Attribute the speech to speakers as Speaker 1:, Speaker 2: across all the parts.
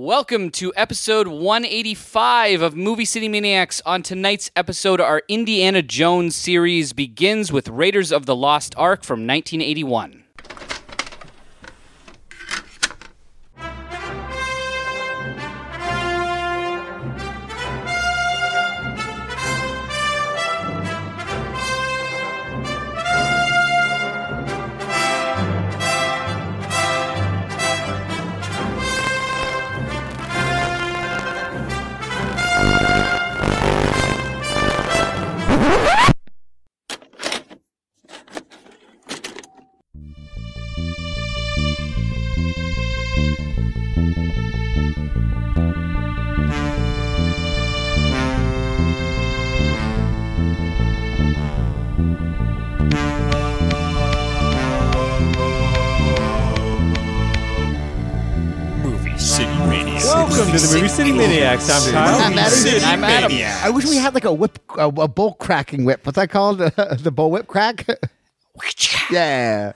Speaker 1: Welcome to episode 185 of Movie City Maniacs. On tonight's episode, our Indiana Jones series begins with Raiders of the Lost Ark from 1981.
Speaker 2: Movie City Maniacs.
Speaker 3: Welcome to the Movie City Maniacs. I'm Kyle.
Speaker 4: I'm Adam.
Speaker 2: City
Speaker 1: I'm Adam.
Speaker 2: Maniacs.
Speaker 4: I wish we had like a whip, a, a bull cracking whip. What's that called? the bull whip crack? yeah.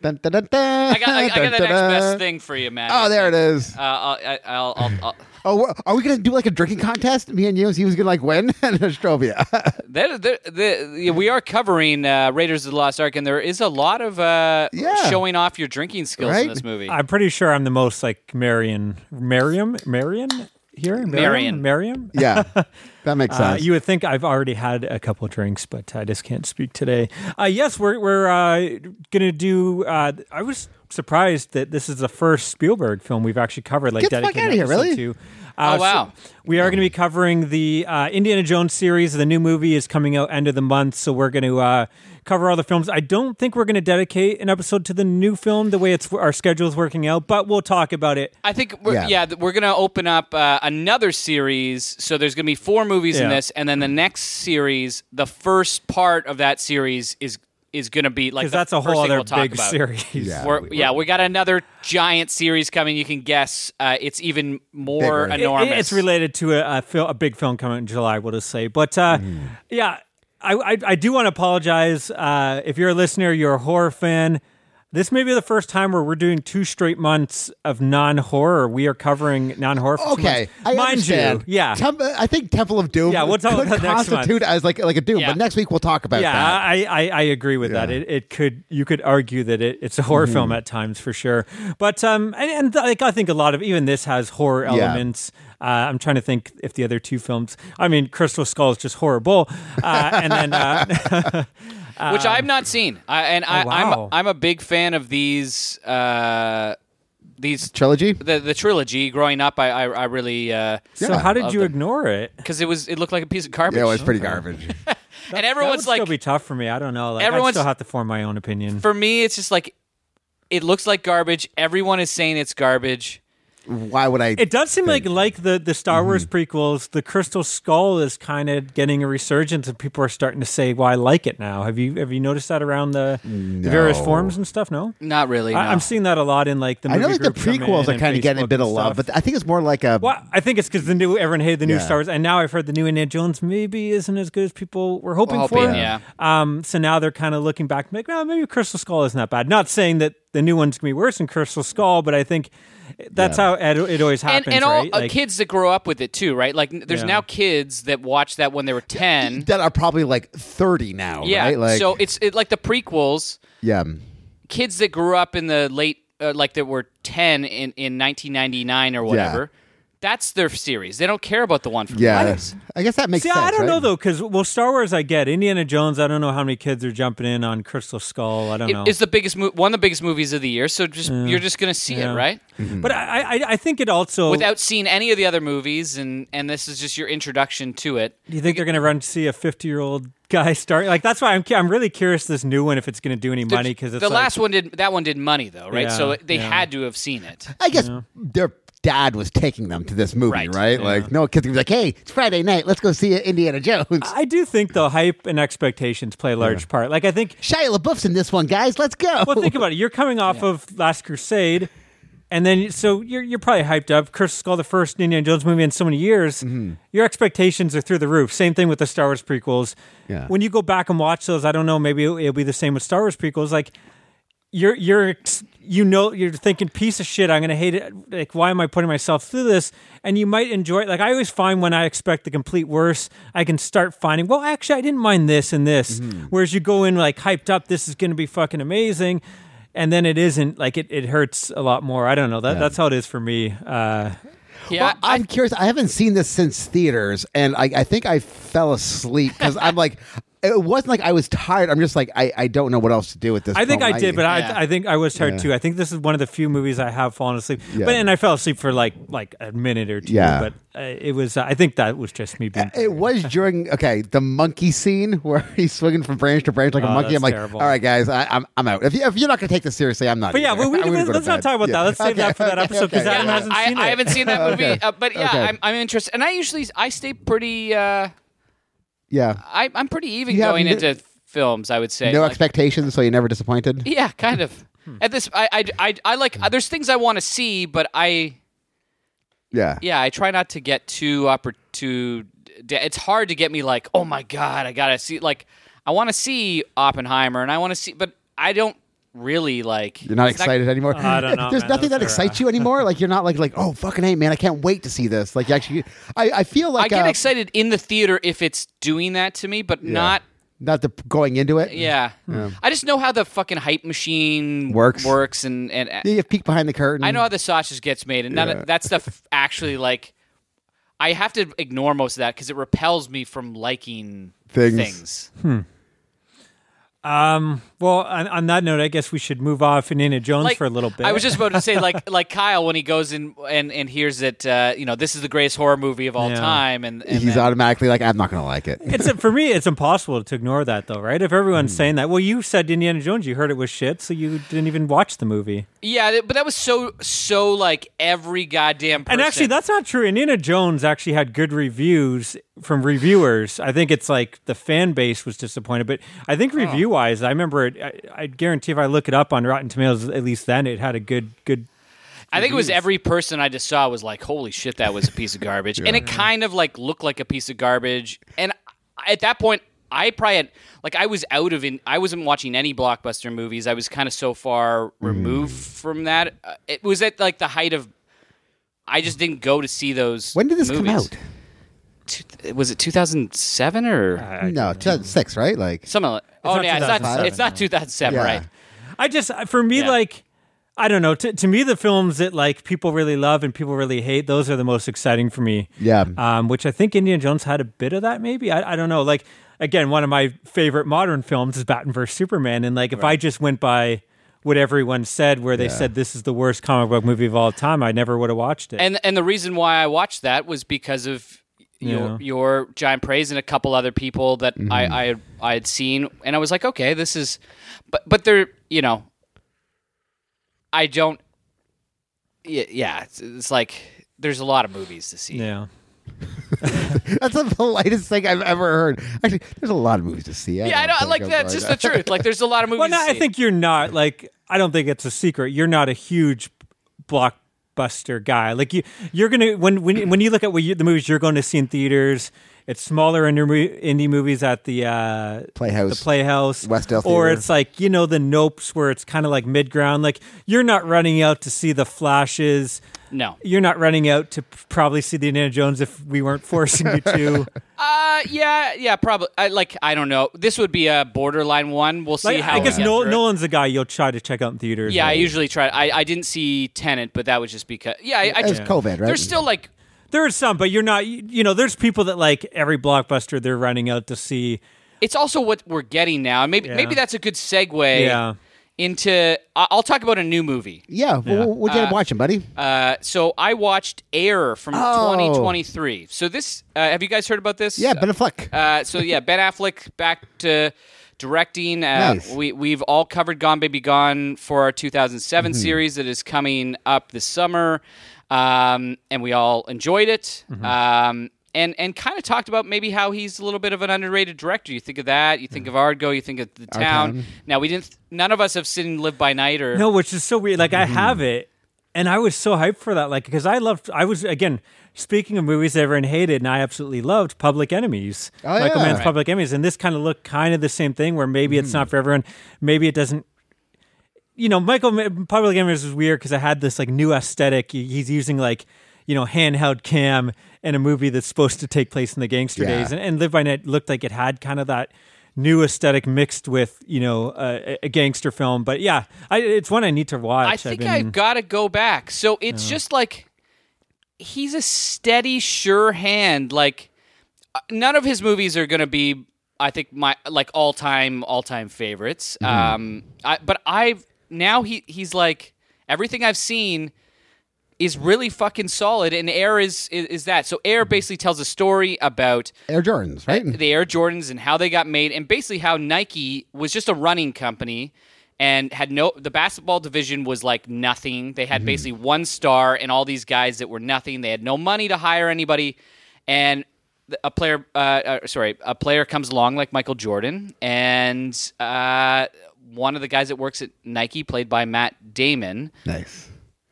Speaker 4: Dun, dun, dun, dun,
Speaker 1: I got, I, I got the
Speaker 4: dun,
Speaker 1: next
Speaker 4: dun,
Speaker 1: best
Speaker 4: dun.
Speaker 1: thing for you, man.
Speaker 4: Oh, there it is.
Speaker 1: Uh, I'll, I- I'll, I'll, I'll,
Speaker 4: Oh, we're- are we gonna do like a drinking contest? Me and you, and see who's gonna like win in Australia.
Speaker 1: there, there, the- we are covering uh, Raiders of the Lost Ark, and there is a lot of uh,
Speaker 4: Yeah.
Speaker 1: showing off your drinking skills in
Speaker 4: Right?
Speaker 1: this movie.
Speaker 3: I'm pretty sure I'm the most like Marion, Miriam, Marion here.
Speaker 1: Marion.
Speaker 3: Miriam.
Speaker 4: yeah, that makes
Speaker 3: Uh,
Speaker 4: sense.
Speaker 3: you would think I've already had a couple drinks, but I just can't speak today. Uh, yes, we're we're uh, gonna do. Uh, I was surprised that this is the first Spielberg film we've actually covered. Like
Speaker 4: Get the fuck
Speaker 3: dedicated
Speaker 4: outta here,
Speaker 3: episode
Speaker 4: really?
Speaker 3: To. Uh,
Speaker 1: Oh, wow.
Speaker 3: so we are going to be covering the uh, Indiana Jones series. The new movie is coming out end of the month, so we're going to uh, cover all the films. I don't think we're going to dedicate an episode to the new film the way it's our schedule's working out, but we'll talk about it.
Speaker 1: I think we're, yeah.
Speaker 4: Yeah.
Speaker 1: th- we're gonna open up uh, another series. So there's gonna be four movies in
Speaker 3: Yeah.
Speaker 1: this, and then the next series, the first part of that series is is gonna be like
Speaker 3: Because
Speaker 1: the
Speaker 3: that's a
Speaker 1: first
Speaker 3: whole
Speaker 1: thing
Speaker 3: other
Speaker 1: we'll talk
Speaker 3: big
Speaker 1: about.
Speaker 3: series.
Speaker 4: Yeah.
Speaker 1: We're- yeah, we got another giant series coming. You can guess uh, it's even more
Speaker 4: Bigger. It-
Speaker 3: It- it-
Speaker 1: enormous.
Speaker 3: it's related to a, a, fil- a big film coming out in July, we'll just say. But uh,
Speaker 4: Hmm.
Speaker 3: yeah, I, I, I do want to apologize. Uh, if you're a listener, you're a horror fan. This may be the first time where we're doing two straight months of non-horror. We are covering non-horror. For two
Speaker 4: okay,
Speaker 3: months.
Speaker 4: I
Speaker 3: mind
Speaker 4: understand.
Speaker 3: you, yeah,
Speaker 4: Tem- I think Temple of Doom.
Speaker 3: Yeah, we'll talk
Speaker 4: could
Speaker 3: about that next month.
Speaker 4: constitute as like like a Doom,
Speaker 1: Yeah.
Speaker 4: but next week we'll talk about
Speaker 3: yeah,
Speaker 4: that.
Speaker 3: I, I, I agree with that. It, it could you could argue that it, it's a horror
Speaker 4: Mm-hmm.
Speaker 3: film at times for sure. But um, and, and like I think a lot of even this has horror
Speaker 4: Yeah.
Speaker 3: elements. Uh, I'm trying to think if the other two films. I mean, Crystal Skull is just horrible, uh, and then uh,
Speaker 1: which I've not seen, I, and I,
Speaker 3: Oh,
Speaker 1: I'm
Speaker 3: wow.
Speaker 1: I'm a big fan of these uh, these
Speaker 4: Trilogy.
Speaker 1: the the trilogy. Growing up, I I, I really because
Speaker 3: so how did
Speaker 1: Love
Speaker 3: you
Speaker 1: them.
Speaker 3: ignore it?
Speaker 1: it was it looked like a piece of garbage.
Speaker 4: Yeah, it was pretty garbage.
Speaker 1: and
Speaker 3: That would
Speaker 1: everyone's like
Speaker 3: still be tough for me. I don't know. Like, I
Speaker 1: Everyone's-
Speaker 3: still have to form my own opinion.
Speaker 1: for me, it's just like it looks like garbage. Everyone is saying it's garbage.
Speaker 4: Why would I?
Speaker 3: It does seem like like the the Star Wars
Speaker 4: Mm-hmm.
Speaker 3: prequels, the Crystal Skull is kind of getting a resurgence, and people are starting to say, "Well, I like it now." Have you have you noticed that around the, the various
Speaker 4: No.
Speaker 3: forums and stuff? No,
Speaker 1: Not really.
Speaker 3: I,
Speaker 1: no.
Speaker 3: I'm seeing that a lot in like the.
Speaker 4: I know
Speaker 3: movie
Speaker 4: like the
Speaker 3: groups I'm in
Speaker 4: prequels are
Speaker 3: and
Speaker 4: kind of getting a
Speaker 3: Facebook
Speaker 4: bit of
Speaker 3: and
Speaker 4: love,
Speaker 3: stuff.
Speaker 4: but I think it's more like a
Speaker 3: well, I think it's because the new everyone hated the new
Speaker 4: Yeah.
Speaker 3: Star Wars, and now I've heard the new Indiana Jones maybe isn't as good as people were hoping,
Speaker 1: Hoping,
Speaker 3: for.
Speaker 1: yeah.
Speaker 3: Um, so now they're kind of looking back, like, well, maybe Crystal Skull isn't that bad. Not saying that the new one's gonna be worse than Crystal Skull, but I think that's how it, it always happens.
Speaker 1: and, and all
Speaker 3: right?
Speaker 1: uh,
Speaker 3: Like-
Speaker 1: kids that grow up with it too, right? Like, n- there's
Speaker 3: Yeah.
Speaker 1: now kids that watch that when they were ten.
Speaker 4: that are probably like 30 now,
Speaker 1: Yeah,
Speaker 4: right? Like,
Speaker 1: so it's it, like the prequels.
Speaker 4: yeah,
Speaker 1: Kids that grew up in the late, uh, like that were ten in in 1999 or whatever. That's their series. They don't care about the one from
Speaker 4: yeah.
Speaker 1: Last.
Speaker 4: I guess that makes
Speaker 3: See,
Speaker 4: sense.
Speaker 3: I don't
Speaker 4: right?
Speaker 3: know though, because well, Star Wars, I get Indiana Jones. I don't know how many kids are jumping in on Crystal Skull. I don't know.
Speaker 1: It, it's the biggest mo- one of the biggest movies of the year. So just you're just gonna see it, right?
Speaker 4: Mm-hmm.
Speaker 3: But I, I, I think it also.
Speaker 1: Without seeing any of the other movies, and and this is just your introduction to it.
Speaker 3: do you think they're going to run to see a fifty-year-old guy start? Like that's why I'm, cu- I'm really curious this new one if it's going to do any money because it's
Speaker 1: the
Speaker 3: like,
Speaker 1: last one did that one did money though, right? so
Speaker 3: Yeah,
Speaker 1: it- they
Speaker 3: yeah.
Speaker 1: had to have seen it.
Speaker 4: I guess their dad was taking them to this movie,
Speaker 1: Right,
Speaker 4: right? Like, no kid's gonna be like, hey, it's Friday night. Let's go see Indiana Jones.
Speaker 3: I do think the hype and expectations play a large part. Like I think.
Speaker 4: Shia LaBeouf's in this one, guys. Let's go.
Speaker 3: Well, think about it. You're coming off of Last Crusade. And then, so you're you're probably hyped up. Crystal Skull, the first Indiana Jones movie in so many years,
Speaker 4: Mm-hmm.
Speaker 3: your expectations are through the roof. Same thing with the Star Wars prequels.
Speaker 4: Yeah.
Speaker 3: When you go back and watch those, I don't know. Maybe it'll, it'll be the same with Star Wars prequels. Like you're you're ex- you know you're thinking piece of shit. I'm gonna hate it. Like why am I putting myself through this? And you might enjoy it. Like I always find when I expect the complete worst, I can start finding. Well, actually, I didn't mind this and this. Whereas you go in like hyped up, this is gonna be fucking amazing. And then it isn't like it, it hurts a lot more. I don't know. That that's how it is for me. Uh,
Speaker 1: Yeah,
Speaker 4: Well, I'm curious. I haven't seen this since theaters, and I, I think I fell asleep because I'm like, it wasn't like I was tired. I'm just like, I, I don't know what else to do at this.
Speaker 3: I think
Speaker 4: moment.
Speaker 3: I did, but
Speaker 1: Yeah.
Speaker 3: I I think I was tired too. I think this is one of the few movies I have fallen asleep.
Speaker 4: Yeah.
Speaker 3: But and I fell asleep for like like a minute or two.
Speaker 4: Yeah. Eh,
Speaker 3: But uh, it was I think that was just me being.
Speaker 4: Uh, It was during okay the monkey scene where he's swinging from branch to branch like a
Speaker 3: Oh,
Speaker 4: monkey.
Speaker 3: that's
Speaker 4: I'm like,
Speaker 3: terrible.
Speaker 4: all right, guys, I, I'm I'm out. If, you, if you're not gonna take this seriously, I'm not.
Speaker 3: But yeah,
Speaker 4: either.
Speaker 3: well, we,
Speaker 4: I wouldn't go to
Speaker 3: let's not
Speaker 4: bed.
Speaker 3: talk about that.
Speaker 4: Yeah.
Speaker 3: Let's save
Speaker 4: Okay,
Speaker 3: that for that
Speaker 4: okay,
Speaker 3: episode because
Speaker 4: okay.
Speaker 3: Adam
Speaker 1: yeah,
Speaker 3: hasn't
Speaker 1: I,
Speaker 3: seen it.
Speaker 1: I haven't seen that movie,
Speaker 4: Okay.
Speaker 1: uh, but yeah,
Speaker 4: Okay.
Speaker 1: I'm, I'm interested. And I usually I stay pretty. Uh,
Speaker 4: Yeah,
Speaker 1: I, I'm pretty even
Speaker 4: You have
Speaker 1: going
Speaker 4: no-
Speaker 1: into films. I would say
Speaker 4: no
Speaker 1: Like,
Speaker 4: expectations, so you're never disappointed.
Speaker 1: Yeah, kind of.
Speaker 3: Hmm.
Speaker 1: At this, I, I, I, I like. There's things I want to see, but I,
Speaker 4: Yeah,
Speaker 1: yeah, I try not to get too oppor- too. d- It's hard to get me like, oh my god, I gotta see. Like, I want to see Oppenheimer, and I want to see, but I don't really like.
Speaker 4: You're not
Speaker 1: it's
Speaker 4: excited anymore.
Speaker 3: I don't know,
Speaker 4: There's
Speaker 3: man.
Speaker 4: nothing
Speaker 3: Those
Speaker 4: that
Speaker 3: are,
Speaker 4: excites you anymore. Like you're not like like oh fucking hey man, I can't wait to see this. Like you actually, I, I feel
Speaker 1: I
Speaker 4: like
Speaker 1: get
Speaker 4: uh,
Speaker 1: excited in the theater if it's doing that to me, but not.
Speaker 4: not the going into it.
Speaker 1: Yeah. I just know how the fucking hype machine
Speaker 4: Hmm. Works.
Speaker 1: works, and and
Speaker 4: Yeah, you peek behind the curtain.
Speaker 1: I know how the sausage gets made, and none of, that stuff actually like I have to ignore most of that because it repels me from liking
Speaker 4: Things.
Speaker 3: Um. Well, on, on that note, I guess we should move off Indiana Jones
Speaker 1: Like
Speaker 3: for a little bit.
Speaker 1: I was just about to say, like like Kyle when he goes in and and hears that uh, you know this is the greatest horror movie of all
Speaker 3: Yeah.
Speaker 1: time, and, and
Speaker 4: He's
Speaker 1: then-
Speaker 4: automatically like, I'm not gonna like it.
Speaker 3: It's for me. It's impossible to ignore that, though, right? If everyone's
Speaker 4: Hmm.
Speaker 3: saying that, well, you said Indiana Jones. You heard it was shit, so you didn't even watch the movie.
Speaker 1: yeah, th- but that was so so like every goddamn. Person.
Speaker 3: And actually, that's not true. Indiana Jones actually had good reviews from reviewers. I think it's like the fan base was disappointed, but I think review wise, I remember it. I, I guarantee if I look it up on Rotten Tomatoes, at least then it had a good good.
Speaker 1: I think it was every person I just saw was like, "Holy shit, that was a piece of garbage," and it kind of like looked like a piece of garbage. And I- at that point, I probably had, like I was out of in I wasn't watching any blockbuster movies. I was kind of so far removed
Speaker 4: Mm.
Speaker 1: from that. Uh, it was at like the height of. I just didn't go to see those.
Speaker 4: When did this come
Speaker 1: movies.
Speaker 4: out?
Speaker 1: Two- Was it 2007 or
Speaker 4: No, 2006, right? Like,
Speaker 1: something? Like, oh
Speaker 3: Uh, not
Speaker 1: yeah, it's not
Speaker 3: 2007.
Speaker 1: it's not 2007,
Speaker 4: Yeah.
Speaker 1: right?
Speaker 3: I just uh, for me
Speaker 1: Yeah.
Speaker 3: like. I don't know. To, to me, the films that like people really love and people really hate, those are the most exciting for me.
Speaker 4: Yeah.
Speaker 3: Um, which I think Indiana Jones had a bit of that. Maybe I, I don't know. Like again, one of my favorite modern films is Batman vs Superman, and like if I just went by what everyone said, where they said this is the worst comic book movie of all time, I never would have watched it.
Speaker 1: And and the reason why I watched that was because of your your giant praise and a couple other people that
Speaker 3: Mm-hmm.
Speaker 1: I, I I had seen, and I was like, okay, this is, but but they're you know, I don't, yeah, yeah it's, it's like there's a lot of movies to see.
Speaker 3: yeah.
Speaker 4: that's the politest thing I've ever heard. Actually, there's a lot of movies to see.
Speaker 1: Yeah, I don't,
Speaker 4: think uh,
Speaker 1: like
Speaker 4: I'm
Speaker 1: that's
Speaker 4: right.
Speaker 1: just the truth. Like there's a lot of movies.
Speaker 3: Well, no,
Speaker 1: to
Speaker 3: I
Speaker 1: see.
Speaker 3: think you're not like I don't think it's a secret. You're not a huge blockbuster guy. Like you, you're gonna when when when you look at what you, the movies you're going to see in theaters, it's smaller indie, mo- indie movies at the uh,
Speaker 4: Playhouse.
Speaker 3: the Playhouse,
Speaker 4: Westdale
Speaker 3: or
Speaker 4: Theater.
Speaker 3: it's like you know the Nopes where it's kind of like mid ground. Like you're not running out to see the flashes.
Speaker 1: no.
Speaker 3: You're not running out to p- probably see the Indiana Jones if we weren't forcing you to.
Speaker 1: Uh, yeah, yeah, probably. I, like I don't know. This would be a borderline one. We'll see
Speaker 3: Like,
Speaker 1: how.
Speaker 3: I
Speaker 1: we
Speaker 3: guess
Speaker 1: get
Speaker 3: no,
Speaker 1: through it.
Speaker 3: Nolan's a guy you'll try to check out in theaters.
Speaker 1: Yeah, I usually try. I, I didn't see Tenant, but that was just because. Yeah, I, I
Speaker 4: It's
Speaker 1: just
Speaker 4: COVID, right?
Speaker 1: There's still like
Speaker 3: There are some, but you're not. You you know, there's people that like every blockbuster they're running out to see.
Speaker 1: it's also what we're getting now. And Maybe maybe that's a good segue.
Speaker 3: Yeah.
Speaker 1: Into I- I'll talk about a new movie.
Speaker 4: Yeah, well, what you watching, buddy?
Speaker 1: Uh, so I watched Air from
Speaker 4: Oh.
Speaker 1: 2023. So this uh, have you guys heard about this?
Speaker 4: yeah, Ben Affleck.
Speaker 1: Uh, so yeah, Ben Affleck back to directing. Uh,
Speaker 4: Nice.
Speaker 1: We we've all covered Gone Baby Gone for our 2007 series that is coming up this summer, um, and we all enjoyed it. Um, and and kind of talked about maybe how he's a little bit of an underrated director. You think of that. You think of Argo. You think of the town. Now we didn't. None of us have seen Live by Night or
Speaker 3: No, which is so weird. Like
Speaker 4: Mm-hmm.
Speaker 3: I have it, and I was so hyped for that. Like because I loved. I was again speaking of movies that everyone hated, and I absolutely loved Public Enemies.
Speaker 4: Oh,
Speaker 3: Michael
Speaker 4: yeah. Mm-hmm.
Speaker 3: Mann's
Speaker 4: Right.
Speaker 3: Public Enemies, and this kind of looked kind of the same thing, where maybe it's not for everyone. Maybe it doesn't. you know, Michael Ma- Public Enemies was weird because I had this like new aesthetic. He- He's using like you know handheld cam in a movie that's supposed to take place in the gangster
Speaker 4: Yeah.
Speaker 3: days, and, and Live by Night looked like it had kind of that new aesthetic mixed with you know a, a gangster film. But yeah, I, it's one I need to watch.
Speaker 1: I
Speaker 3: I've
Speaker 1: think
Speaker 3: been-
Speaker 1: I've got to go back. So it's just like he's a steady, sure hand. Like uh, none of his movies are going to be, I think, my like all time, all time favorites.
Speaker 3: Mm-hmm.
Speaker 1: Um, I, but I've now he he's like everything I've seen is really fucking solid, and Air is is, is that. So Air basically tells a story about
Speaker 4: Air Jordans, right?
Speaker 1: uh, the Air Jordans and how they got made, and basically how Nike was just a running company and had no the basketball division was like nothing. They had basically one star and all these guys that were nothing. They had no money to hire anybody, and th- a player, uh, uh, sorry, a player comes along like Michael Jordan, and uh, one of the guys that works at Nike, played by Matt Damon,
Speaker 4: nice.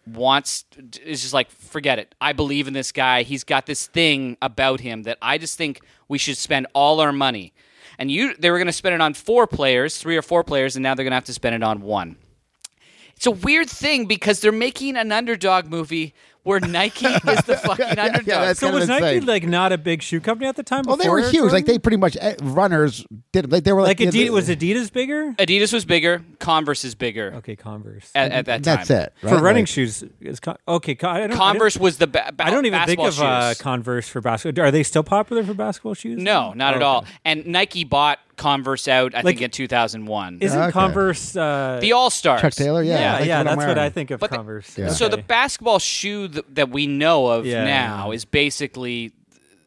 Speaker 1: wants is just like forget it i believe in this guy he's got this thing about him that i just think we should spend all our money and you they were going to spend it on four players three or four players and now they're going to have to spend it on one it's a weird thing because they're making an underdog movie where nike is the fucking underdog
Speaker 4: that's
Speaker 3: So
Speaker 4: kind
Speaker 3: was
Speaker 4: of
Speaker 3: Nike
Speaker 4: insane.
Speaker 3: like not a big shoe company at the time?
Speaker 4: Well, they
Speaker 3: before
Speaker 4: were
Speaker 3: Air
Speaker 4: huge. Like
Speaker 3: Jordan?
Speaker 4: they pretty much eh, runners did. Like they were like,
Speaker 3: like Adidas
Speaker 4: yeah,
Speaker 3: was Adidas bigger?
Speaker 1: adidas was bigger converse is bigger
Speaker 3: Okay, Converse.
Speaker 1: at, at that time
Speaker 4: That's it
Speaker 3: for
Speaker 4: right?
Speaker 3: running
Speaker 4: Like,
Speaker 3: shoes is con- okay. Con- I don't- I don't-
Speaker 1: converse was the ba- ba-
Speaker 3: I don't even think
Speaker 1: Oh, basketball
Speaker 3: of uh,
Speaker 1: shoes.
Speaker 3: Converse for basketball. Are they still popular for basketball shoes?
Speaker 1: no not at
Speaker 3: Oh, okay.
Speaker 1: all and nike bought converse out i
Speaker 3: Like-
Speaker 1: think in 2001
Speaker 3: Isn't
Speaker 4: Okay.
Speaker 3: Converse? Uh,
Speaker 1: the All Stars.
Speaker 4: Chuck Taylor, yeah,
Speaker 3: yeah,
Speaker 4: like
Speaker 3: yeah,
Speaker 4: I'm
Speaker 3: that's what
Speaker 4: wearing.
Speaker 3: I think of
Speaker 1: But the-
Speaker 3: Converse.
Speaker 4: Yeah.
Speaker 1: So the
Speaker 3: Okay.
Speaker 1: basketball shoe th- that we know of
Speaker 3: Yeah.
Speaker 1: now is basically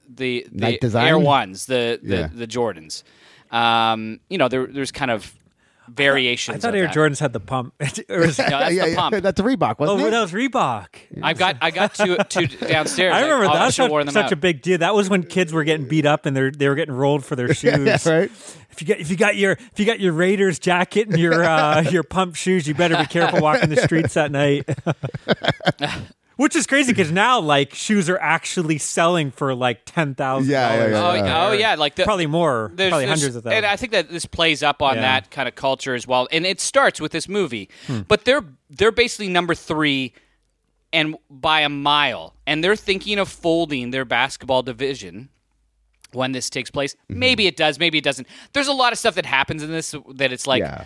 Speaker 1: the the
Speaker 4: Nike design?
Speaker 1: Air Ones, the the,
Speaker 4: Yeah.
Speaker 1: the Jordans. Um, you know, there, there's kind of variations.
Speaker 3: I thought
Speaker 1: of
Speaker 3: Air
Speaker 1: that.
Speaker 3: Jordans had the pump. Or is-
Speaker 1: No, that's
Speaker 4: yeah,
Speaker 1: the
Speaker 4: yeah,
Speaker 1: pump.
Speaker 4: That's a Reebok,
Speaker 3: oh,
Speaker 4: wasn't
Speaker 3: well,
Speaker 4: it?
Speaker 3: that was Reebok.
Speaker 1: I've got I got two two downstairs.
Speaker 3: I remember
Speaker 1: I,
Speaker 3: that was
Speaker 1: should have worn
Speaker 3: such,
Speaker 1: them
Speaker 3: such
Speaker 1: out.
Speaker 3: a big deal. That was when kids were getting beat up and they they were getting rolled for their shoes.
Speaker 4: right.
Speaker 3: If you got if you got your if you got your Raiders jacket and your uh, your pump shoes, you better be careful walking the streets that night. Which is crazy because now like shoes are actually selling for like ten thousand
Speaker 4: Yeah, yeah, yeah.
Speaker 1: Oh,
Speaker 3: dollars.
Speaker 1: yeah, oh yeah, like the,
Speaker 3: probably more,
Speaker 1: there's,
Speaker 3: probably
Speaker 1: there's-
Speaker 3: hundreds of
Speaker 1: And I
Speaker 3: thousands.
Speaker 1: think that this plays up on
Speaker 3: Yeah. Hmm.
Speaker 1: that kind of culture as well. And it starts with this movie, but they're they're basically number three, and by a mile. And they're thinking of folding their basketball division when this takes place.
Speaker 3: Mm-hmm.
Speaker 1: Maybe it does, maybe it doesn't. There's a lot of stuff that happens in this that it's like
Speaker 4: Yeah.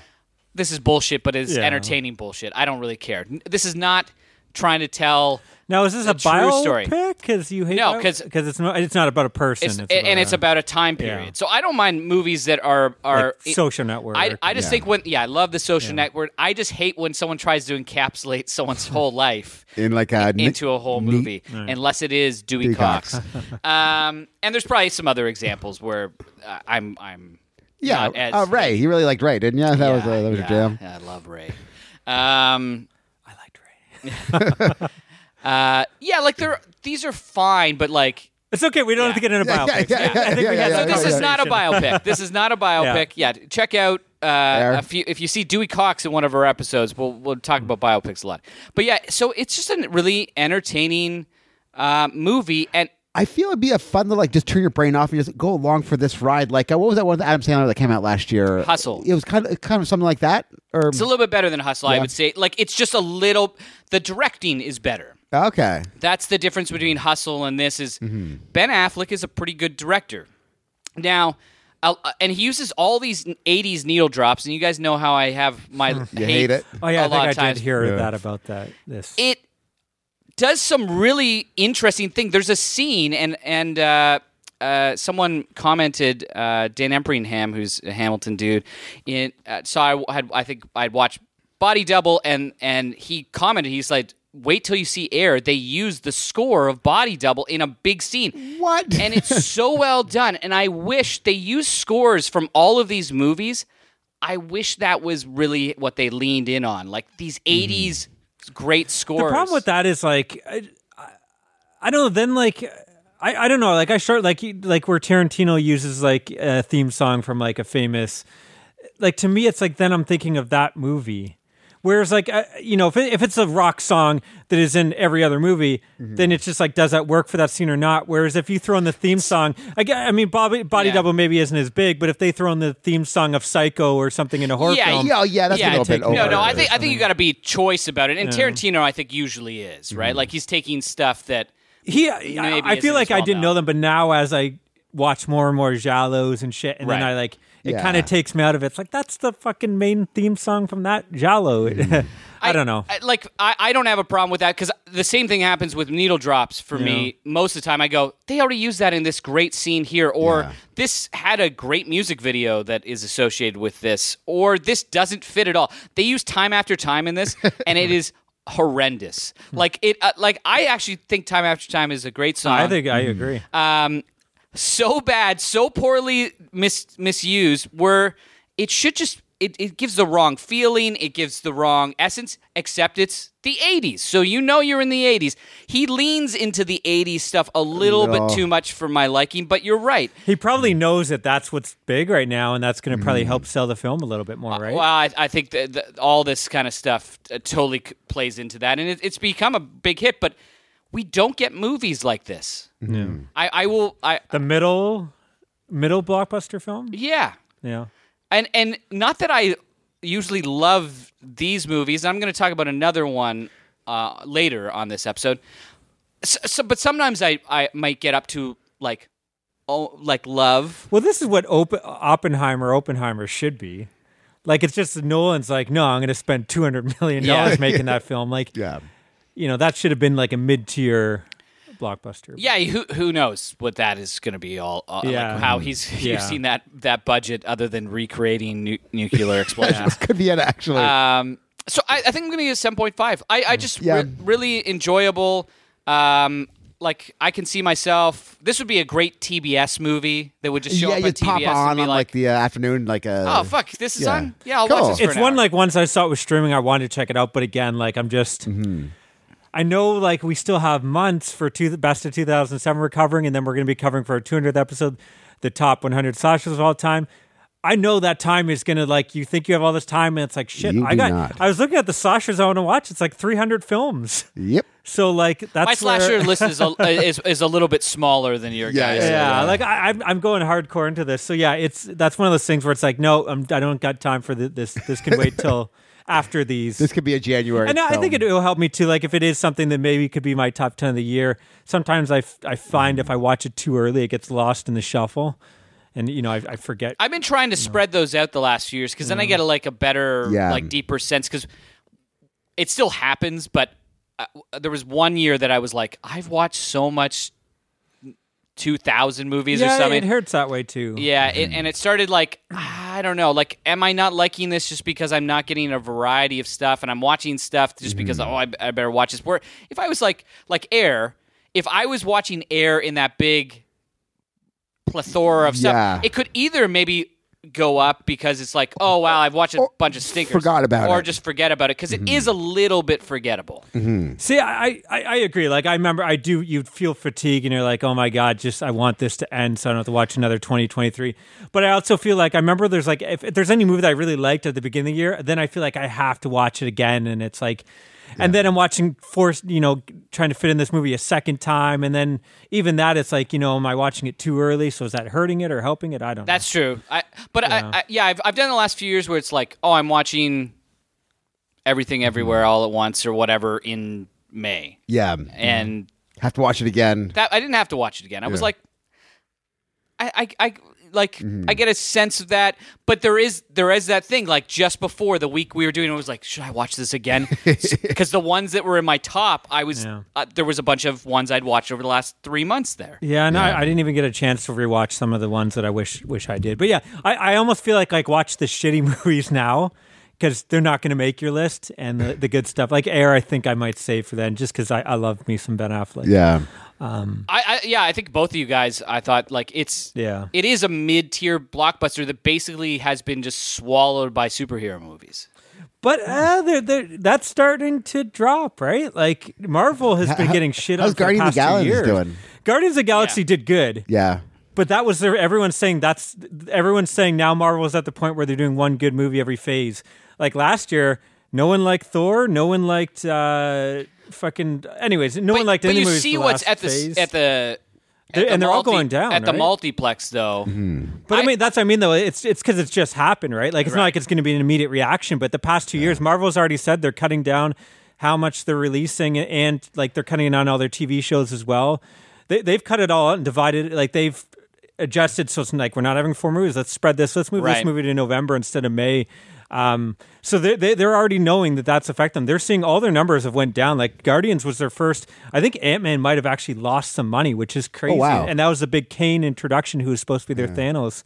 Speaker 1: this is bullshit, but it's
Speaker 3: Yeah.
Speaker 1: entertaining bullshit. I don't really care. N- This is not trying to tell.
Speaker 3: Now is this a,
Speaker 1: true story.
Speaker 3: biopic? Because you hate
Speaker 1: No,
Speaker 3: bio-
Speaker 1: 'cause-
Speaker 3: it's not it's not about a person.
Speaker 1: It's,
Speaker 3: about
Speaker 1: and it's
Speaker 3: a-
Speaker 1: about a time period. So I don't mind movies that are are
Speaker 3: like, social network.
Speaker 1: I, I just
Speaker 4: Yeah.
Speaker 1: think when yeah, I love the social network. I just hate when someone tries to encapsulate someone's whole life
Speaker 4: In like a
Speaker 1: into a whole movie, unless it is Dewey,
Speaker 4: Dewey
Speaker 1: Cox.
Speaker 4: Cox.
Speaker 1: um, and there's probably some other examples where uh, I'm I'm
Speaker 4: yeah,
Speaker 1: not as-
Speaker 4: uh, Ray. You really liked Ray, didn't you? That was
Speaker 1: Yeah,
Speaker 4: a, that was
Speaker 1: yeah,
Speaker 4: a jam.
Speaker 1: yeah, I love Ray. Um,
Speaker 3: I liked Ray.
Speaker 1: uh, yeah, like they're these are fine, but like
Speaker 3: It's okay. We don't have to get in a
Speaker 4: Yeah, yeah,
Speaker 3: biopic.
Speaker 4: yeah, yeah,
Speaker 3: I think
Speaker 4: yeah,
Speaker 3: we had
Speaker 4: yeah,
Speaker 1: so
Speaker 3: that
Speaker 4: yeah,
Speaker 1: this is
Speaker 4: yeah.
Speaker 1: not a biopic. This is not a biopic. Yeah, check out uh, a few, if you see Dewey Cox in one of our episodes, we'll we'll talk about biopics a lot. But yeah, so it's just a really entertaining uh, movie, and
Speaker 4: I feel it'd be a fun to like just turn your brain off and just go along for this ride. Like uh, what was that one with Adam Sandler that came out last year?
Speaker 1: Hustle.
Speaker 4: It was kind of kind of something like that. Or
Speaker 1: it's a little bit better than Hustle. I would say, like it's just a little. The directing is better.
Speaker 4: okay,
Speaker 1: That's the difference between Hustle and this. Is
Speaker 4: Mm-hmm.
Speaker 1: Ben Affleck is a pretty good director. Now, I'll- uh, and he uses all these '80s needle drops, and you guys know how I have my
Speaker 4: you hate it.
Speaker 3: Oh yeah,
Speaker 1: a
Speaker 3: I
Speaker 1: lot of
Speaker 3: think I did
Speaker 1: times.
Speaker 3: hear that about that. This
Speaker 1: it does some really interesting thing. There's a scene, and and uh, uh, someone commented, uh, Dan Emperingham, who's a Hamilton dude, in uh, so I had I think I'd watched Body Double, and and he commented, he's like, wait till you see Air. They use the score of Body Double in a big scene.
Speaker 4: What?
Speaker 1: And it's so well done. And I wish they used scores from all of these movies. I wish that was really what they leaned in on, like these '80s great scores.
Speaker 3: Mm-hmm. the problem with that is like I, I- I don't know. Then like I, I don't know. Like I start like you- like where Tarantino uses like a theme song from like a famous. Like to me, it's like then I'm thinking of that movie. Whereas, like, uh, you know, if, it, if it's a rock song that is in every other movie,
Speaker 1: Mm-hmm.
Speaker 3: then it's just like, does that work for that scene or not? Whereas if you throw in the theme song, I, gue- I mean, Bobby, Body
Speaker 1: Yeah.
Speaker 3: Double maybe isn't as big, but if they throw in the theme song of Psycho or something in a horror
Speaker 1: Yeah,
Speaker 3: film,
Speaker 4: yeah, yeah, that's
Speaker 1: Yeah,
Speaker 4: a little
Speaker 3: take-
Speaker 4: bit over.
Speaker 1: No, no, I
Speaker 3: or
Speaker 1: think I think you got to be choice about it. And Tarantino, I think, usually is
Speaker 3: Mm-hmm.
Speaker 1: right. Like he's taking stuff that
Speaker 3: he, I,
Speaker 1: Maybe
Speaker 3: I feel
Speaker 1: isn't as
Speaker 3: like I
Speaker 1: well
Speaker 3: didn't know
Speaker 1: known.
Speaker 3: them, but now as I watch more and more Jalos and shit, and then
Speaker 1: Right.
Speaker 3: I like it
Speaker 4: Yeah.
Speaker 3: kind of takes me out of it. It's like that's the fucking main theme song from that Jalo. I, don't know.
Speaker 1: like I, I don't have a problem with that because the same thing happens with needle drops for me most of the time. I go, they already used that in this great scene here, or this had a great music video that is associated with this, or this doesn't fit at all. They use time after time in this, and it is horrendous. Like it, uh, like I actually think time after time is a great song.
Speaker 3: I think I agree.
Speaker 1: um, so bad, so poorly mis- misused, where it should just it, it gives the wrong feeling, it gives the wrong essence, except it's the 80s. So you know you're in the 80s. He leans into the 80s stuff a little bit too much for my liking, but you're right.
Speaker 3: He probably knows that that's what's big right now, and that's going to probably help sell the film a little bit more, right?
Speaker 1: Uh, Well, I, I think that that all this kind of stuff uh, totally c- plays into that, and it, it's become a big hit, but we don't get movies like this. I, I will, I,
Speaker 3: the middle, middle blockbuster film.
Speaker 1: yeah.
Speaker 3: Yeah,
Speaker 1: and and not that I usually love these movies. I'm going to talk about another one uh, later on this episode. So, so, but sometimes I, I might get up to like oh like love.
Speaker 3: Well, this is what Op- Oppenheimer Oppenheimer should be. Like it's just Nolan's like, no, I'm going to spend 200 million dollars
Speaker 1: Yeah.
Speaker 3: making that film. Like,
Speaker 4: Yeah.
Speaker 3: you know, that should have been like a mid-tier blockbuster.
Speaker 1: Yeah, who who knows what that is going to be all? Uh,
Speaker 3: Yeah.
Speaker 1: like how he's
Speaker 3: Yeah.
Speaker 1: you've seen that that budget other than recreating nu- nuclear explosions.
Speaker 4: Could be it actually.
Speaker 1: Um, so I, I think I'm going to get seven point five. I, I just
Speaker 4: Hmm. Yeah.
Speaker 1: re- really enjoyable. Um, like I can see myself. This would be a great TBS movie that would just show
Speaker 4: yeah,
Speaker 1: up
Speaker 4: you
Speaker 1: on
Speaker 4: pop
Speaker 1: TBS and
Speaker 4: on
Speaker 1: be
Speaker 4: on like the uh, afternoon, like a.
Speaker 1: "Oh fuck, this is
Speaker 4: yeah.
Speaker 1: on." Yeah, I'll
Speaker 4: Cool.
Speaker 1: watch this. For
Speaker 3: it's
Speaker 1: an
Speaker 3: one
Speaker 1: hour.
Speaker 3: like once I saw it was streaming, I wanted to check it out, but again, like I'm just. I know, like we still have months for two, best of 2007 we're covering, and then we're going to be covering for our 200th episode, the top 100 slashers of all time. I know that time is going to like you think you have all this time, and it's like shit.
Speaker 4: You
Speaker 3: I
Speaker 4: do
Speaker 3: got.
Speaker 4: not.
Speaker 3: I was looking at the slashers I want to watch. It's like 300 films.
Speaker 4: Yep.
Speaker 3: So like that's
Speaker 1: my slasher
Speaker 3: where,
Speaker 1: list is a, is is a little bit smaller than your
Speaker 4: Yeah,
Speaker 1: guys.
Speaker 4: yeah,
Speaker 3: yeah, like I, I'm I'm going hardcore into this. So yeah, it's that's one of those things where it's like, no, I'm, I don't got time for th- this. This can wait till after these.
Speaker 4: This could be a January.
Speaker 3: and I I think
Speaker 4: film.
Speaker 3: it will help me too. Like if it is something that maybe could be my top ten of the year. Sometimes I, f- I find if I watch it too early, it gets lost in the shuffle, and you know I, I forget.
Speaker 1: I've been trying to spread those out the last few years because then I
Speaker 3: Mm-hmm.
Speaker 1: get a, like a better,
Speaker 4: Yeah.
Speaker 1: like deeper sense because it still happens. But uh, there was one year that I was like, I've watched so much two thousand movies
Speaker 3: yeah,
Speaker 1: or something.
Speaker 3: it hurts that way too.
Speaker 1: yeah, it, and it started like I don't know, like am I not liking this just because I'm not getting a variety of stuff and I'm watching stuff just because oh
Speaker 4: Mm-hmm.
Speaker 1: I, I better watch this. Where if I was like like Air, if I was watching Air in that big plethora of stuff.
Speaker 4: Yeah.
Speaker 1: It could either maybe go up because it's like, oh wow, I've watched a bunch of stinkers,
Speaker 4: forgot about
Speaker 1: or
Speaker 4: it. Mm-hmm.
Speaker 1: just forget about it because is a little bit forgettable.
Speaker 3: See, I, I I agree. Like I remember, I do. You feel fatigue, and you're like, oh my god, just I want this to end, so I don't have to watch another 2023. But I also feel like I remember there's like if, if there's any movie that I really liked at the beginning of the year, then I feel like I have to watch it again, and it's like. And then I'm watching forced, you know, trying to fit in this movie a second time, and then even that, it's like, you know, am I watching it too early? So is that hurting it or helping it? I don't.
Speaker 1: That's true. I but I, I yeah, I've I've done the last few years where it's like, oh, I'm watching everything everywhere all at once or whatever in May,
Speaker 4: Yeah.
Speaker 1: and
Speaker 4: Have to watch it again.
Speaker 1: that I didn't have to watch it again. I was like, I, I, I like I get a sense of that, but there is there is that thing like just before the week we were doing, it, I was like, should I watch this again? Because the ones that were in my top, I was
Speaker 3: Yeah.
Speaker 1: uh, there was a bunch of ones I'd watched over the last three months there.
Speaker 3: know. Yeah, and I, I didn't even get a chance to rewatch some of the ones that I wish wish I did. But yeah, I, I almost feel like like watch the shitty movies now because they're not going to make your list, and the, the good stuff like Air, I think I might save for then just because I, I love me some Ben Affleck.
Speaker 4: Yeah.
Speaker 1: I, I yeah, I think both of you guys. I thought like it's
Speaker 3: Yeah.
Speaker 1: it is a mid tier blockbuster that basically has been just swallowed by superhero movies.
Speaker 3: But uh, they're, they're, that's starting to drop, right? Like Marvel has been getting shit on
Speaker 4: how's
Speaker 3: for the
Speaker 4: Guardians
Speaker 3: past
Speaker 4: of the
Speaker 3: two
Speaker 4: Galaxy
Speaker 3: years.
Speaker 4: doing?
Speaker 3: Guardians of the Galaxy
Speaker 1: Yeah.
Speaker 3: did good.
Speaker 4: Yeah.
Speaker 3: But that was their, everyone's saying that's everyone's saying now Marvel's at the point where they're doing one good movie every phase. Like last year, No one liked Thor. No one liked uh, fucking. Anyways, no one liked
Speaker 1: but
Speaker 3: any
Speaker 1: you
Speaker 3: movies.
Speaker 1: see
Speaker 3: the
Speaker 1: what's
Speaker 3: last
Speaker 1: at the
Speaker 3: phase.
Speaker 1: at the
Speaker 3: They-
Speaker 1: at the
Speaker 3: and they're all going down,
Speaker 1: at the
Speaker 3: right? Mm-hmm.
Speaker 1: multiplex though.
Speaker 3: But I,
Speaker 1: I-
Speaker 3: mean, that's what I mean though. It's it's because it's just happened, right? Like it's not like it's going to be an immediate reaction. But the past two years, Marvel's already said they're cutting down how much they're releasing, and, like they're cutting down all their TV shows as well. They they've cut it all out and divided. it. Like they've adjusted so it's like we're not having four movies. Let's spread this. Let's move this
Speaker 1: Right.
Speaker 3: movie to November instead of May. Um, so they, they they're already knowing that that's affecting them. They're seeing all their numbers have went down. Like Guardians was their first. I think Ant Man might have actually lost some money, which is crazy.
Speaker 4: Oh, wow.
Speaker 3: And that was the big Kane introduction, who was supposed to be their Thanos.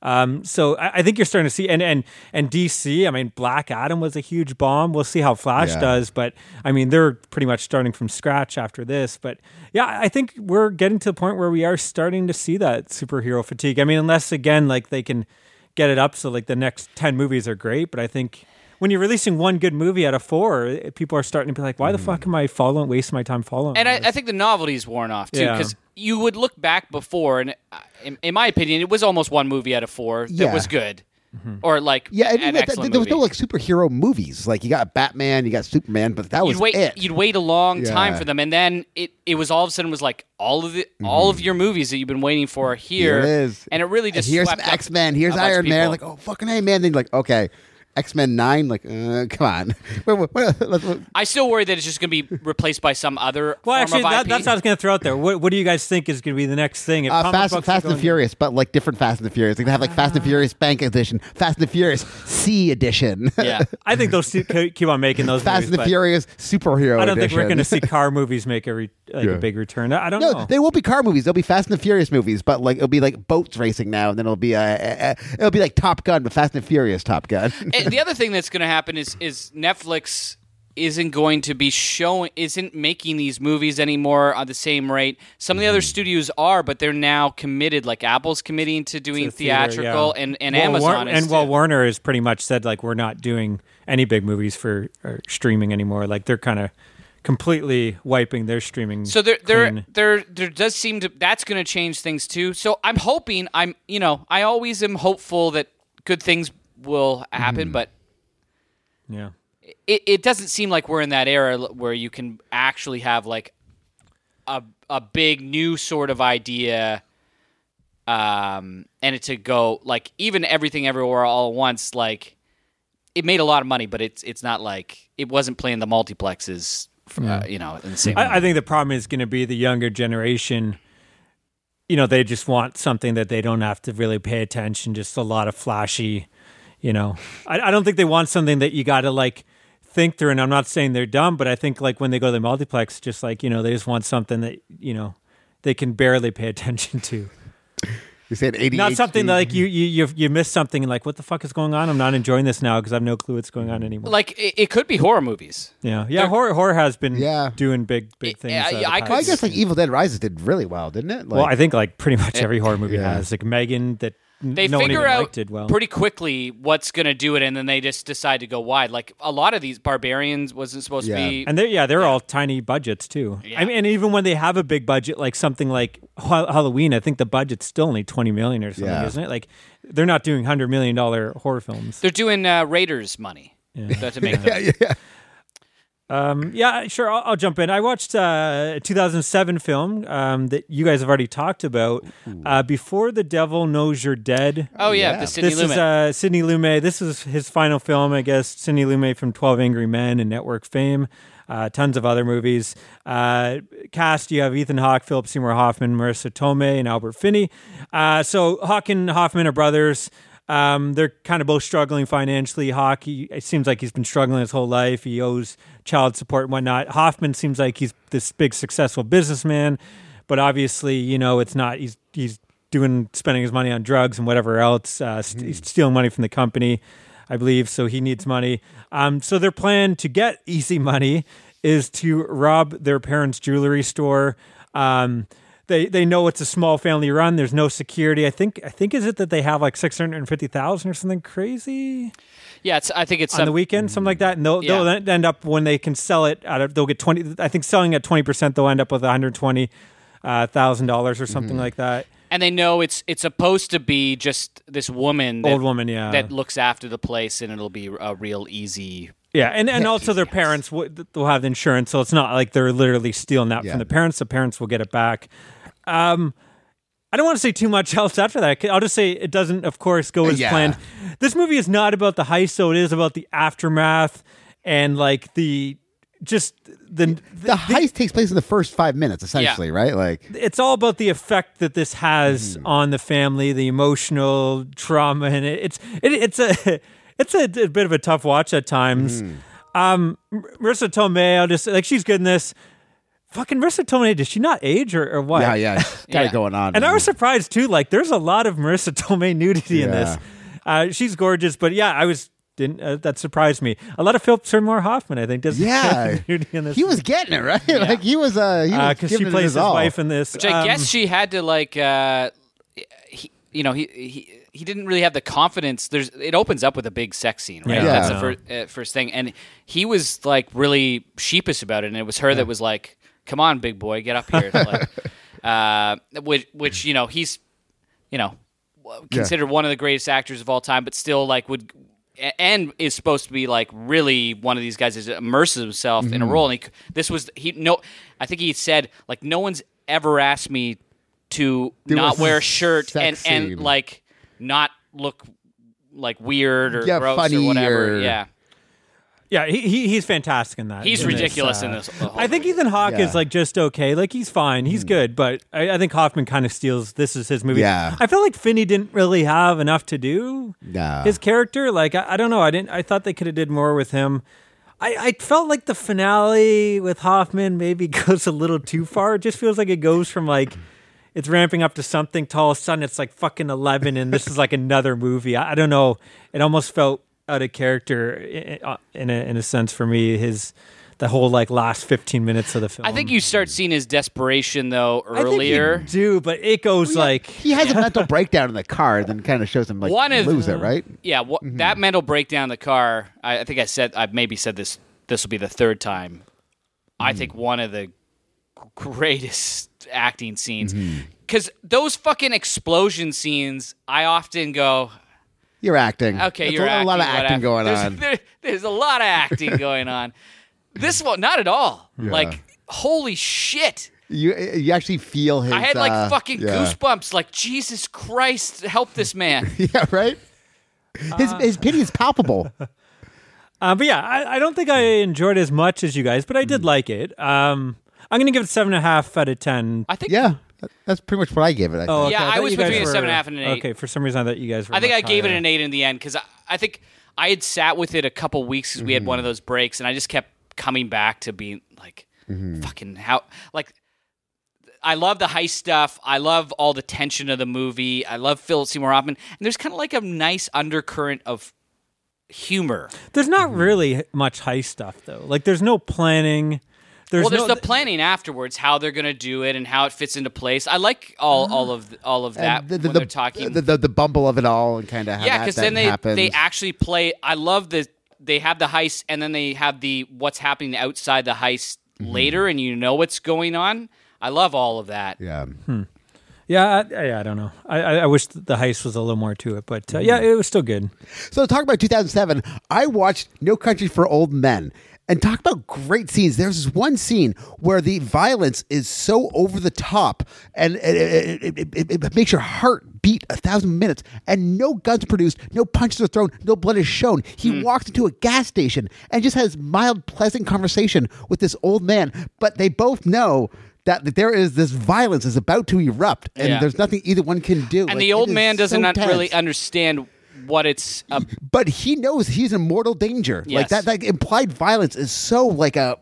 Speaker 3: Um, so I, I think you're starting to see, and and and DC. I mean, Black Adam was a huge bomb. We'll see how Flash
Speaker 4: Yeah.
Speaker 3: does, but I mean, they're pretty much starting from scratch after this. But yeah, I think we're getting to the point where we are starting to see that superhero fatigue. I mean, unless again, like they can get it up, so like the next ten movies are great. But I think. When you're releasing one good movie out of four, people are starting to be like, "Why
Speaker 4: Mm-hmm.
Speaker 3: the fuck am I following? Wasting my time following?"
Speaker 1: And
Speaker 3: all
Speaker 1: I, I think the novelty's worn off too,
Speaker 3: Yeah.
Speaker 1: because you would look back before, and uh, in, in my opinion, it was almost one movie out of four that
Speaker 4: Yeah.
Speaker 1: was good,
Speaker 3: Mm-hmm.
Speaker 1: or like
Speaker 4: Yeah, and
Speaker 1: an
Speaker 4: even-
Speaker 1: excellent
Speaker 4: there was no
Speaker 1: movie.
Speaker 4: like superhero movies. Like you got Batman, you got Superman, but that was
Speaker 1: you'd wait,
Speaker 4: it.
Speaker 1: you'd wait a long time
Speaker 4: Yeah.
Speaker 1: for them, and then it, it was all of a sudden was like all of the all of your movies that you've been waiting for are here,
Speaker 4: Mm-hmm. Here it is.
Speaker 1: and it really just
Speaker 4: here's
Speaker 1: swept up
Speaker 4: X Men,
Speaker 1: a
Speaker 4: here's
Speaker 1: bunch of
Speaker 4: Iron Man.
Speaker 1: people.
Speaker 4: Like, oh fucking Iron Man. Then like, okay, X Men Nine. Like, uh, come on. Wait, wait, wait, let's- uh, let's-
Speaker 1: I still worry that it's just going to be replaced by some other.
Speaker 3: Well,
Speaker 1: form of
Speaker 3: actually, that,
Speaker 1: IP.
Speaker 3: that's what I was going to throw out there. What, what do you guys think is going to be the next thing? If
Speaker 4: uh,
Speaker 3: comic
Speaker 4: Fast,
Speaker 3: books are
Speaker 4: Fast and
Speaker 3: going- Ah.
Speaker 4: Furious, but like different Fast and the Furious. Like they have like Fast and Furious Bank Edition, Fast and the Furious C Edition,
Speaker 1: yeah.
Speaker 3: I think they'll see, ke- keep on making those.
Speaker 4: Fast
Speaker 3: movies,
Speaker 4: and the
Speaker 3: but
Speaker 4: Furious Superhero.
Speaker 3: I don't think we're
Speaker 4: Edition.
Speaker 3: going to see Oh. car movies make a re, like
Speaker 4: Yeah.
Speaker 3: a big return. I I don't
Speaker 4: No,
Speaker 3: know.
Speaker 4: they won't be car movies. They'll be Fast and the Furious movies, but like it'll be like boats racing now, and then it'll be uh, uh, uh, it'll be like Top Gun, but Fast and the Furious Top Gun.
Speaker 1: And the other thing that's going to happen is is Netflix isn't going to be showing isn't making these movies anymore at the same rate. Some of the
Speaker 4: Mm-hmm.
Speaker 1: other studios are, but they're now committed. Like Apple's committing to doing
Speaker 3: The theater,
Speaker 1: theatrical,
Speaker 3: yeah.
Speaker 1: and and
Speaker 3: Well,
Speaker 1: Amazon
Speaker 3: War-
Speaker 1: is
Speaker 3: and while
Speaker 1: too.
Speaker 3: Warner has pretty much said like we're not doing any big movies for or streaming anymore. Like they're kind of completely wiping their streaming.
Speaker 1: So there, there,
Speaker 3: clean.
Speaker 1: there, there does seem to that's going to change things too. So I'm hoping I'm, you know, I always am hopeful that good things will
Speaker 3: Mm-hmm.
Speaker 1: happen, but
Speaker 3: yeah.
Speaker 1: it, it doesn't seem like we're in that era l- where you can actually have like a a big new sort of idea um and it to go like even everything everywhere all at once like it made a lot of money but it's it's not like it wasn't playing the multiplexes for, uh, you know in the same way.
Speaker 3: I, I think the problem is going to be the younger generation. You know, they just want something that they don't have to really pay attention. Just a lot of flashy. You know, I, I don't think they want something that you got to like think through. And I'm not saying they're dumb, but I think like when they go to the multiplex, just like you know, they just want something that you know they can barely pay attention to.
Speaker 4: you said ADHD.
Speaker 3: Not something that, like you you you you miss something and like what the fuck is going on? I'm not enjoying this now because I have no clue what's going on anymore.
Speaker 1: like it, it could be horror movies
Speaker 3: yeah, yeah. Horror horror has been
Speaker 4: Yeah.
Speaker 3: doing big big things.
Speaker 1: I-
Speaker 3: uh, the
Speaker 1: I could
Speaker 3: past
Speaker 4: Well, I
Speaker 3: year.
Speaker 4: guess like Evil Dead Rises did really well, didn't it? Like, eh,
Speaker 3: Well, I think like pretty much every horror movie has like Megan that n-
Speaker 1: they
Speaker 3: no one
Speaker 1: figure
Speaker 3: even
Speaker 1: out
Speaker 3: liked did well.
Speaker 1: pretty quickly what's going to do it and then they just decide to go wide like a lot of these barbarians wasn't supposed
Speaker 4: Yeah.
Speaker 1: to be
Speaker 3: and they're yeah, they're all tiny budgets too. I mean, and even when they have a big budget, like something like Ha- Halloween, I think the budget's still only twenty million or something,
Speaker 4: Yeah.
Speaker 3: isn't it? Like they're not doing hundred million dollar horror films.
Speaker 1: They're doing uh, Raiders money yeah. to make them.
Speaker 3: Um, yeah, sure, I'll, I'll jump in. I watched uh, a 2007 film um, that you guys have already talked about, uh, Before the Devil Knows You're Dead.
Speaker 1: Oh yeah,
Speaker 4: Yeah.
Speaker 1: the Sydney
Speaker 3: this
Speaker 1: Lumet.
Speaker 3: is uh, Sidney Lumet. This is his final film, I guess. Sidney Lumet from Twelve Angry Men and Network fame, uh, tons of other movies. Uh, cast: you have Ethan Hawke, Philip Seymour Hoffman, Marissa Tomei, and Albert Finney. Uh, so Hawke and Hoffman are brothers. Um, they're kind of both struggling financially. Hawke, he, it seems like he's been struggling his whole life. He owes child support and whatnot. Hoffman seems like he's this big successful businessman, but obviously, you know, it's not. He's he's doing spending his money on drugs and whatever else. Uh, st-
Speaker 1: Mm-hmm.
Speaker 3: he's stealing money from the company, I believe. So he needs money. Um, so their plan to get easy money is to rob their parents' jewelry store. Um, they they know it's a small family run. There's no security. I think I think is it that they have like six hundred and fifty thousand or something crazy
Speaker 1: yeah, it's, I think it's
Speaker 3: on
Speaker 1: some,
Speaker 3: the weekend, something like that. And they'll,
Speaker 1: Yeah.
Speaker 3: they'll en- end up when they can sell it out of they'll get twenty. I think selling at twenty percent, they'll end up with one hundred twenty uh, thousand dollars or something
Speaker 1: Mm-hmm.
Speaker 3: like that.
Speaker 1: and they know it's it's supposed to be just this woman, that,
Speaker 3: Old woman, yeah.
Speaker 1: that looks after the place, and it'll be a real easy
Speaker 3: Yeah, and, and also their parents will will have insurance, so it's not like they're literally stealing that
Speaker 4: Yeah.
Speaker 3: from the parents. The parents will get it back. Um, I don't want to say too much else after that. I'll just say it doesn't, of course, go as
Speaker 4: Yeah.
Speaker 3: planned. This movie is not about the heist, so it is about the aftermath and like the just the
Speaker 4: The heist takes place in the first five minutes, essentially, right? Like,
Speaker 3: it's all about the effect that this has
Speaker 4: Mm-hmm.
Speaker 3: on the family, the emotional trauma, and it, it's it, it's a it's a, bit of a tough watch at times.
Speaker 4: Mm-hmm.
Speaker 3: Um, M- Marissa Tomei, I'll just like she's good in this. Fucking Marissa Tomei, did she not age or, or what?
Speaker 4: yeah, yeah, got
Speaker 1: Yeah.
Speaker 4: it going on.
Speaker 3: And I
Speaker 4: man.
Speaker 3: was surprised too. Like, there's a lot of Marissa Tomei nudity in this. Uh, she's gorgeous, but yeah, I was didn't uh, that surprised me. A lot of Philip Seymour Hoffman, I think, does
Speaker 4: yeah,
Speaker 3: nudity in this.
Speaker 4: he was getting it right. Like he was, uh, he was
Speaker 3: because
Speaker 4: giving
Speaker 3: she
Speaker 4: it
Speaker 3: plays
Speaker 4: his,
Speaker 3: his
Speaker 4: all.
Speaker 3: wife in this.
Speaker 1: Which I
Speaker 3: um,
Speaker 1: guess she had to like, uh, he, you know, he he he didn't really have the confidence. There's it opens up with a big sex scene, right?
Speaker 3: Yeah.
Speaker 1: That's the
Speaker 3: Yeah.
Speaker 1: first, uh, first thing, and he was like really sheepish about it, and it was her that was like, "Come on, big boy, get up here." like, uh, which which you know he's you know w- considered one of the greatest actors of all time, but still like would a- and is supposed to be like really one of these guys that immerses himself in a
Speaker 3: Mm-hmm.
Speaker 1: role. And he, c- this was he no, I think he said like no one's ever asked me to not
Speaker 4: was
Speaker 1: wear a shirt
Speaker 4: sex
Speaker 1: and and
Speaker 4: scene.
Speaker 1: like not look like weird or
Speaker 4: Yeah,
Speaker 1: gross
Speaker 4: funny
Speaker 1: or whatever.
Speaker 4: or-
Speaker 1: Yeah,
Speaker 3: Yeah, he, he he's fantastic in that.
Speaker 1: he's
Speaker 3: in this,
Speaker 1: ridiculous
Speaker 3: uh,
Speaker 1: in this. the whole
Speaker 3: I think
Speaker 1: movie.
Speaker 3: Ethan Hawke
Speaker 4: Yeah. Hmm.
Speaker 3: is like just okay. Like he's fine. He's good, but I, I think Hoffman kind of steals. This is his movie.
Speaker 4: Yeah.
Speaker 3: I feel like Finney didn't really have enough to do.
Speaker 4: Nah.
Speaker 3: His character, like I, I don't know. I didn't. I thought they could have did more with him. I, I felt like the finale with Hoffman maybe goes a little too far. It just feels like it goes from like it's ramping up to something to all of a sudden it's like fucking 11 and this is like another movie. I, I don't know. It almost felt out of character in, in, a, in a sense for me, his the whole like last 15 minutes of the film.
Speaker 1: I think you start seeing his desperation though
Speaker 3: I think you
Speaker 1: earlier.
Speaker 3: do, but it goes like.
Speaker 4: he has a mental breakdown in the car, then kind of shows him like
Speaker 1: One of-
Speaker 4: lose it, right?
Speaker 1: Yeah, wha
Speaker 4: Mm-hmm.
Speaker 1: that mental breakdown in the car. I, I think I said I maybe said this. This will be the third time. I
Speaker 4: Mm.
Speaker 1: think one of the greatest acting scenes
Speaker 4: Mm-hmm.
Speaker 1: because those fucking explosion scenes. I often go,
Speaker 4: You're acting.
Speaker 1: okay,
Speaker 4: It's
Speaker 1: you're
Speaker 4: a, lot- a lot of
Speaker 1: acting,
Speaker 4: acting
Speaker 1: whatever.
Speaker 4: going
Speaker 1: there's,
Speaker 4: on.
Speaker 1: there- there's a lot of acting going on. This one, not at all. Like, holy shit.
Speaker 4: You you actually feel his.
Speaker 1: I had like
Speaker 4: uh,
Speaker 1: fucking
Speaker 4: yeah.
Speaker 1: goosebumps. Like, Jesus Christ, help this man.
Speaker 4: Yeah, right. His his pity is palpable.
Speaker 3: Uh, but yeah, I, I don't think I
Speaker 4: Hmm.
Speaker 3: enjoyed as much as you guys, but I did like it. Um, I'm going to give it seven and a half out of ten.
Speaker 1: I think
Speaker 4: yeah, that's pretty much what I gave it. I
Speaker 3: Oh,
Speaker 4: think.
Speaker 1: Yeah, I
Speaker 3: thought
Speaker 1: was
Speaker 3: you guys
Speaker 1: between a
Speaker 3: were-
Speaker 1: seven and a half and an eight.
Speaker 3: Okay, for some reason I thought you guys were.
Speaker 1: I think I
Speaker 3: much
Speaker 1: gave it
Speaker 3: higher.
Speaker 1: an eight in the end because I, I think I had sat with it a couple weeks because we had
Speaker 4: Mm-hmm.
Speaker 1: one of those breaks, and I just kept coming back to being like,
Speaker 4: Mm-hmm.
Speaker 1: fucking how like. I love the heist stuff. I love all the tension of the movie. I love Philip Seymour Hoffman, and there's kind of like a nice undercurrent of humor.
Speaker 3: There's not
Speaker 1: Mm-hmm.
Speaker 3: really much heist stuff though. Like there's no planning. There's
Speaker 1: well, there's
Speaker 3: no,
Speaker 1: the planning afterwards, how they're gonna do it, and how it fits into place. I like all all of all of that
Speaker 4: Mm-hmm. And the, the,
Speaker 1: when
Speaker 4: the-
Speaker 1: they're talking.
Speaker 4: the, the the bumble of it all and kind of
Speaker 1: yeah, because
Speaker 4: because
Speaker 1: then they
Speaker 4: happens.
Speaker 1: they actually play. I love the they have the heist, and then they have the what's happening outside the heist
Speaker 4: Mm-hmm.
Speaker 1: later, and you know what's going on. I love all of that.
Speaker 4: yeah.
Speaker 3: yeah, I, yeah. I don't know. I, I, I wish the heist was a little more to it, but uh,
Speaker 4: Mm.
Speaker 3: yeah, it was still good.
Speaker 4: So talk about 2007. I watched No Country for Old Men. And talk about great scenes. There's this one scene where the violence is so over the top, and it, it, it, it- it- it makes your heart beat a thousand minutes. And no guns produced, no punches are thrown, no blood is shown. He
Speaker 1: Hmm.
Speaker 4: walks into a gas station and just has mild, pleasant conversation with this old man. But they both know that, that there is this violence is about to erupt, and
Speaker 1: Yeah.
Speaker 4: there's nothing either one can do.
Speaker 1: And
Speaker 4: Like,
Speaker 1: the
Speaker 4: it
Speaker 1: old
Speaker 4: is
Speaker 1: man
Speaker 4: so
Speaker 1: doesn't un- really
Speaker 4: tense
Speaker 1: understand what it's. Um,
Speaker 4: but he knows he's in mortal danger.
Speaker 1: Yes.
Speaker 4: Like that, like implied violence is so like a,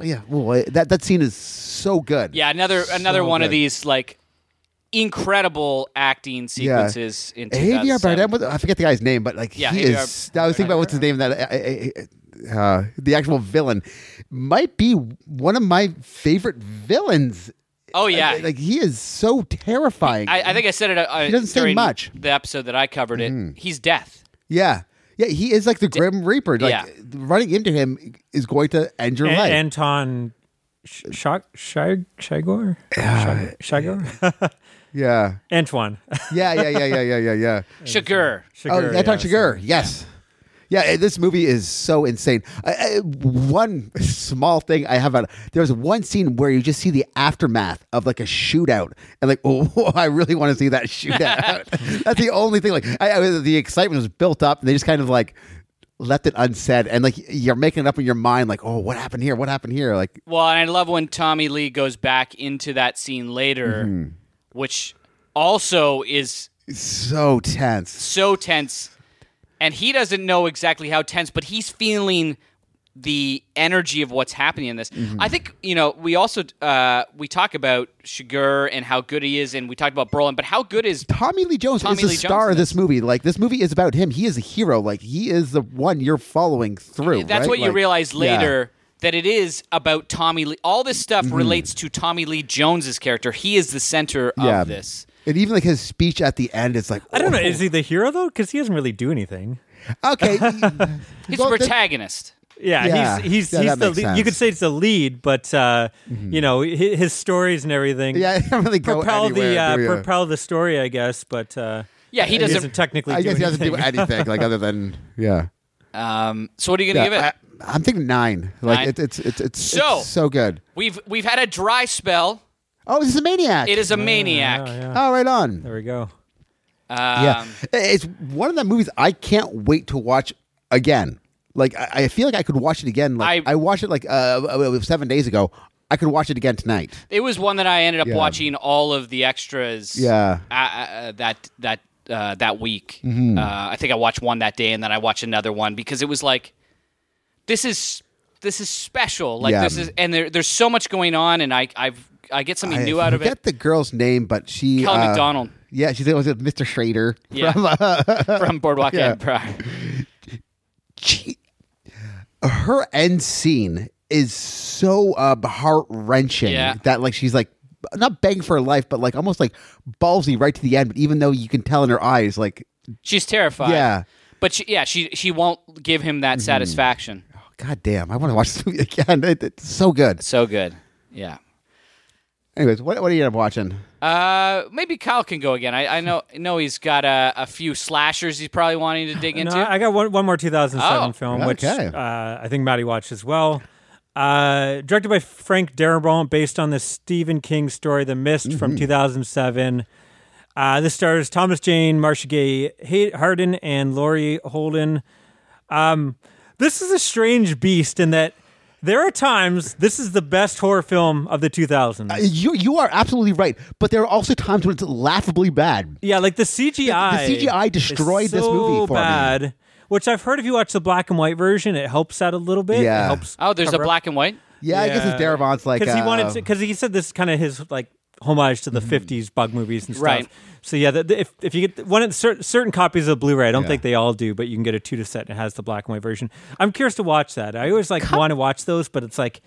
Speaker 4: yeah. Well, that that scene is so good.
Speaker 1: yeah, another another
Speaker 4: So
Speaker 1: one of
Speaker 4: good.
Speaker 1: these like incredible acting
Speaker 4: Yeah.
Speaker 1: sequences in
Speaker 4: Javier
Speaker 1: 2007.
Speaker 4: Bardem. was- I forget the guy's name, but like
Speaker 1: Yeah,
Speaker 4: he
Speaker 1: Javier
Speaker 4: is. I was thinking about what's his name. That uh, uh, the actual villain might be one of my favorite villains. Uh,
Speaker 1: Oh yeah,
Speaker 4: Like he is so terrifying.
Speaker 1: I, I think I said it. Uh,
Speaker 4: doesn't say
Speaker 1: during
Speaker 4: much. Mm-hmm.
Speaker 1: The episode that I covered it. He's death.
Speaker 4: yeah. Yeah, he is like the Grim Reaper. Like
Speaker 1: yeah.
Speaker 4: running into him is going to end your
Speaker 3: A-
Speaker 4: life.
Speaker 3: Anton Sh- Shag Shag Shagor Shag- Shagor
Speaker 4: yeah. Oh,
Speaker 3: Antoine.
Speaker 4: Yeah, yeah, yeah, yeah, yeah, yeah, yeah.
Speaker 1: Shagur.
Speaker 4: Oh,
Speaker 3: Shagor,
Speaker 4: Anton
Speaker 3: yeah,
Speaker 4: Chigurh, yes. Yeah. Yeah, eh, this movie is so insane. I, I, one small thing I have on there's one scene where you just see the aftermath of like a shootout, and like, oh, I really want to see that shootout. That's the only thing. Like, I, I was- the excitement was built up, and they just kind of like left it unsaid, and like you're making it up in your mind, like, oh, what happened here? What happened here? Like,
Speaker 1: Well, and I love when Tommy Lee goes back into that scene later,
Speaker 4: Mm-hmm.
Speaker 1: which also is
Speaker 4: so tense.
Speaker 1: so tense. And he doesn't know exactly how tense, but he's feeling the energy of what's happening in this.
Speaker 4: Mm-hmm.
Speaker 1: I think, you know, we also uh, we talk about Shiger and how good he is and we talked about Brolin, but how good is
Speaker 4: Tommy Lee Jones
Speaker 1: Tommy
Speaker 4: is the
Speaker 1: Lee Jones
Speaker 4: star
Speaker 1: in
Speaker 4: of this movie. Like this movie is about him. He is a hero. Like he is the one you're following through.
Speaker 1: That's
Speaker 4: right?
Speaker 1: what you
Speaker 4: Like,
Speaker 1: realize
Speaker 4: yeah.
Speaker 1: later that it is about Tommy Lee. All this stuff
Speaker 4: Mm-hmm.
Speaker 1: relates to Tommy Lee Jones's character. He is the center
Speaker 4: Yeah.
Speaker 1: of this.
Speaker 4: And even like his speech at the end, it's like
Speaker 3: I don't know.
Speaker 4: "Whoa."
Speaker 3: Is he the hero though? Because he doesn't really do anything.
Speaker 4: "Oh, okay.
Speaker 1: He's
Speaker 4: Well,
Speaker 1: the
Speaker 4: that-
Speaker 1: protagonist.
Speaker 3: Yeah,
Speaker 4: Yeah.
Speaker 3: he's he's,
Speaker 4: Yeah,
Speaker 3: he's
Speaker 4: that
Speaker 3: the
Speaker 4: makes
Speaker 3: lead. you could
Speaker 4: sense. Mm-hmm.
Speaker 3: say it's the lead, but uh, you know his, his stories and everything.
Speaker 4: yeah, I don't really go
Speaker 3: propel
Speaker 4: anywhere.
Speaker 3: the uh,
Speaker 4: do you?
Speaker 3: propel the story, I guess. But uh,
Speaker 1: Yeah, he doesn't-
Speaker 3: technically.
Speaker 4: I guess
Speaker 3: do
Speaker 4: he doesn't do
Speaker 3: anything.
Speaker 4: anything like other than yeah.
Speaker 1: Um, so what are you going
Speaker 4: yeah
Speaker 1: to give it?
Speaker 4: I, am thinking nine. Like
Speaker 1: Nine.
Speaker 4: It, it's it's it's
Speaker 1: So-
Speaker 4: it's so good.
Speaker 1: we've we've had a dry spell.
Speaker 4: Oh, this is a maniac.
Speaker 1: It is a maniac.
Speaker 3: Oh, yeah.
Speaker 4: Oh, right on.
Speaker 3: There we go.
Speaker 1: Um,
Speaker 4: Yeah, it's one of the movies I can't wait to watch again. Like I, I feel like I could watch it again. Like I,
Speaker 1: I-
Speaker 4: watched it like uh, uh, seven days ago. I could watch it again tonight.
Speaker 1: It was one that I ended up
Speaker 4: Yeah.
Speaker 1: watching all of the extras.
Speaker 4: Yeah. Mm-hmm.
Speaker 1: Uh, uh, that that uh, that week. Uh, I think I watched one that day, and then I watched another one because it was like, this is this is special. Like
Speaker 4: Yeah.
Speaker 1: this is, and there, there's so much going on, and I I've I get something new out of
Speaker 4: forget
Speaker 1: it.
Speaker 4: the girl's name, but she
Speaker 1: Kelly
Speaker 4: uh,
Speaker 1: McDonald.
Speaker 4: Yeah, she's always with Mr. Schrader.
Speaker 1: Yeah.
Speaker 4: From, uh,
Speaker 1: from Boardwalk
Speaker 4: Yeah.
Speaker 1: Empire.
Speaker 4: she, her end scene is so uh, heart wrenching
Speaker 1: Yeah.
Speaker 4: that like she's like not begging for her life, but like almost like ballsy right to the end. But even though you can tell in her eyes, like "Oh,
Speaker 1: She's terrified.
Speaker 4: Yeah. Mm-hmm.
Speaker 1: But she, yeah, she she won't give him that satisfaction.
Speaker 4: God damn, I want to watch this movie again. It- it's so good.
Speaker 1: So good. Yeah.
Speaker 4: Anyways, what what are you end up watching?
Speaker 1: Uh, maybe Kyle can go again. I, I know know he's got a, a few slashers he's probably wanting to dig into.
Speaker 3: No, I got one, one more 2007
Speaker 1: Oh,
Speaker 3: film, which
Speaker 4: okay.
Speaker 3: uh, I think Maddie watched as well. Uh, directed by Frank Darabont, based on the Stephen King story *The Mist* from 2007. Uh, this stars Thomas Jane, Marcia Gay Hay- Harden, and Laurie Holden. Um, this is a strange beast in that there are times this is the best horror film of the 2000s.
Speaker 4: You you are absolutely right, but there are also times when it's laughably bad.
Speaker 3: Yeah, like the CGI.
Speaker 4: The- the CGI
Speaker 3: is
Speaker 4: destroyed this
Speaker 3: so
Speaker 4: movie for me.
Speaker 3: bad, Which I've heard if you watch the black and white version, it helps out a little bit.
Speaker 4: Yeah.
Speaker 3: It helps
Speaker 1: Oh, there's a
Speaker 3: cover up-
Speaker 1: black and white.
Speaker 4: Yeah, I guess it's Darabont's like
Speaker 3: because he
Speaker 4: uh, Mm-hmm.
Speaker 3: wanted because he said this is kind of his like homage to the '50s bug movies and stuff.
Speaker 1: Right.
Speaker 3: So yeah, the, the- if if you get one of the cer- certain copies of Blu-ray, I don't
Speaker 4: Yeah.
Speaker 3: think they all do, but you can get a two to set and it has the black and white version. I'm curious to watch that. I always like want to watch those, but it's like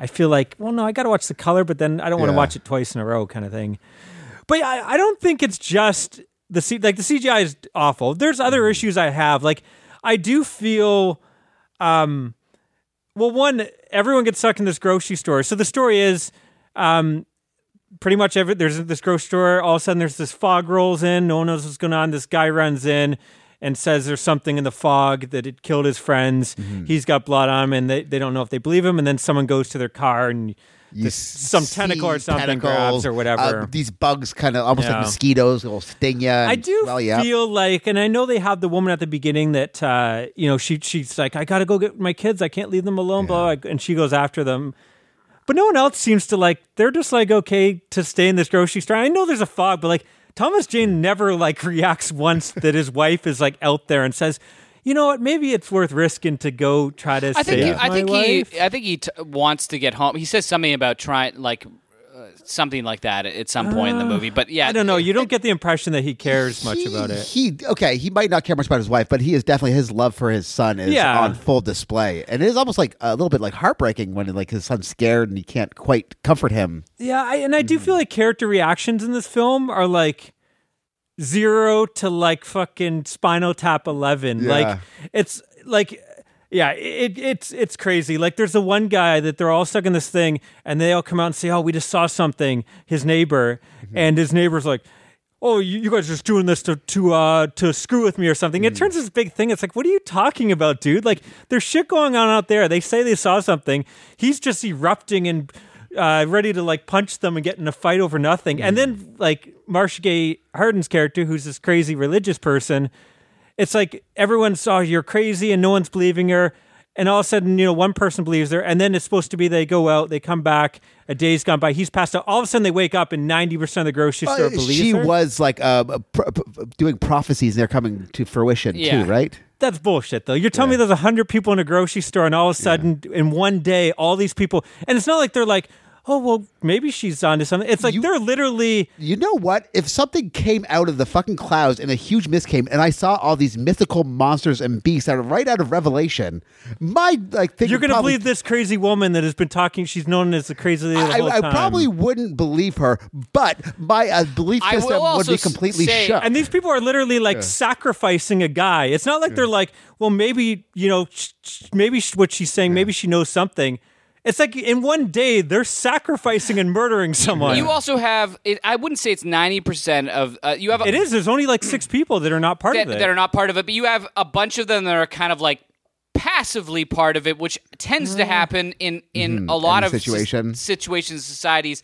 Speaker 3: I feel like well, no, I got to watch the color, but then I don't want to
Speaker 4: Yeah.
Speaker 3: watch it twice in a row, kind of thing. But yeah, I, I don't think it's just the C- like the CGI is awful. There's other issues I have. Like I do feel um, well, one, everyone gets stuck in this grocery store. So the story is, um, pretty much every there's this grocery store. All of a sudden, there's this fog rolls in. No one knows what's going on. This guy runs in and says there's something in the fog that it killed his friends. He's got blood on him, and they, they don't know if they believe him. And then someone goes to their car and
Speaker 4: you
Speaker 3: this- some
Speaker 4: see
Speaker 3: tentacle or something
Speaker 4: tentacles,
Speaker 3: grabs or whatever.
Speaker 4: uh, these bugs, kind of almost
Speaker 3: Yeah.
Speaker 4: like mosquitoes, will sting you.
Speaker 3: I do
Speaker 4: well, yeah.
Speaker 3: feel like, and I know they have the woman at the beginning that uh, you know she she's like, I gotta go get my kids. I can't leave them alone. Blah, blah, and she goes after them. But no one else seems to like. They're just like okay to stay in this grocery store. I know there's a fog, but like Thomas
Speaker 4: Mm.
Speaker 3: Jane never like reacts once that his wife is like out there and says, you know what, maybe it's worth risking to go try to
Speaker 1: I
Speaker 3: save
Speaker 1: think he,
Speaker 3: my
Speaker 1: I think
Speaker 3: wife.
Speaker 1: he I think he t- wants to get home. He says something about trying like uh, something like that at some point in the movie. But yeah,
Speaker 3: Uh, I don't know. You don't get the impression that he cares much
Speaker 4: He-
Speaker 3: about it.
Speaker 4: He okay. He might not care much about his wife, but he is definitely his love for his son is
Speaker 3: Yeah.
Speaker 4: on full display, and it is almost like a little bit like heartbreaking when like his son's scared and he can't quite comfort him.
Speaker 3: Yeah, I, and I do feel like character reactions in this film are like zero to like fucking Spinal Tap eleven. Like it's like yeah, it it's it's crazy. Like there's the one guy that they're all stuck in this thing, and they all come out and say, "Oh, we just saw something." His neighbor, and his neighbor's like. oh, you, you guys are just doing this to to uh, to screw with me or something. It turns this big thing. It's like, what are you talking about, dude? Like, there's shit going on out there. They say they saw something. He's just erupting and uh, ready to like punch them and get in a fight over nothing. And then like Marsh Gay Harden's character, who's this crazy religious person, it's like everyone saw you're crazy and no one's believing her. And all of a sudden, you know, one person believes her, and then it's supposed to be they go out, they come back, a day's gone by, he's passed out. All of a sudden, they wake up, and ninety percent of the grocery store
Speaker 4: Uh,
Speaker 3: believes
Speaker 4: she
Speaker 3: her.
Speaker 4: was like uh, pro- pro- doing prophecies and they're coming to fruition
Speaker 1: Yeah.
Speaker 4: too, right?
Speaker 3: That's bullshit, though. You're telling me there's 100 people in a grocery store, and all of a sudden, in one day, all these people. And it's not like they're like, oh, well, maybe she's onto something. It's like
Speaker 4: You-
Speaker 3: they're literally.
Speaker 4: You know what? If something came out of the fucking clouds and a huge mist came, and I saw all these mythical monsters and beasts out of right out of Revelation, my like thing
Speaker 3: You're
Speaker 4: would
Speaker 3: going to
Speaker 4: probably-
Speaker 3: believe this crazy woman that has been talking. She's known as the crazy lady the
Speaker 4: I,
Speaker 3: whole
Speaker 4: I
Speaker 3: time.
Speaker 4: probably wouldn't believe her, but my uh, belief
Speaker 1: I will
Speaker 4: system would
Speaker 1: also
Speaker 4: be completely
Speaker 1: say-
Speaker 4: shook.
Speaker 3: And these people are literally like sacrificing a guy. It's not like they're like, well, maybe, you know, sh- sh- maybe sh- what she's saying, maybe she knows something. It's like in one day, they're sacrificing and murdering someone.
Speaker 1: You also have. It, I wouldn't say it's ninety percent of. Uh, you have a,
Speaker 3: it is. There's only like six people that are not part
Speaker 1: that,
Speaker 3: of it.
Speaker 1: that are not part of it, but you have a bunch of them that are kind of like passively part of it, which tends
Speaker 3: Mm.
Speaker 1: to happen in in a lot
Speaker 4: Mm-hmm. Any
Speaker 1: of s-
Speaker 4: situation.
Speaker 1: situations, societies.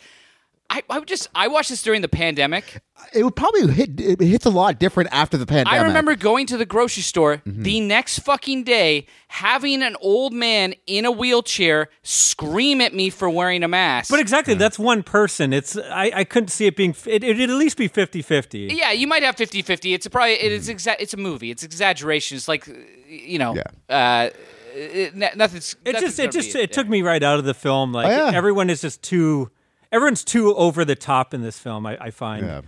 Speaker 1: I, I would just I watched this during the pandemic.
Speaker 4: it would probably hit. It hits a lot different after the pandemic.
Speaker 1: I remember going to the grocery store
Speaker 4: Mm-hmm.
Speaker 1: the next fucking day, having an old man in a wheelchair scream at me for wearing a mask.
Speaker 3: But exactly, that's one person. It's I, I couldn't see it being. It, it'd at least be 50-50.
Speaker 1: yeah, you might have 50-50. It's a probably it's
Speaker 4: Mm-hmm.
Speaker 1: exa- it's a movie. It's exaggeration. It's like you know, uh, it, n- nothing's.
Speaker 3: It just it just it
Speaker 1: took.
Speaker 3: took me right out of the film. Like
Speaker 4: Oh, yeah.
Speaker 3: everyone is just too. Everyone's too over the top in this film. I, I find.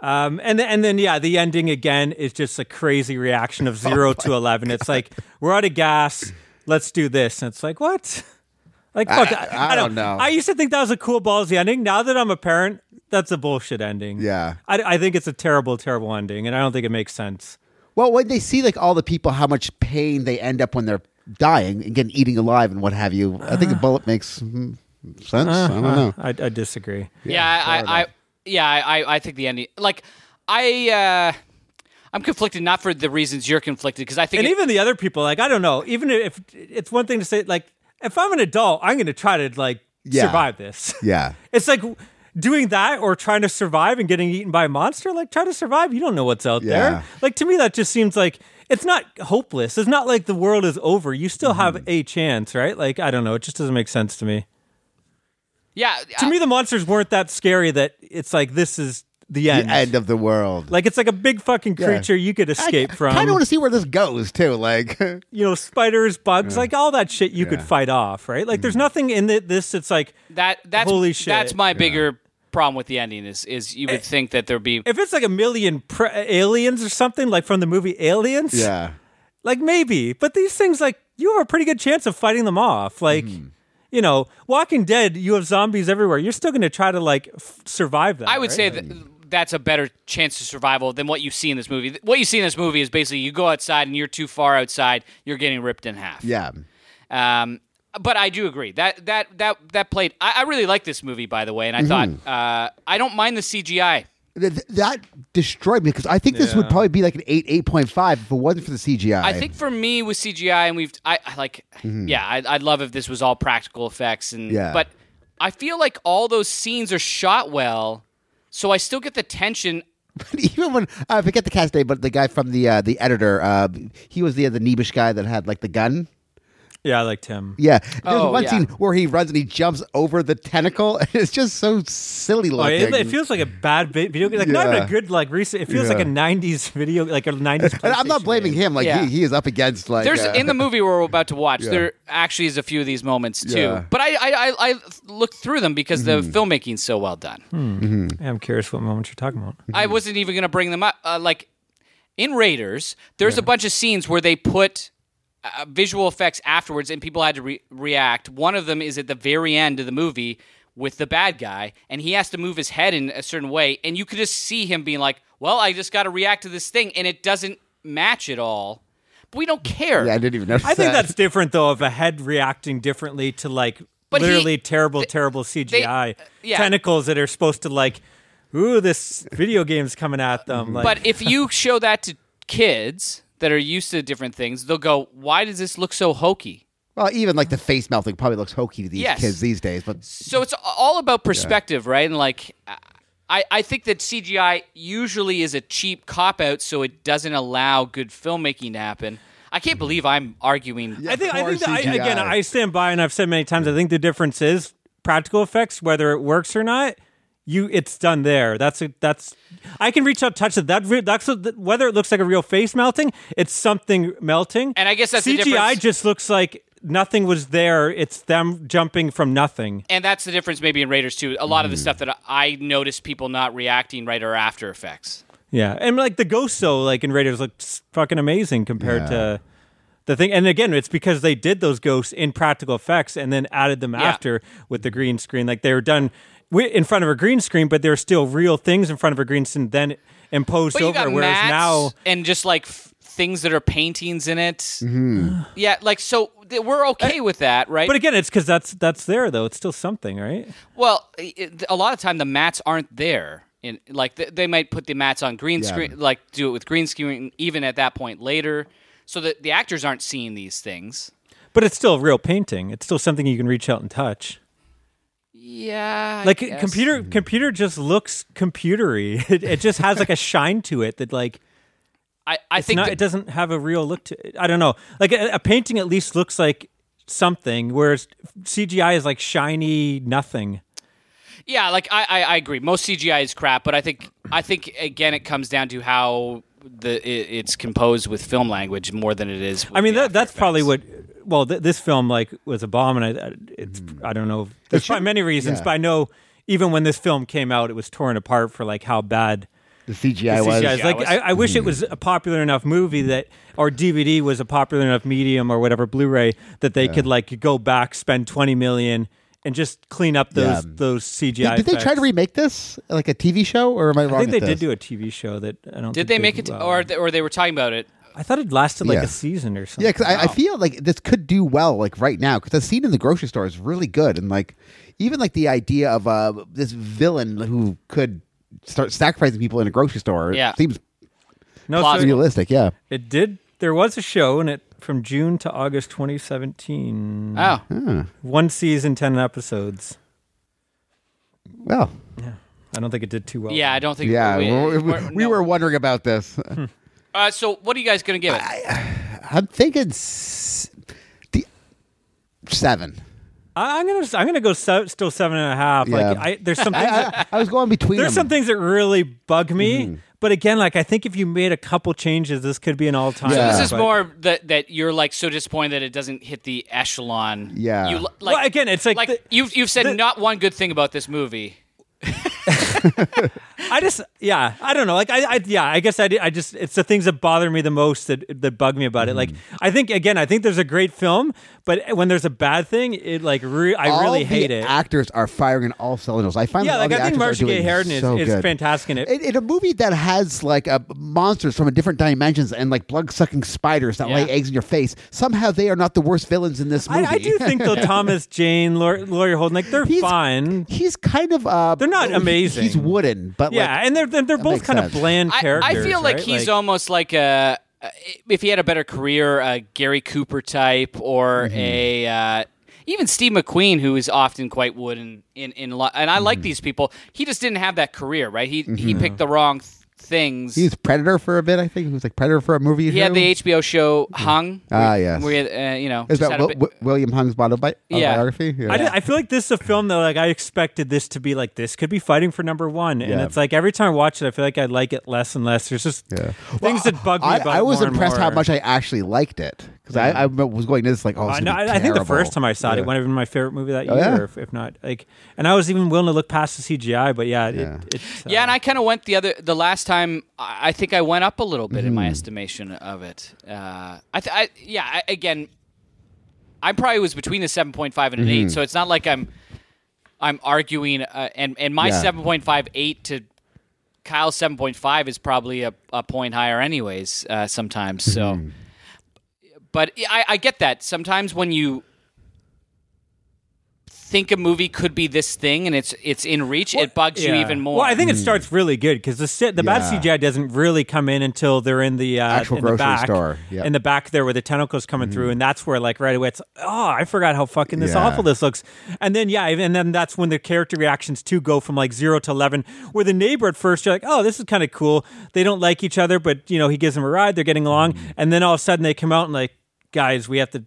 Speaker 3: Um, and then, and then yeah, the ending again is just a crazy reaction
Speaker 4: Oh
Speaker 3: of zero to eleven. It's like we're out of gas. Let's do this. And it's like what? Like fuck. I,
Speaker 4: I don't know.
Speaker 3: I used to think that was a cool ballsy ending. Now that I'm a parent, that's a bullshit ending.
Speaker 4: Yeah.
Speaker 3: I, I think it's a terrible, terrible ending, and I don't think it makes sense.
Speaker 4: Well, when they see like all the people, how much pain they end up when they're dying and getting eating alive and what have you. I think the
Speaker 1: Uh-huh.
Speaker 4: bullet makes mm, sense. I don't know.
Speaker 3: I, I disagree.
Speaker 1: Yeah, I, I, yeah, I, I- I think the ending. Like, I, uh, I'm conflicted not for the reasons you're conflicted because I think
Speaker 3: And
Speaker 1: it-
Speaker 3: even the other people, like I don't know. Even if it's one thing to say, like if I'm an adult, I'm going to try to like
Speaker 4: Yeah.
Speaker 3: survive this.
Speaker 4: Yeah.
Speaker 3: It's like doing that or trying to survive and getting eaten by a monster. Like try to survive. You don't know what's out
Speaker 4: Yeah.
Speaker 3: there. Like to me, that just seems like it's not hopeless. It's not like the world is over. You still
Speaker 4: Mm-hmm.
Speaker 3: have a chance, right? Like I don't know. It just doesn't make sense to me.
Speaker 1: yeah,
Speaker 3: To
Speaker 1: I-
Speaker 3: me, the monsters weren't that scary. That it's like this is the
Speaker 4: The
Speaker 3: end.
Speaker 4: end of the world.
Speaker 3: Like it's like a big fucking creature you could escape from.
Speaker 4: kind of want to see where this goes too. Like,
Speaker 3: you know, spiders, bugs, like all that shit you could fight off, right? Like
Speaker 4: Mm-hmm.
Speaker 3: there's nothing in thi- this that's like
Speaker 1: that that's
Speaker 3: Holy shit. Eh,
Speaker 1: that's my bigger problem with the ending is is you would think that there'd be
Speaker 3: if it's like a million pre- aliens or something like from the movie Aliens,
Speaker 4: yeah.
Speaker 3: like maybe, but these things like you have a pretty good chance of fighting them off. Like
Speaker 4: Mm-hmm.
Speaker 3: you know, Walking Dead, you have zombies everywhere. You're still going to try to like f- survive that.
Speaker 1: I would
Speaker 3: right?
Speaker 1: say that that's a better chance of survival than what you see in this movie. What you see in this movie is basically you go outside and you're too far outside, you're getting ripped in half.
Speaker 4: Yeah.
Speaker 1: Um, but I do agree that that that that played. I, I really like this movie, by the way, and I
Speaker 3: Mm-hmm.
Speaker 1: thought uh, I don't mind the CGI.
Speaker 4: Th- th- that destroyed me because I think this would probably be like an eight, eight point five if it wasn't for the CGI.
Speaker 1: I think for me with CGI, and we've I, I like yeah, I, I'd love if this was all practical effects and
Speaker 4: Mm-hmm. Yeah.
Speaker 1: but I feel like all those scenes are shot well, so I still get the tension.
Speaker 4: even when I forget the cast name, but the guy from the uh, the editor, uh, he was the the Nebish guy that had like the gun.
Speaker 3: yeah, I liked him.
Speaker 4: Yeah, there's one
Speaker 1: Oh, yeah.
Speaker 4: scene where he runs and he jumps over the tentacle. It's just so silly
Speaker 3: Oh,
Speaker 4: looking.
Speaker 3: it, it feels like a bad vi- video game, like not even
Speaker 4: Yeah.
Speaker 3: a good like recent. It feels
Speaker 4: Yeah.
Speaker 3: like a '90s video, like a '90s.
Speaker 4: and I'm not
Speaker 3: PlayStation
Speaker 4: blaming
Speaker 3: game.
Speaker 4: him. Like
Speaker 1: Yeah.
Speaker 4: he, he is up against like
Speaker 1: There's
Speaker 4: uh,
Speaker 1: in the movie we're about to watch. There actually is a few of these moments too,
Speaker 4: Yeah. Mm-hmm.
Speaker 1: but I, I I I looked through them because the filmmaking's so well done.
Speaker 3: Yeah, I'm curious what moments you're talking about.
Speaker 1: I wasn't even going to bring them up. Uh, like in Raiders, there's a bunch of scenes where they put uh, visual effects afterwards, and people had to re- react. One of them is at the very end of the movie with the bad guy, and he has to move his head in a certain way, and you could just see him being like, "Well, I just got to react to this thing," and it doesn't match at all. But we don't care.
Speaker 4: Yeah, I didn't even notice.
Speaker 3: I think
Speaker 4: that.
Speaker 3: that's different though of a head reacting differently to like
Speaker 1: But he- uh,
Speaker 3: literally terrible, terrible CGI
Speaker 1: yeah.
Speaker 3: tentacles that are supposed to like ooh, this video game's coming at them. Like,
Speaker 1: Mm-hmm. But if you show that to kids that are used to different things, they'll go, "Why does this look so hokey?"
Speaker 4: Well, even like the face melting probably looks hokey to these
Speaker 1: Yes.
Speaker 4: kids these days, but
Speaker 1: So it's all about perspective, right? And like, I, I think that CGI usually is a cheap cop out, so it doesn't allow good filmmaking to happen. I
Speaker 3: Mm-hmm.
Speaker 1: can't believe I'm arguing.
Speaker 3: I think, I
Speaker 4: Poor
Speaker 3: think that I,
Speaker 4: CGI.
Speaker 3: again, I stand by, and I've said many times, I think the difference is practical effects, whether it works or not. You, it's done there. That's a, that's. I can reach out, touch it. That re- that's what- whether it looks like a real face melting. It's something melting.
Speaker 1: And I guess that's the
Speaker 3: CGI.
Speaker 1: difference.
Speaker 3: just looks like nothing was there. It's them jumping from nothing.
Speaker 1: And that's the difference, maybe in Raiders too. A lot of the
Speaker 3: Mm-hmm.
Speaker 1: stuff that I noticed people not reacting right are After Effects.
Speaker 3: Yeah, and like the ghost, though, like in Raiders, looks fucking amazing compared to the thing. And again, it's because they did those ghosts in practical effects and then added them after with the green screen. Like they were done wi- in front of a green screen, but there were still real things in front of a green screen then imposed
Speaker 1: But you
Speaker 3: over.
Speaker 1: got
Speaker 3: whereas
Speaker 1: mats
Speaker 3: now,
Speaker 1: and just like f- things that are paintings in it. Yeah, like so th- we're okay with that, right?
Speaker 3: Mm-hmm. but again, it's because that's that's there though. It's still something, right?
Speaker 1: Well, i- i- a lot of time the mats aren't there. In, like th- they might put the mats on green screen, like do it with green screen, even at that point later, so that the actors aren't seeing these things.
Speaker 3: But it's still a real painting. It's still something you can reach out and touch.
Speaker 1: Yeah, I
Speaker 3: like
Speaker 1: guess.
Speaker 3: computer computer just looks computery it, it just has like a shine to it that like
Speaker 1: I, I
Speaker 3: it's
Speaker 1: think
Speaker 3: not-
Speaker 1: that-
Speaker 3: it doesn't have a real look to it. I don't know. Like a, a painting at least looks like something, whereas CGI is like shiny nothing.
Speaker 1: Yeah, like I, I, I agree. Most CGI is crap, but I think I think again it comes down to how the it, it's composed with film language more than it is.
Speaker 3: I
Speaker 1: with
Speaker 3: mean,
Speaker 1: the
Speaker 3: that, that's
Speaker 1: After
Speaker 3: probably
Speaker 1: Effects.
Speaker 3: what. Well, th- this film like was a bomb, and I, it's
Speaker 1: Hmm.
Speaker 3: I don't know. There's probably
Speaker 4: should-
Speaker 3: many reasons,
Speaker 4: yeah.
Speaker 3: but I know even when this film came out, it was torn apart for like how bad
Speaker 4: the CGI was. Mm-hmm.
Speaker 3: CGI is. Like,
Speaker 1: was-
Speaker 3: I, I wish it was a popular enough movie that, or DVD was a popular enough medium or whatever Blu-ray that they could like go back, spend twenty million, and just clean up those
Speaker 4: Yeah.
Speaker 3: those CGI.
Speaker 4: Did, did they try
Speaker 3: effects.
Speaker 4: to remake this like a TV show, or am I wrong?
Speaker 3: I think
Speaker 4: at
Speaker 3: they did
Speaker 4: this?
Speaker 3: do a TV show that I don't.
Speaker 1: did
Speaker 3: think
Speaker 1: they make
Speaker 3: did
Speaker 1: it,
Speaker 3: well.
Speaker 1: or th- or they were talking about it.
Speaker 3: I thought it lasted like
Speaker 4: Yeah.
Speaker 3: a season or something.
Speaker 4: Yeah, because I, I feel like this could do well, like right now, because the scene in the grocery store is really good, and like even like the idea of uh, this villain who could start sacrificing people in a grocery store
Speaker 1: Yeah.
Speaker 4: seems
Speaker 3: no,
Speaker 1: plausible.
Speaker 3: Oh, so
Speaker 4: realistic. Yeah,
Speaker 3: it did. There was a show, and it from June to August 2017,
Speaker 1: Oh,
Speaker 3: one season, ten episodes.
Speaker 4: well,
Speaker 3: I don't think it did too well.
Speaker 1: yeah, I don't think.
Speaker 4: yeah,
Speaker 1: we,
Speaker 4: we, we-
Speaker 1: we're-
Speaker 4: we
Speaker 1: no.
Speaker 4: were wondering about this.
Speaker 3: Hmm.
Speaker 1: Uh, so, what are you guys going to give it?
Speaker 4: I'm thinking s- the seven.
Speaker 3: I, I'm gonna I'm gonna go se- still seven and a half. Like
Speaker 4: Yeah.
Speaker 3: I, there's some things that-
Speaker 4: I, I, I was going between.
Speaker 3: There's
Speaker 4: them.
Speaker 3: some things that really bug me,
Speaker 4: Mm-hmm.
Speaker 3: but again, like I think if you made a couple changes, this could be an all time.
Speaker 4: So
Speaker 1: This
Speaker 4: Yeah.
Speaker 1: is more that that you're like so disappointed that it doesn't hit the echelon.
Speaker 4: Yeah.
Speaker 1: you, li- like
Speaker 3: Well, again, it's like
Speaker 1: like
Speaker 3: the-
Speaker 1: you've you've said
Speaker 3: the-
Speaker 1: not one good thing about this movie.
Speaker 3: I just yeah, I don't know. Like I, I yeah, I guess I, did- I just it's the things that bother me the most that that bug me about it. Like
Speaker 4: Mm-hmm.
Speaker 3: I think again, I think there's a great film, but when there's a bad thing, it like re- I
Speaker 4: All
Speaker 3: really
Speaker 4: the
Speaker 3: hate it.
Speaker 4: Actors are firing on all cylinders. I find
Speaker 3: Yeah,
Speaker 4: that all
Speaker 3: like,
Speaker 4: the
Speaker 3: I think
Speaker 4: actors are
Speaker 3: Marcia Gay
Speaker 4: doing
Speaker 3: Harden is-
Speaker 4: so
Speaker 3: is
Speaker 4: good.
Speaker 3: fantastic in it.
Speaker 4: In, in a movie that has like uh, monsters from different dimensions and like blood sucking spiders that lay
Speaker 1: Yeah.
Speaker 4: eggs in your face, somehow they are not the worst villains in this movie.
Speaker 3: I, I do think though Thomas Jane, Lawyer, Lawyer Holden, like they're
Speaker 4: He's-
Speaker 3: fine.
Speaker 4: he's kind of uh,
Speaker 3: They're not
Speaker 4: he-
Speaker 3: amazing.
Speaker 4: he's wooden, but
Speaker 3: Yeah,
Speaker 4: like,
Speaker 3: and they're they're, they're both
Speaker 4: makes
Speaker 3: kind
Speaker 4: sense.
Speaker 3: of bland
Speaker 1: I, I
Speaker 3: characters.
Speaker 1: feel like
Speaker 3: right?
Speaker 1: he's almost like a if he had a better career, a Gary Cooper type, or
Speaker 4: Mm-hmm.
Speaker 1: a uh, even Steve McQueen, who is often quite wooden in in a lot. And I
Speaker 4: Mm-hmm.
Speaker 1: like these people. He just didn't have that career, right? He he picked the wrong th- things.
Speaker 4: he's Predator for a bit. I think he was like Predator for a movie.
Speaker 1: he had the HBO show Hung.
Speaker 4: Ah,
Speaker 1: where-
Speaker 4: yes.
Speaker 1: where, uh, you know,
Speaker 4: is
Speaker 1: just
Speaker 4: that
Speaker 1: had a
Speaker 4: Wil-
Speaker 1: bit-
Speaker 4: Wi- William Hung's autobi-
Speaker 1: Yeah.
Speaker 4: autobiography? Yeah.
Speaker 3: I, did- I feel like this is a film that like I expected this to be like this could be fighting for number one, and
Speaker 4: Yeah.
Speaker 3: it's like every time I watch it, I feel like I like it less and less. There's just things that bug me.
Speaker 4: I,
Speaker 3: about
Speaker 4: I
Speaker 3: it
Speaker 4: was
Speaker 3: more and
Speaker 4: impressed how
Speaker 3: more.
Speaker 4: much I actually liked it because I, I was going into this like, oh,
Speaker 3: I,
Speaker 4: it's
Speaker 3: know,
Speaker 4: gonna be
Speaker 3: I I think the
Speaker 4: terrible.
Speaker 3: first time I saw it,
Speaker 4: Yeah.
Speaker 3: it might have been my favorite movie that year,
Speaker 4: Oh, yeah?
Speaker 3: if, if not like. And I was even willing to look past the CGI, but yeah,
Speaker 4: Yeah.
Speaker 3: It, it's, uh,
Speaker 1: Yeah, and I kind of went the other the last time. I I think I went up a little bit in my
Speaker 3: Hmm.
Speaker 1: estimation of it. Uh, I, th- I yeah, I, again, I probably was between a seven point five and an
Speaker 3: Hmm.
Speaker 1: eight, so it's not like I'm I'm arguing. Uh, and and my
Speaker 4: Yeah.
Speaker 1: seven point five eight to Kyle's seven point five is probably a, a point higher, anyways. Uh, sometimes so.
Speaker 3: Hmm.
Speaker 1: But I, I get that. Sometimes when you think a movie could be this thing and it's it's in reach, it bugs you
Speaker 3: Yeah.
Speaker 1: even more.
Speaker 3: Well, I think it starts really good because the si- the
Speaker 4: Hmm. Yeah.
Speaker 3: bad CGI doesn't really come in until they're in the uh,
Speaker 4: Actual
Speaker 3: in the
Speaker 4: grocery
Speaker 3: back,
Speaker 4: store. Yep.
Speaker 3: in the back there where the tentacles coming through, and that's where like right away it's oh I forgot how fucking this
Speaker 4: Yeah.
Speaker 3: awful this looks, and then yeah, and then that's when the character reactions too go from like zero to eleven. Where the neighbor at first you're like oh this is kind of cool, they don't like each other, but you know he gives them a ride, they're getting along, and then all of a sudden they come out and like guys we have to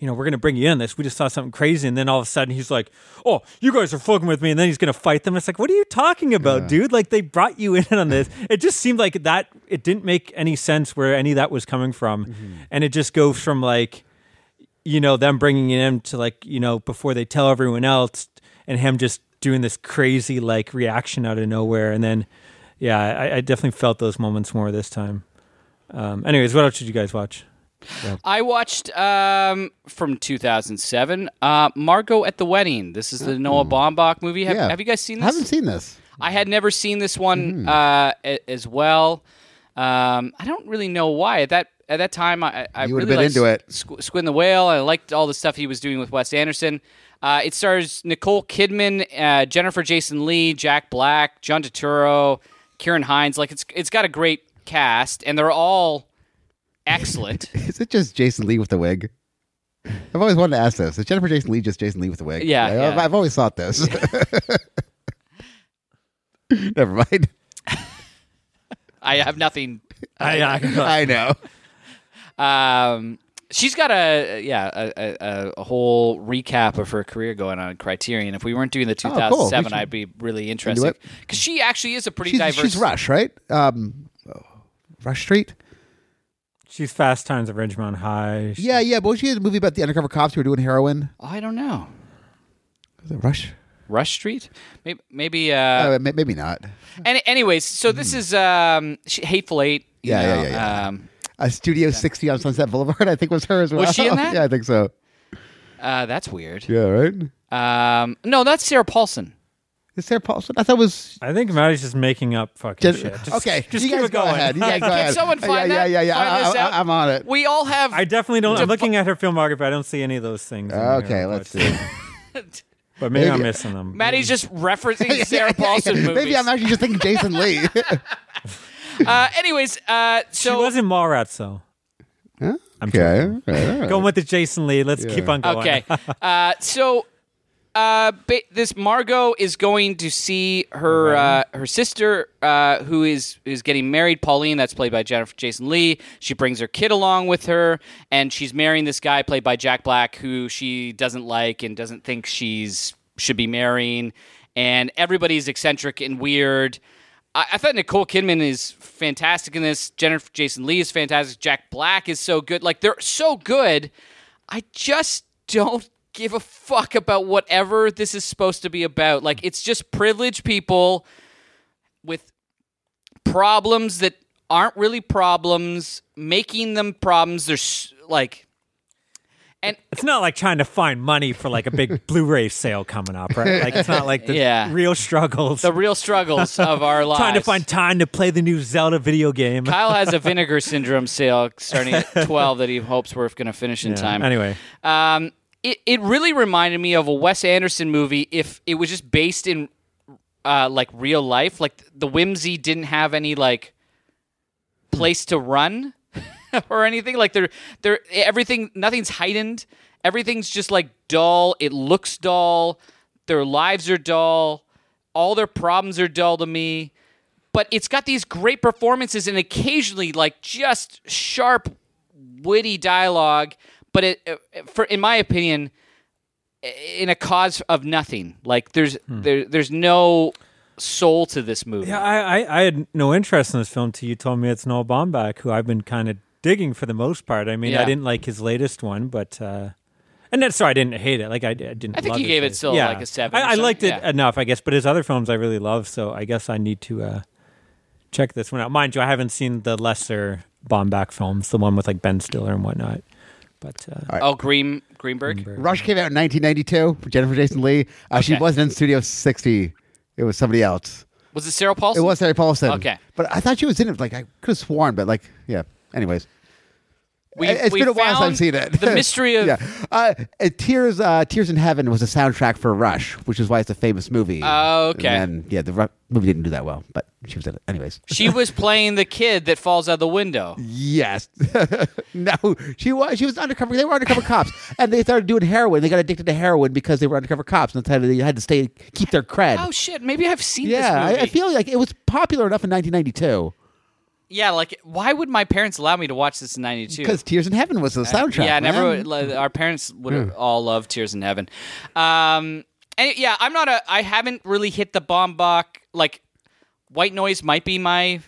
Speaker 3: you know, we're going to bring you in this. We just saw something crazy. And then all of a sudden he's like, oh, you guys are fucking with me. And then he's going to fight them. It's like, what are you talking about, dude? Like, they brought you in on this. It just seemed like that, it didn't make any sense where any of that was coming from. And it just goes from like, you know, them bringing it in to like, you know, before they tell everyone else and him just doing this crazy like reaction out of nowhere. And then, yeah, I, I definitely felt those moments more this time. Um, anyways, what else did you guys watch?
Speaker 1: I watched um, from 2007, uh, Margot at the Wedding. This is the Noah Baumbach movie. Have,
Speaker 4: Mm. Yeah.
Speaker 1: have you guys seen this?
Speaker 4: Haven't seen Mm. this.
Speaker 1: I had never seen this one uh, a- as well. Um, I don't really know why. At that at that time, I, I
Speaker 4: You
Speaker 1: really
Speaker 4: would've been
Speaker 1: liked
Speaker 4: into it.
Speaker 1: Squ- Squid and the Whale. I liked all the stuff he was doing with Wes Anderson. Uh, it stars Nicole Kidman, uh, Jennifer Jason Lee, Jack Black, John Turturro, Kieran Hines. Like it's it's got a great cast, and they're all excellent.
Speaker 4: Is it just Jason Lee with the wig? I've always wanted to ask this. Is Jennifer Jason Lee just Jason Lee with the wig?
Speaker 1: Yeah,
Speaker 4: I, I've,
Speaker 1: yeah.
Speaker 4: I've always thought this. Never mind.
Speaker 1: I have nothing
Speaker 3: I,
Speaker 4: I know.
Speaker 1: Um, she's got a yeah a, a, a whole recap of her career going on at Criterion. If we weren't doing the
Speaker 4: Oh, cool. We
Speaker 1: 2007,
Speaker 4: should-
Speaker 1: I'd be really interested
Speaker 4: it.
Speaker 1: because she actually is a pretty
Speaker 4: She's,
Speaker 1: diverse.
Speaker 4: she's Rush, right? Um, Rush Street.
Speaker 3: She's Fast Times at Ridgemont High. She-
Speaker 4: Yeah, yeah. But was she in a movie about the undercover cops who were doing heroin?
Speaker 1: Oh, I don't know
Speaker 4: Was it Rush?
Speaker 1: Rush Street, maybe maybe. Uh,
Speaker 4: Uh, may- maybe not.
Speaker 1: any, anyways, so this is um, she, Hateful Eight. you
Speaker 4: Yeah, yeah,
Speaker 1: know,
Speaker 4: yeah, yeah.
Speaker 1: Um,
Speaker 4: Uh, Studio 60 on Sunset Boulevard, I think was her as well.
Speaker 1: she in that?
Speaker 4: yeah, I think so.
Speaker 1: uh, that's weird.
Speaker 4: Yeah, right?
Speaker 1: Um, no, that's Sarah Paulson.
Speaker 4: Is Sarah Paulson? I thought it was.
Speaker 3: I think Maddie's just making up fucking
Speaker 4: Jen-
Speaker 3: shit. Just,
Speaker 4: okay,
Speaker 3: just
Speaker 4: you
Speaker 3: keep
Speaker 4: guys
Speaker 3: it going.
Speaker 4: Go ahead. You guys go
Speaker 1: Can
Speaker 4: ahead.
Speaker 1: someone find
Speaker 4: yeah,
Speaker 1: that?
Speaker 4: Yeah, yeah, yeah.
Speaker 1: Find
Speaker 4: I,
Speaker 1: this out?
Speaker 4: I, am on it.
Speaker 1: We all have.
Speaker 3: I definitely don't. I'm
Speaker 1: Defi-
Speaker 3: looking at her filmography. I don't see any of those things. in
Speaker 4: Okay,
Speaker 3: here,
Speaker 4: let's
Speaker 3: but,
Speaker 4: see.
Speaker 3: But maybe I'm
Speaker 4: Maybe-
Speaker 3: missing them.
Speaker 1: Maddie's just referencing
Speaker 4: Yeah, yeah,
Speaker 1: Sarah Paulson
Speaker 4: yeah.
Speaker 1: movies.
Speaker 4: Maybe I'm actually just thinking Jason Lee.
Speaker 1: Uh, anyways, uh,
Speaker 3: she
Speaker 1: so
Speaker 3: was in Mallrats though. I'm
Speaker 4: okay. all right, all right.
Speaker 3: Going with the Jason Lee. Let's keep on going.
Speaker 1: Okay. uh, so uh, ba- this Margot is going to see her uh, her sister, uh, who is is getting married. Pauline, that's played by Jennifer Jason Lee. She brings her kid along with her, and she's marrying this guy played by Jack Black, who she doesn't like and doesn't think she's should be marrying. And everybody's eccentric and weird. I, I thought Nicole Kidman is fantastic in this. Jennifer Jason Lee is fantastic. Jack Black is so good. Like they're so good. I just don't give a fuck about whatever this is supposed to be about. Like it's just privileged people with problems that aren't really problems, making them problems. There's like
Speaker 3: It's not like trying to find money for like a big Blu-ray sale coming up, right? Like it's not like the
Speaker 1: Yeah.
Speaker 3: real struggles.
Speaker 1: the real struggles of our lives.
Speaker 3: trying to find time to play the new Zelda video game.
Speaker 1: Kyle has a vinegar syndrome sale starting at 12 that he hopes we're going to finish in
Speaker 3: Yeah,
Speaker 1: time.
Speaker 3: Anyway,
Speaker 1: Um, it, it really reminded me of a Wes Anderson movie if it was just based in uh, like real life. Like the whimsy didn't have any like place to run or anything. Like they're they're everything nothing's heightened. Everything's just like dull. It looks dull. Their lives are dull. All their problems are dull to me but it's got these great performances and occasionally like just sharp witty dialogue but it, it- for in my opinion in a cause of nothing like there's there, there's no soul to this movie
Speaker 3: Yeah, I, I, I had no interest in this film till you told me it's Noel Baumbach, who I've been kind of digging for the most part. I mean,
Speaker 1: Yeah.
Speaker 3: I didn't like his latest one, but uh, and that's sorry, I didn't hate it. Like I, I didn't.
Speaker 1: I think
Speaker 3: love
Speaker 1: you
Speaker 3: his
Speaker 1: gave it
Speaker 3: latest-
Speaker 1: still, like, a seven or
Speaker 3: I, I liked it
Speaker 1: something, yeah.
Speaker 3: enough, I guess. But his other films I really love, so I guess I need to uh, check this one out. Mind you, I haven't seen the lesser Baumbach films, the one with like Ben Stiller and whatnot. But uh,
Speaker 1: oh green greenberg
Speaker 4: Rush came out in 1992 for Jennifer Jason Lee. Uh, She
Speaker 1: Okay.
Speaker 4: wasn't in Studio 60. It was somebody else.
Speaker 1: was it sarah paulson
Speaker 4: It was Harry Paulson.
Speaker 1: Okay.
Speaker 4: But I thought she was in it. Like, I could have sworn, but like, yeah. Anyways.
Speaker 1: We,
Speaker 4: It- It's
Speaker 1: we
Speaker 4: been a while since
Speaker 1: found
Speaker 4: I've seen it.
Speaker 1: The mystery of
Speaker 4: yeah. Uh, uh, Tears. Uh, Tears in Heaven was a soundtrack for Rush, which is why it's a famous movie.
Speaker 1: Oh, okay.
Speaker 4: And then, yeah, the Ru- movie didn't do that well, but she was in it anyways.
Speaker 1: she was playing the kid that falls out the window.
Speaker 4: Yes. no, she was. She was undercover. They were undercover cops, and they started doing heroin. They got addicted to heroin because they were undercover cops, and that's how they had to stay keep their cred.
Speaker 1: Oh shit! Maybe I've seen
Speaker 4: yeah,
Speaker 1: this movie.
Speaker 4: I, I feel like it was popular enough in 1992
Speaker 1: yeah, like why would my parents allow me to watch this in '92?
Speaker 4: because Tears in Heaven was the soundtrack.
Speaker 1: Yeah, I never.
Speaker 4: man. Hmm.
Speaker 1: would- like, our parents would have all loved Tears in Heaven. Um, and yeah, I'm not a. I haven't really hit the bomb Bach. Like, White Noise might be my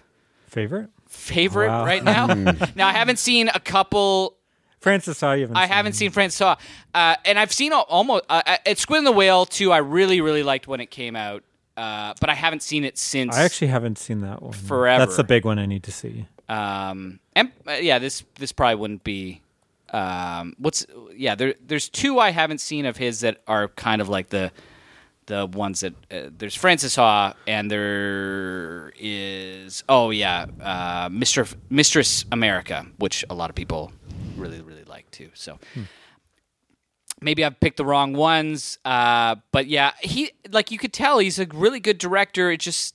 Speaker 3: Favorite?
Speaker 1: favorite
Speaker 3: Wow.
Speaker 1: right now. now I haven't seen a couple.
Speaker 3: Francis, I even.
Speaker 1: I haven't seen Francois, uh, and I've seen al- almost uh, uh, it's Squid and the Whale too. I really, really liked when it came out, uh, but I haven't seen it since.
Speaker 3: I actually haven't seen that one.
Speaker 1: Forever.
Speaker 3: That's the big one I need to see.
Speaker 1: Um, and uh, yeah, this this probably wouldn't be. Um, what's yeah? There, there's two I haven't seen of his that are kind of like the the ones that uh, there's Francis Haw and there is oh yeah, uh, Mister Mistress America, which a lot of people really really like too. So. Maybe I've picked the wrong ones, uh, but yeah, he like you could tell he's a really good director. It just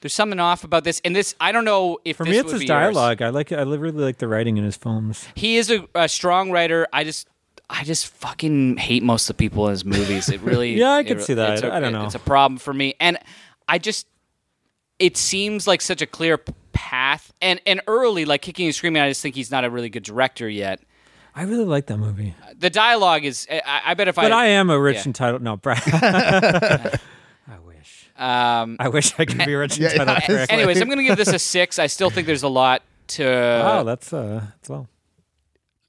Speaker 1: there's something off about this, and this I don't know if
Speaker 3: For
Speaker 1: this
Speaker 3: me, it's
Speaker 1: would
Speaker 3: his
Speaker 1: be yours.
Speaker 3: dialogue. I like. I li- really like the writing in his films.
Speaker 1: He is a, a strong writer. I just, I just fucking hate most of the people in his movies. It really,
Speaker 3: Yeah, I
Speaker 1: it
Speaker 3: could
Speaker 1: re-
Speaker 3: see that.
Speaker 1: It's a,
Speaker 3: I don't know.
Speaker 1: It's a problem for me, and I just, it seems like such a clear p- path, and and early like kicking and screaming. I just think he's not a really good director yet.
Speaker 3: I really like that movie.
Speaker 1: The dialogue is, I, I bet if
Speaker 3: But I am a rich
Speaker 1: yeah.
Speaker 3: entitled. No, Brad. I wish.
Speaker 1: um,
Speaker 3: I wish I could be rich entitled. correctly.
Speaker 1: anyways, I'm gonna give this a six. I still think there's a lot to.
Speaker 3: Wow, that's uh, that's low.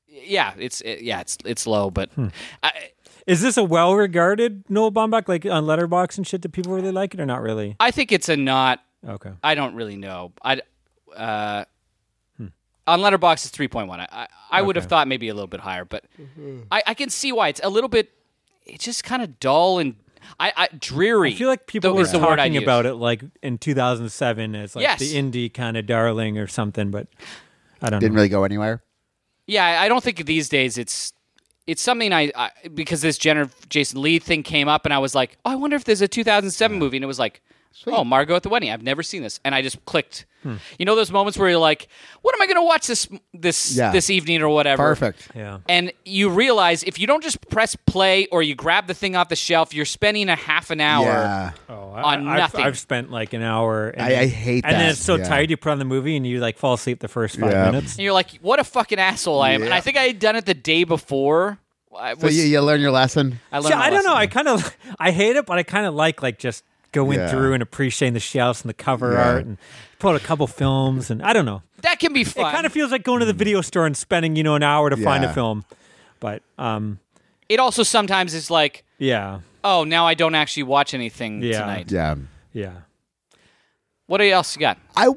Speaker 1: yeah, it's it, yeah, it's it's low, but
Speaker 3: Hmm.
Speaker 1: I,
Speaker 3: Is this a well-regarded Noel Baumbach, like on Letterbox and shit? Do people really like it or not really?
Speaker 1: I think it's a not
Speaker 3: Okay.
Speaker 1: I don't really know. I uh,
Speaker 3: Hmm.
Speaker 1: on Letterbox it's three point one. I I, I would have thought maybe a little bit higher, but I, I can see why it's a little bit. It's just kind of dull and I, I dreary.
Speaker 3: I feel like people
Speaker 1: though,
Speaker 3: were
Speaker 1: is the word I
Speaker 3: talking
Speaker 1: use.
Speaker 3: about it like in 2007 as like
Speaker 1: Yes.
Speaker 3: the indie kind of darling or something, but I don't
Speaker 4: Didn't
Speaker 3: know.
Speaker 4: really go anywhere.
Speaker 1: Yeah, I- I don't think these days it's it's something I, I because this Jenner Jason Lee thing came up and I was like, oh, I wonder if there's a 2007 movie, and it was like. Oh, Margot at the wedding. I've never seen this, and I just clicked.
Speaker 4: Hmm.
Speaker 1: You know those moments where you're like, "What am I going to watch this this
Speaker 4: Yeah.
Speaker 1: this evening or whatever?"
Speaker 4: Perfect.
Speaker 3: yeah.
Speaker 1: And you realize if you don't just press play or you grab the thing off the shelf, you're spending a half an hour.
Speaker 4: Yeah.
Speaker 3: Oh,
Speaker 1: on
Speaker 3: I,
Speaker 1: nothing.
Speaker 3: I've, I've spent like an hour. And,
Speaker 4: I- I hate
Speaker 3: And then
Speaker 4: that.
Speaker 3: it's so
Speaker 4: Yeah.
Speaker 3: tired you put on the movie and you like fall asleep the first five
Speaker 4: Yeah.
Speaker 3: minutes.
Speaker 1: And you're like, what a fucking asshole I am. And
Speaker 4: Yeah.
Speaker 1: I think I had done it the day before. I,
Speaker 4: So
Speaker 1: was,
Speaker 4: you, you learn your lesson.
Speaker 1: I, learned
Speaker 3: See,
Speaker 1: my
Speaker 3: I don't know.
Speaker 1: lesson.
Speaker 3: I kind of I hate it, but I kind of like like just going
Speaker 4: Yeah.
Speaker 3: through and appreciating the shouts and the cover
Speaker 4: Yeah.
Speaker 3: art and put a couple films and I don't know.
Speaker 1: that can be
Speaker 3: It
Speaker 1: fun.
Speaker 3: kind of feels like going to the video store and spending you know an hour to find a
Speaker 4: Yeah.
Speaker 3: film, but um
Speaker 1: it also sometimes is like,
Speaker 3: yeah
Speaker 1: oh, now I don't actually watch anything
Speaker 3: Yeah.
Speaker 1: tonight.
Speaker 4: Yeah.
Speaker 3: yeah.
Speaker 1: What else you got?
Speaker 4: I.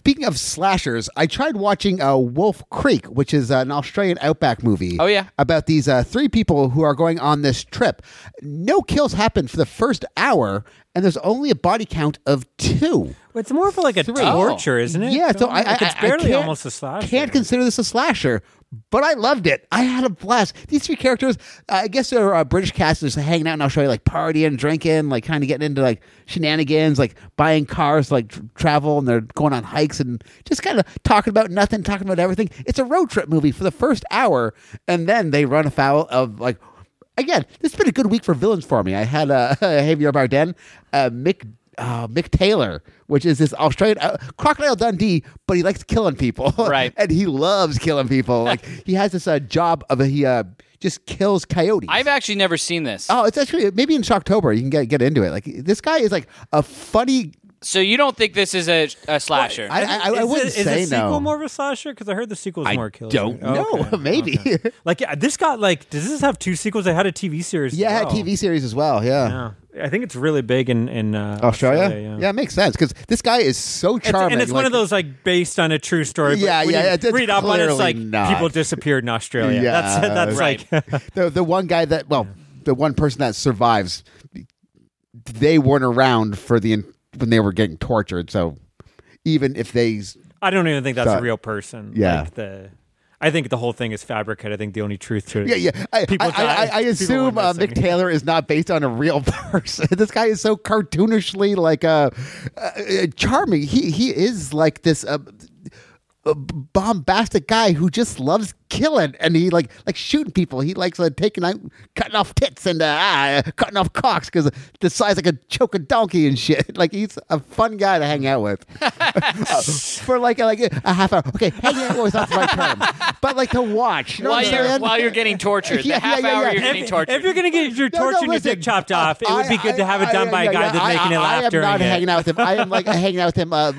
Speaker 4: Speaking of slashers, I tried watching uh, Wolf Creek, which is an Australian outback movie.
Speaker 1: Oh, yeah.
Speaker 4: about these uh, three people who are going on this trip. No kills happen for the first hour, and there's only a body count of two.
Speaker 3: Well, It's more of like a torture, isn't it? Oh,
Speaker 4: Yeah, so I, I
Speaker 3: Like, it's
Speaker 4: I- I
Speaker 3: barely
Speaker 4: can't-
Speaker 3: almost a slasher.
Speaker 4: Can't consider this a slasher, but I loved it. I had a blast. These three characters, I guess they're uh, British cast, just hanging out in Australia, like partying, drinking, like kind of getting into like shenanigans, like buying cars, like tr- travel, and they're going on hikes and just kind of talking about nothing, talking about everything. It's a road trip movie for the first hour, and then they run afoul of like. Again, this has been a good week for villains for me. I had uh, Javier Bardem, uh, Mick uh, Mick Taylor, which is this Australian uh, crocodile Dundee, but he likes killing people,
Speaker 1: Right.
Speaker 4: and he loves killing people. Like he has this uh, job of he uh, just kills coyotes.
Speaker 1: I've actually never seen this.
Speaker 4: oh, it's actually maybe in Shocktober you can get get into it. Like this guy is like a funny.
Speaker 1: So you don't think this is a, a slasher?
Speaker 4: I I, I
Speaker 3: Is
Speaker 4: wouldn't
Speaker 3: it, is
Speaker 4: say
Speaker 3: the sequel
Speaker 4: no.
Speaker 3: more of a slasher? Because I heard the sequel's
Speaker 4: I
Speaker 3: more kills. right?
Speaker 4: don't
Speaker 3: Oh,
Speaker 4: know.
Speaker 3: Okay.
Speaker 4: maybe.
Speaker 3: Like yeah, this got like does this have two sequels? I had a TV series. as
Speaker 4: yeah, I had
Speaker 3: well.
Speaker 4: TV series as well. Yeah.
Speaker 3: Yeah. I think it's really big in in uh,
Speaker 4: Australia?
Speaker 3: yeah.
Speaker 4: yeah. it makes sense because this guy is so
Speaker 3: It's-
Speaker 4: charming.
Speaker 3: and it's one
Speaker 4: like-
Speaker 3: of those like based on a true story. but
Speaker 4: Yeah,
Speaker 3: when
Speaker 4: yeah,
Speaker 3: you
Speaker 4: it's- it's
Speaker 3: read up on it, it's
Speaker 4: clearly
Speaker 3: like
Speaker 4: not.
Speaker 3: people disappeared in Australia.
Speaker 4: Yeah.
Speaker 3: that's that's
Speaker 1: Right.
Speaker 3: like
Speaker 4: the the one guy that well, the one person that survives, they weren't around for the when they were getting tortured. So even if they
Speaker 3: I don't even think that's a
Speaker 4: That-
Speaker 3: real person.
Speaker 4: Yeah.
Speaker 3: Like the, I think the whole thing is fabricated. I think the only truth to it.
Speaker 4: Yeah, yeah. I,
Speaker 3: People
Speaker 4: I,
Speaker 3: die.
Speaker 4: I, I, I
Speaker 3: People
Speaker 4: assume
Speaker 3: went
Speaker 4: uh,
Speaker 3: missing.
Speaker 4: Mick Taylor is not based on a real person. this guy is so cartoonishly like uh, uh, uh, charming. He he is like this. Uh, uh, bombastic guy who just loves killing and he like like shooting people he likes uh, taking out cutting off tits and uh, ah, cutting off cocks because the size like a choke a donkey and shit like he's a fun guy to hang out with Uh, for like a, like a half hour okay hang out was not the right term but like to watch you know
Speaker 1: while
Speaker 4: what I'm
Speaker 1: you're
Speaker 4: saying?
Speaker 1: while you're getting tortured,
Speaker 4: Yeah,
Speaker 1: the half
Speaker 4: yeah, yeah,
Speaker 1: hour
Speaker 4: yeah.
Speaker 1: you're getting
Speaker 3: If,
Speaker 1: tortured.
Speaker 3: if you're gonna get your
Speaker 4: No, no,
Speaker 3: torture and your
Speaker 4: listen.
Speaker 3: dick chopped off, it would be good to have it
Speaker 4: I-
Speaker 3: done
Speaker 4: I-
Speaker 3: by a
Speaker 4: yeah,
Speaker 3: guy
Speaker 4: yeah,
Speaker 3: that's
Speaker 4: I-
Speaker 3: making
Speaker 4: I,
Speaker 3: it
Speaker 4: I
Speaker 3: laugh
Speaker 4: am
Speaker 3: during
Speaker 4: not
Speaker 3: it.
Speaker 4: hanging out with him. I am like hanging out with him uh,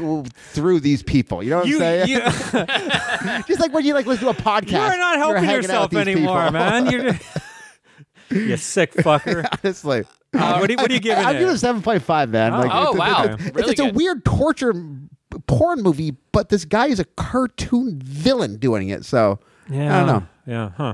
Speaker 4: through these people. You know what
Speaker 3: You-
Speaker 4: I'm saying?
Speaker 3: you-
Speaker 4: Just like when you like listen to a podcast.
Speaker 3: You're not helping
Speaker 4: hanging out
Speaker 3: yourself
Speaker 4: with these
Speaker 3: anymore,
Speaker 4: people.
Speaker 3: man. You're, you sick fucker.
Speaker 4: Honestly.
Speaker 3: what, do you, what do you give it?
Speaker 4: I'm giving seven point five, man.
Speaker 3: Oh.
Speaker 4: Like,
Speaker 1: Oh,
Speaker 4: it's-
Speaker 1: wow.
Speaker 4: it's- it's,
Speaker 1: Really
Speaker 4: it's a
Speaker 1: good.
Speaker 4: weird torture m- porn movie, but this guy is a cartoon villain doing it. So
Speaker 3: yeah,
Speaker 4: I don't know.
Speaker 3: Yeah, huh?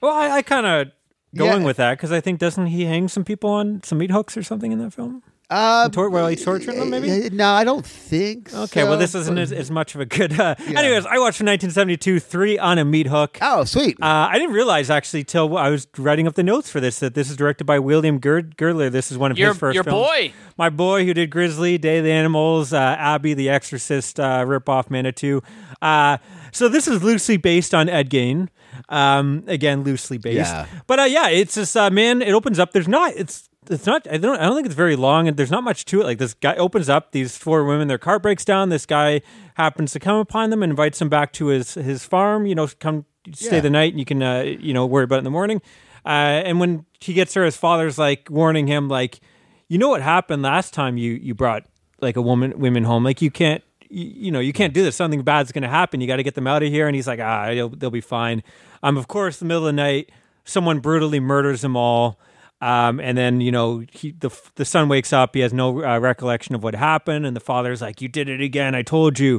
Speaker 3: Well, I, I kind of going
Speaker 4: Yeah.
Speaker 3: with that because I think doesn't he hang some people on some meat hooks or something in that film?
Speaker 4: Uh,
Speaker 3: Tor- well, he's torturing them, maybe.
Speaker 4: uh, No, I don't think.
Speaker 3: Okay, well, this
Speaker 4: so.
Speaker 3: isn't as, as much of a good. Uh, Anyways, I watched from 1972 Three on a Meat Hook.
Speaker 4: Oh, sweet.
Speaker 3: Uh, I didn't realize actually till I was writing up the notes for this that this is directed by William Gerd- Girdler. This is one of
Speaker 1: Your-
Speaker 3: his first
Speaker 1: your
Speaker 3: films.
Speaker 1: boy.
Speaker 3: my boy who did Grizzly, Day of the Animals, uh, Abby, The Exorcist, uh, Rip Off Manitou. Uh, so this is loosely based on Ed Gein. Um, again, loosely based,
Speaker 4: Yeah.
Speaker 3: but uh, yeah, it's just uh, man. It opens up. There's not. It's it's not. I don't. I don't think it's very long, and there's not much to it. Like this guy opens up. These four women. Their car breaks down. This guy happens to come upon them and invites them back to his his farm. You know, come stay
Speaker 4: Yeah.
Speaker 3: the night, and you can uh, you know worry about it in the morning. Uh, and when he gets there, his father's like warning him, like, you know what happened last time you you brought like a woman women home, like you can't you, you know you can't do this. Something bad's going to happen. You got to get them out of here. And he's like, ah, they'll, they'll be fine. Um, of course, the middle of the night, someone brutally murders them all. Um, and then you know he, the the son wakes up. He has no uh, recollection of what happened, and the father's like, "You did it again. I told you."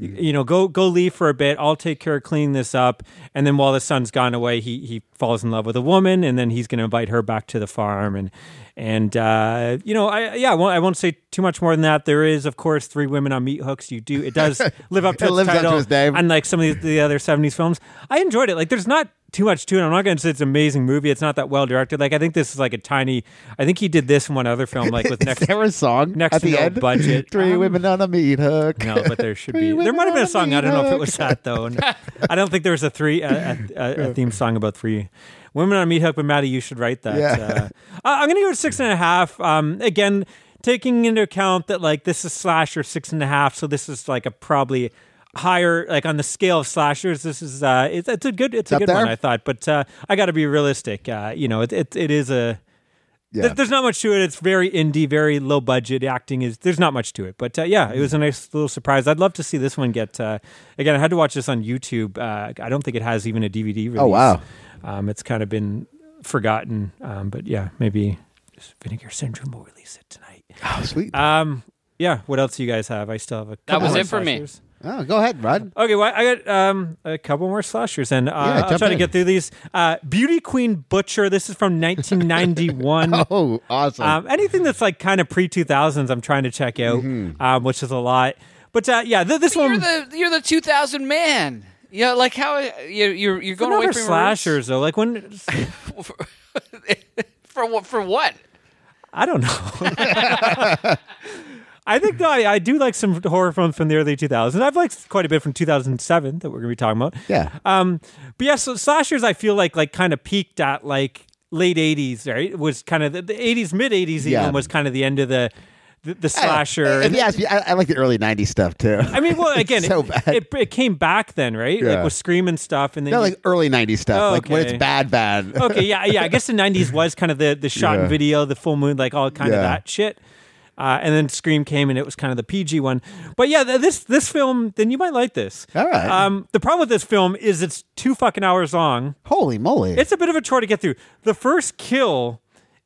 Speaker 4: Mm-hmm.
Speaker 3: you know, go go leave for a bit. I'll take care of cleaning this up. And then while the son's gone away, he he falls in love with a woman, and then he's going to invite her back to the farm. And and uh, you know, I yeah, I won't, I won't say too much more than that. There is, of course, three women on meat hooks. You do it does live up to
Speaker 4: It
Speaker 3: its
Speaker 4: lives up to
Speaker 3: title,
Speaker 4: its name.
Speaker 3: unlike some of the, the other '70s films. I enjoyed it. Like, there's not too much to it. I'm not going to say it's an amazing movie. It's not that well directed. Like, I think this is like a tiny. I think he did this in one other film, like with
Speaker 4: Is
Speaker 3: next.
Speaker 4: there a song
Speaker 3: next
Speaker 4: at
Speaker 3: to
Speaker 4: the
Speaker 3: no
Speaker 4: end?
Speaker 3: budget.
Speaker 4: Three
Speaker 3: Um,
Speaker 4: women on a meat hook.
Speaker 3: No, but there should
Speaker 4: Three
Speaker 3: be. There
Speaker 4: women
Speaker 3: might have been
Speaker 4: on
Speaker 3: a
Speaker 4: a
Speaker 3: song. I don't know if it
Speaker 4: meat
Speaker 3: was that though. And I don't think there was a three a, a, a, a theme song about three women on a meat hook. But Maddie, you should write that.
Speaker 4: Yeah.
Speaker 3: Uh, I- I'm gonna go with six and a half. Um, again, taking into account that like this is slasher six and a half, so this is like a probably higher like on the scale of slashers. This is uh, it's, it's a good it's a
Speaker 4: Up
Speaker 3: good
Speaker 4: there?
Speaker 3: one I thought. But uh, I got to be realistic. Uh, you know, it it, it is a
Speaker 4: Yeah.
Speaker 3: there- there's not much to it. It's very indie, very low budget. Acting is there's not much to it, but uh, yeah, it was a nice little surprise. I'd love to see this one get. Uh, again, I had to watch this on YouTube. Uh, I don't think it has even a DVD release.
Speaker 4: Oh, wow.
Speaker 3: um, it's kind of been forgotten. Um, but yeah, maybe Vinegar Syndrome will release it tonight.
Speaker 4: Oh, sweet.
Speaker 3: Um, yeah, what else do you guys have? I still have a. couple
Speaker 1: was
Speaker 3: more
Speaker 1: it for me.
Speaker 3: slashers.
Speaker 4: oh, go ahead, Rod.
Speaker 3: Okay, well, I got um, a couple more slashers, and uh, I'm
Speaker 4: jump
Speaker 3: trying
Speaker 4: in.
Speaker 3: to get through these. Uh, Beauty Queen Butcher. This is from 1991.
Speaker 4: Oh, awesome.
Speaker 3: Um, anything that's like kind of pre 2000s, I'm trying to check out,
Speaker 4: Mm-hmm.
Speaker 3: um, which is a lot. But uh, yeah, th- this
Speaker 4: Um,
Speaker 1: you're
Speaker 3: one.
Speaker 1: the you're the 2000 man. Yeah, like how you you're you're
Speaker 3: they're
Speaker 1: going away
Speaker 3: never
Speaker 1: from your
Speaker 3: slashers though. Like when
Speaker 1: roots? For, for what? For what?
Speaker 3: I don't know. I think though I, I do like some horror films from the early 2000s. I've liked quite a bit from 2007 that we're going to be talking about.
Speaker 4: Yeah.
Speaker 3: Um, but yeah, so slashers I feel like like kind of peaked at like late 80s, right? Was kind of the, the 80s, mid 80s
Speaker 4: Yeah.
Speaker 3: even was kind of the end of the the, the slasher.
Speaker 4: If
Speaker 3: And-
Speaker 4: you ask me, I, I like the early '90s stuff too.
Speaker 3: I mean, well, again,
Speaker 4: so
Speaker 3: it,
Speaker 4: bad.
Speaker 3: It, it came back then, right? Like
Speaker 4: Yeah.
Speaker 3: with Scream and stuff, and then
Speaker 4: no,
Speaker 3: you-
Speaker 4: like early '90s stuff,
Speaker 3: Oh,
Speaker 4: like when
Speaker 3: okay. Oh,
Speaker 4: it's bad, bad.
Speaker 3: okay, yeah, yeah. I guess the '90s was kind of the the shot and
Speaker 4: Yeah.
Speaker 3: video, the full moon, like all kind of
Speaker 4: Yeah.
Speaker 3: that shit. Uh, and then Scream came, and it was kind of the PG one. But yeah, th- this this film, then you might like this.
Speaker 4: All right.
Speaker 3: Um, the problem with this film is it's two fucking hours long.
Speaker 4: Holy moly!
Speaker 3: It's a bit of a chore to get through. The first kill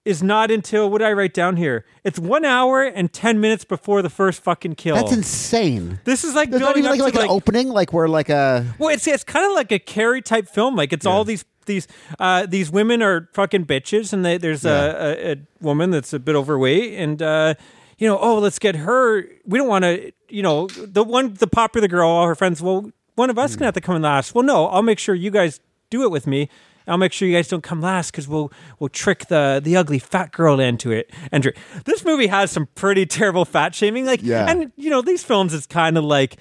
Speaker 3: is not until what did I write down here? It's one hour and ten minutes before the first fucking kill.
Speaker 4: That's insane.
Speaker 3: this is like
Speaker 4: There's not
Speaker 3: building
Speaker 4: even like,
Speaker 3: up
Speaker 4: like
Speaker 3: to
Speaker 4: an
Speaker 3: like
Speaker 4: opening, like where like a
Speaker 3: well, it's it's kind of like a Carrie type film. Like it's all these these uh, these women are fucking bitches, and they, there's a, a, a woman that's a bit overweight, and uh, you know, oh, let's get her. We don't want to, you know, the one the popular girl. All her friends. Well, one of us gonna have to come in last. Well, no, I'll make sure you guys do it with me. I'll make sure you guys don't come last because we'll we'll trick the the ugly fat girl into it. Andrew, this movie has some pretty terrible fat shaming. Like,
Speaker 4: Yeah.
Speaker 3: and you know these films, it's kind of like.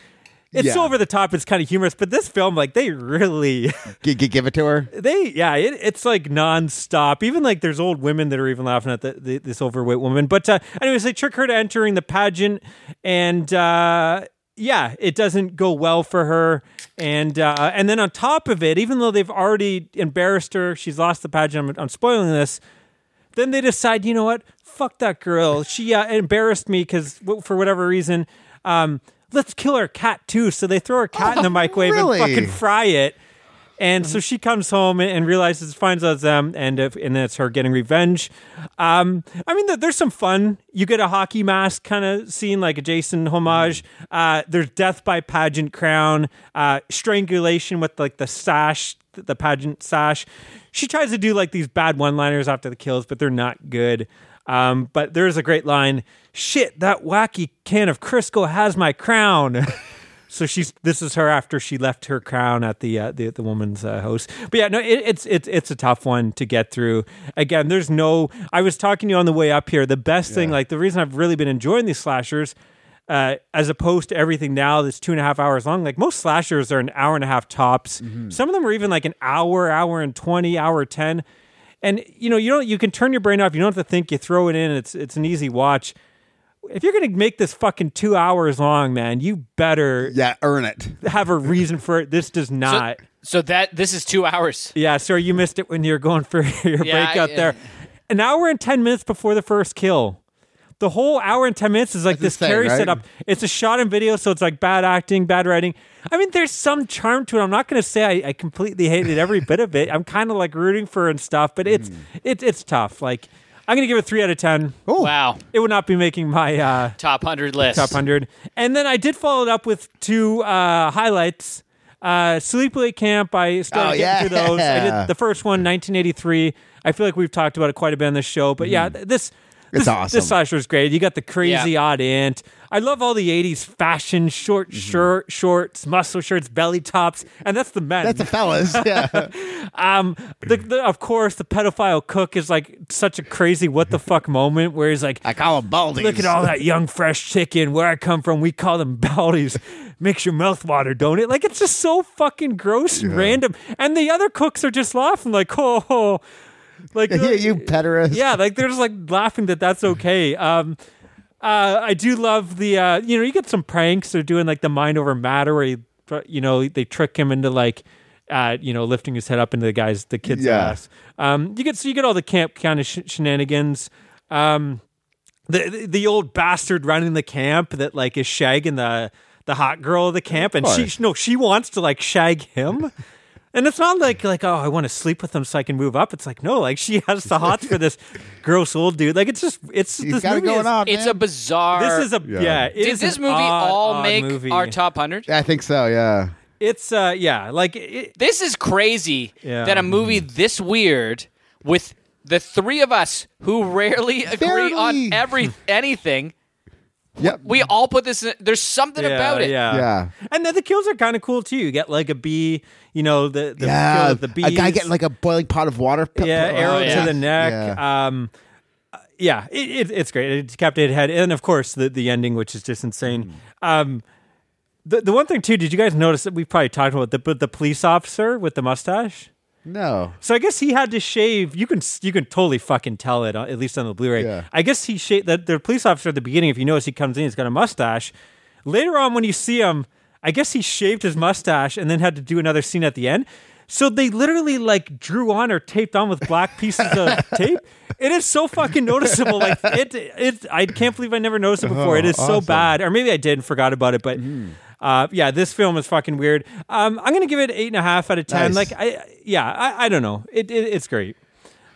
Speaker 3: It's
Speaker 4: Yeah.
Speaker 3: over the top. It's kind of humorous, but this film, like, they really
Speaker 4: G- g- give it to her.
Speaker 3: they yeah it, it's like nonstop even like there's old women that are even laughing at the, the, this overweight woman but uh, anyways they trick her to entering the pageant and uh, yeah it doesn't go well for her and uh, and then on top of it even though they've already embarrassed her she's lost the pageant I'm, I'm spoiling this then they decide, you know what? Fuck that girl. She uh, embarrassed me because for whatever reason, um, let's kill her cat too. So they throw her cat in the microwave
Speaker 4: really?
Speaker 3: and fucking fry it. And so she comes home and- and realizes, finds out it's them, and if, and then it's her getting revenge. Um, I mean, there- there's some fun. You get a hockey mask kind of scene, like a Jason homage. Uh, there's death by pageant crown, uh, strangulation with like the sash, the pageant sash. She tries to do like these bad one-liners after the kills, but they're not good. Um, but there is a great line: "Shit, that wacky can of Crisco has my crown." So she's this is her after she left her crown at the uh, the, the woman's uh, house. But yeah, no, it, it's it's it's a tough one to get through. Again, there's no. I was talking to you on the way up here. The best thing, like the reason I've really been enjoying these slashers, uh, as opposed to everything now that's two and a half hours long. Like most slashers are an hour and a half tops. Some of them are even like an hour, hour and twenty, hour ten. And you know you don't you can turn your brain off. You don't have to think. You throw it in. It's it's an easy watch. If you're gonna make this fucking two hours long, man, you better
Speaker 4: Yeah, earn it.
Speaker 3: have a reason for it. This does
Speaker 1: So,
Speaker 3: not.
Speaker 1: so that this is two hours.
Speaker 3: yeah, sorry, you missed it when you're going for your
Speaker 1: Yeah,
Speaker 3: breakout
Speaker 1: yeah.
Speaker 3: there. An hour and 10 minutes before the first kill. The whole hour and 10 minutes is like
Speaker 4: That's
Speaker 3: this
Speaker 4: insane,
Speaker 3: carry
Speaker 4: right?
Speaker 3: setup. It's a shot in video, so it's like bad acting, bad writing. I mean, there's some charm to it. I'm not going to say I, I completely hated every bit of it. I'm kind of like rooting for it and stuff, but
Speaker 4: Hmm.
Speaker 3: it's it's it's tough. Like, I'm going to give it 3 out of 10.
Speaker 1: Wow,
Speaker 3: It would not be making my uh,
Speaker 1: top hundred list.
Speaker 3: top 100 and then i did follow it up with two uh, highlights uh, sleepaway camp i started
Speaker 4: Oh,
Speaker 3: getting through
Speaker 4: yeah.
Speaker 3: those i did the first one 1983 i feel like we've talked about it quite a bit on this show but yeah th- this
Speaker 4: Mm-hmm. It's
Speaker 3: this,
Speaker 4: awesome.
Speaker 3: This slasher is great. You got the crazy
Speaker 1: Yeah.
Speaker 3: odd aunt. I love all the '80s fashion: short
Speaker 4: Mm-hmm.
Speaker 3: shirt, shorts, muscle shirts, belly tops, and that's the men.
Speaker 4: That's a fellas. Yeah.
Speaker 3: Um, the, the, of course, the pedophile cook is like such a crazy what the fuck moment where he's like,
Speaker 4: I call them baldies.
Speaker 3: Look at all that young, fresh chicken. Where I come from, we call them baldies. Makes your mouth water, don't it? Like it's just so fucking gross and random. And the other cooks are just laughing, like, oh, oh. like
Speaker 4: Yeah, you pederast.
Speaker 3: yeah, like they're just like laughing that that's okay. Um, uh, I do love the uh, you know you get some pranks. They're doing like the mind over matter where he, you know they trick him into like uh, you know lifting his head up into the guy's the kid's
Speaker 4: Yeah.
Speaker 3: ass. Um, you get so you get all the camp kind of sh- shenanigans. Um, the, the the old bastard running the camp that like is shagging the the hot girl of the camp, and she
Speaker 4: course.
Speaker 3: no she wants to like shag him. And it's not like like oh I want to sleep with him so I can move up. It's like no, like she has the hots for this gross old dude. Like it's just it's
Speaker 4: He's
Speaker 3: this
Speaker 4: got it
Speaker 3: movie
Speaker 4: going
Speaker 3: is,
Speaker 4: on.
Speaker 1: It's
Speaker 4: man.
Speaker 1: a bizarre.
Speaker 3: This is a yeah.
Speaker 4: Yeah.
Speaker 3: it
Speaker 1: Did
Speaker 3: is
Speaker 1: this
Speaker 3: an
Speaker 1: movie
Speaker 3: odd,
Speaker 1: all
Speaker 3: odd
Speaker 1: make
Speaker 3: movie.
Speaker 1: our top hundred?
Speaker 4: I think so. Yeah.
Speaker 3: It's uh yeah like it,
Speaker 1: This is crazy
Speaker 3: Yeah. Mm-hmm.
Speaker 1: that a movie this weird with the three of us who rarely agree
Speaker 4: Barely.
Speaker 1: on every anything.
Speaker 4: Yep.
Speaker 1: We all put this. in There's something
Speaker 3: yeah,
Speaker 1: about it.
Speaker 3: yeah
Speaker 4: Yeah.
Speaker 3: and then the kills are kind of cool too. You get like a bee, you know the the kill
Speaker 4: yeah.
Speaker 3: of the bees.
Speaker 4: a guy getting like a boiling pot of water. p- oh,
Speaker 3: yeah,
Speaker 4: p-
Speaker 3: arrow
Speaker 1: yeah.
Speaker 3: to the neck. Um, uh, yeah, it, it, it's great. It decapitated head, and of course the the ending, which is just insane. Um, the the one thing too, did you guys notice that we probably talked about the but the police officer with the mustache?
Speaker 4: No.
Speaker 3: So I guess he had to shave. You can you can totally fucking tell it uh, at least on the Blu-ray.
Speaker 4: Yeah.
Speaker 3: I guess he shaved that the police officer at the beginning. If you notice, he comes in, he's got a mustache. Later on, when you see him, I guess he shaved his mustache and then had to do another scene at the end. So they literally like drew on or taped on with black pieces of tape. It is so fucking noticeable. Like it, it. I can't believe I never noticed it before. it is so bad, or maybe I did and forgot about it. But uh, yeah, this film is fucking weird. Um, I'm gonna give it eight and a half out of ten.
Speaker 4: Nice.
Speaker 3: Like I yeah, I, I don't know. It, it it's great.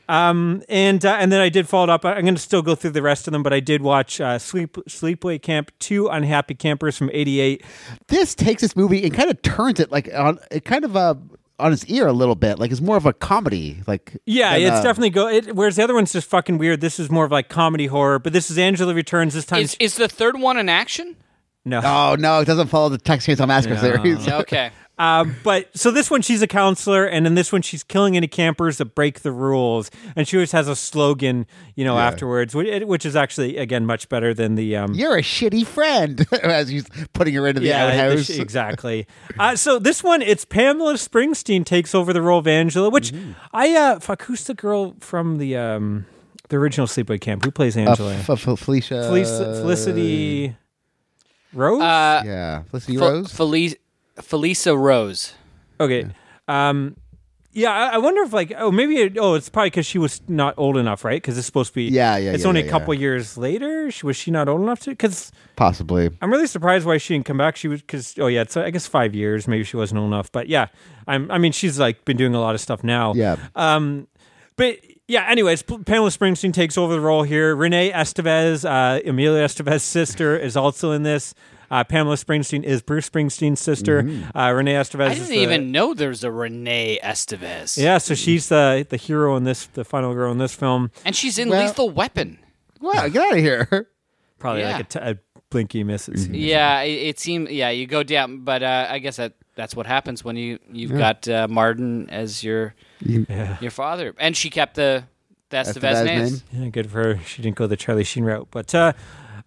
Speaker 3: Um and uh, and then I did follow it up. I- I'm going to still go through the rest of them, but I did watch uh, Sleep Sleepaway Camp, Two Unhappy Campers from '88.
Speaker 4: This takes this movie and kind of turns it like on it kind of uh, on its ear a little bit. Like it's more of a comedy. Like
Speaker 3: Yeah,
Speaker 4: than,
Speaker 3: it's
Speaker 4: uh,
Speaker 3: definitely go. It, whereas the other one's just fucking weird. This is more of like comedy horror, but this is Angela Returns. This time,
Speaker 1: Is is the third one an action?
Speaker 3: No.
Speaker 4: Oh no, it doesn't follow the Texas Chainsaw Massacre series.
Speaker 1: Okay.
Speaker 3: Um, but so this one, she's a counselor, and in this one, she's killing any campers that break the rules, and she always has a slogan, you know, afterwards, whi- which is actually again much better than the um,
Speaker 4: You're a shitty friend as he's putting her into the outhouse.
Speaker 3: this- exactly. uh, so this one, it's Pamela Springsteen takes over the role of Angela, which
Speaker 4: Mm-hmm.
Speaker 3: I uh, fuck. Who's the girl from the um, the original Sleepaway Camp? Who plays
Speaker 4: Uh,
Speaker 3: Angela?
Speaker 4: F- uh, F- Felicia.
Speaker 3: Felic- Felicity Rose.
Speaker 1: Uh,
Speaker 4: Yeah, Felicity
Speaker 1: Fel-
Speaker 4: Rose.
Speaker 1: Felice- Felisa Rose.
Speaker 3: okay. Um, yeah, I, I wonder if like oh maybe it, oh it's probably because she was not old enough, right? Because it's supposed to be
Speaker 4: Yeah, yeah,
Speaker 3: It's
Speaker 4: yeah,
Speaker 3: only
Speaker 4: yeah,
Speaker 3: a couple years later. She, was she not old enough to? Because
Speaker 4: Possibly.
Speaker 3: I'm really surprised why she didn't come back. She was because oh yeah, it's I guess five years. Maybe she wasn't old enough, but yeah, I'm. I mean, she's like been doing a lot of stuff now.
Speaker 4: Yeah.
Speaker 3: Um, but yeah. Anyways, P- Pamela Springsteen takes over the role here. Renee Estevez, uh, Emilia Estevez's sister, is also in this. Uh, Pamela Springsteen is Bruce Springsteen's sister. Uh, Renee Estevez.
Speaker 1: I
Speaker 3: is
Speaker 1: didn't
Speaker 3: the-
Speaker 1: even know there's a Renee Estevez.
Speaker 3: Yeah, so she's the the hero in this, the final girl in this film.
Speaker 1: And she's in
Speaker 4: Well-
Speaker 1: Lethal Weapon.
Speaker 4: Wow, get out of here.
Speaker 3: Probably
Speaker 1: Yeah.
Speaker 3: like a, t- a blinky miss. It seems.
Speaker 1: Yeah, it, it seems. Yeah, you go down, but uh, I guess that that's what happens when you you've got uh, Martin as your your father, and she kept the that's the best
Speaker 4: Estevez's
Speaker 1: name.
Speaker 4: name.
Speaker 3: Yeah, good for her. She didn't go the Charlie Sheen route, but uh,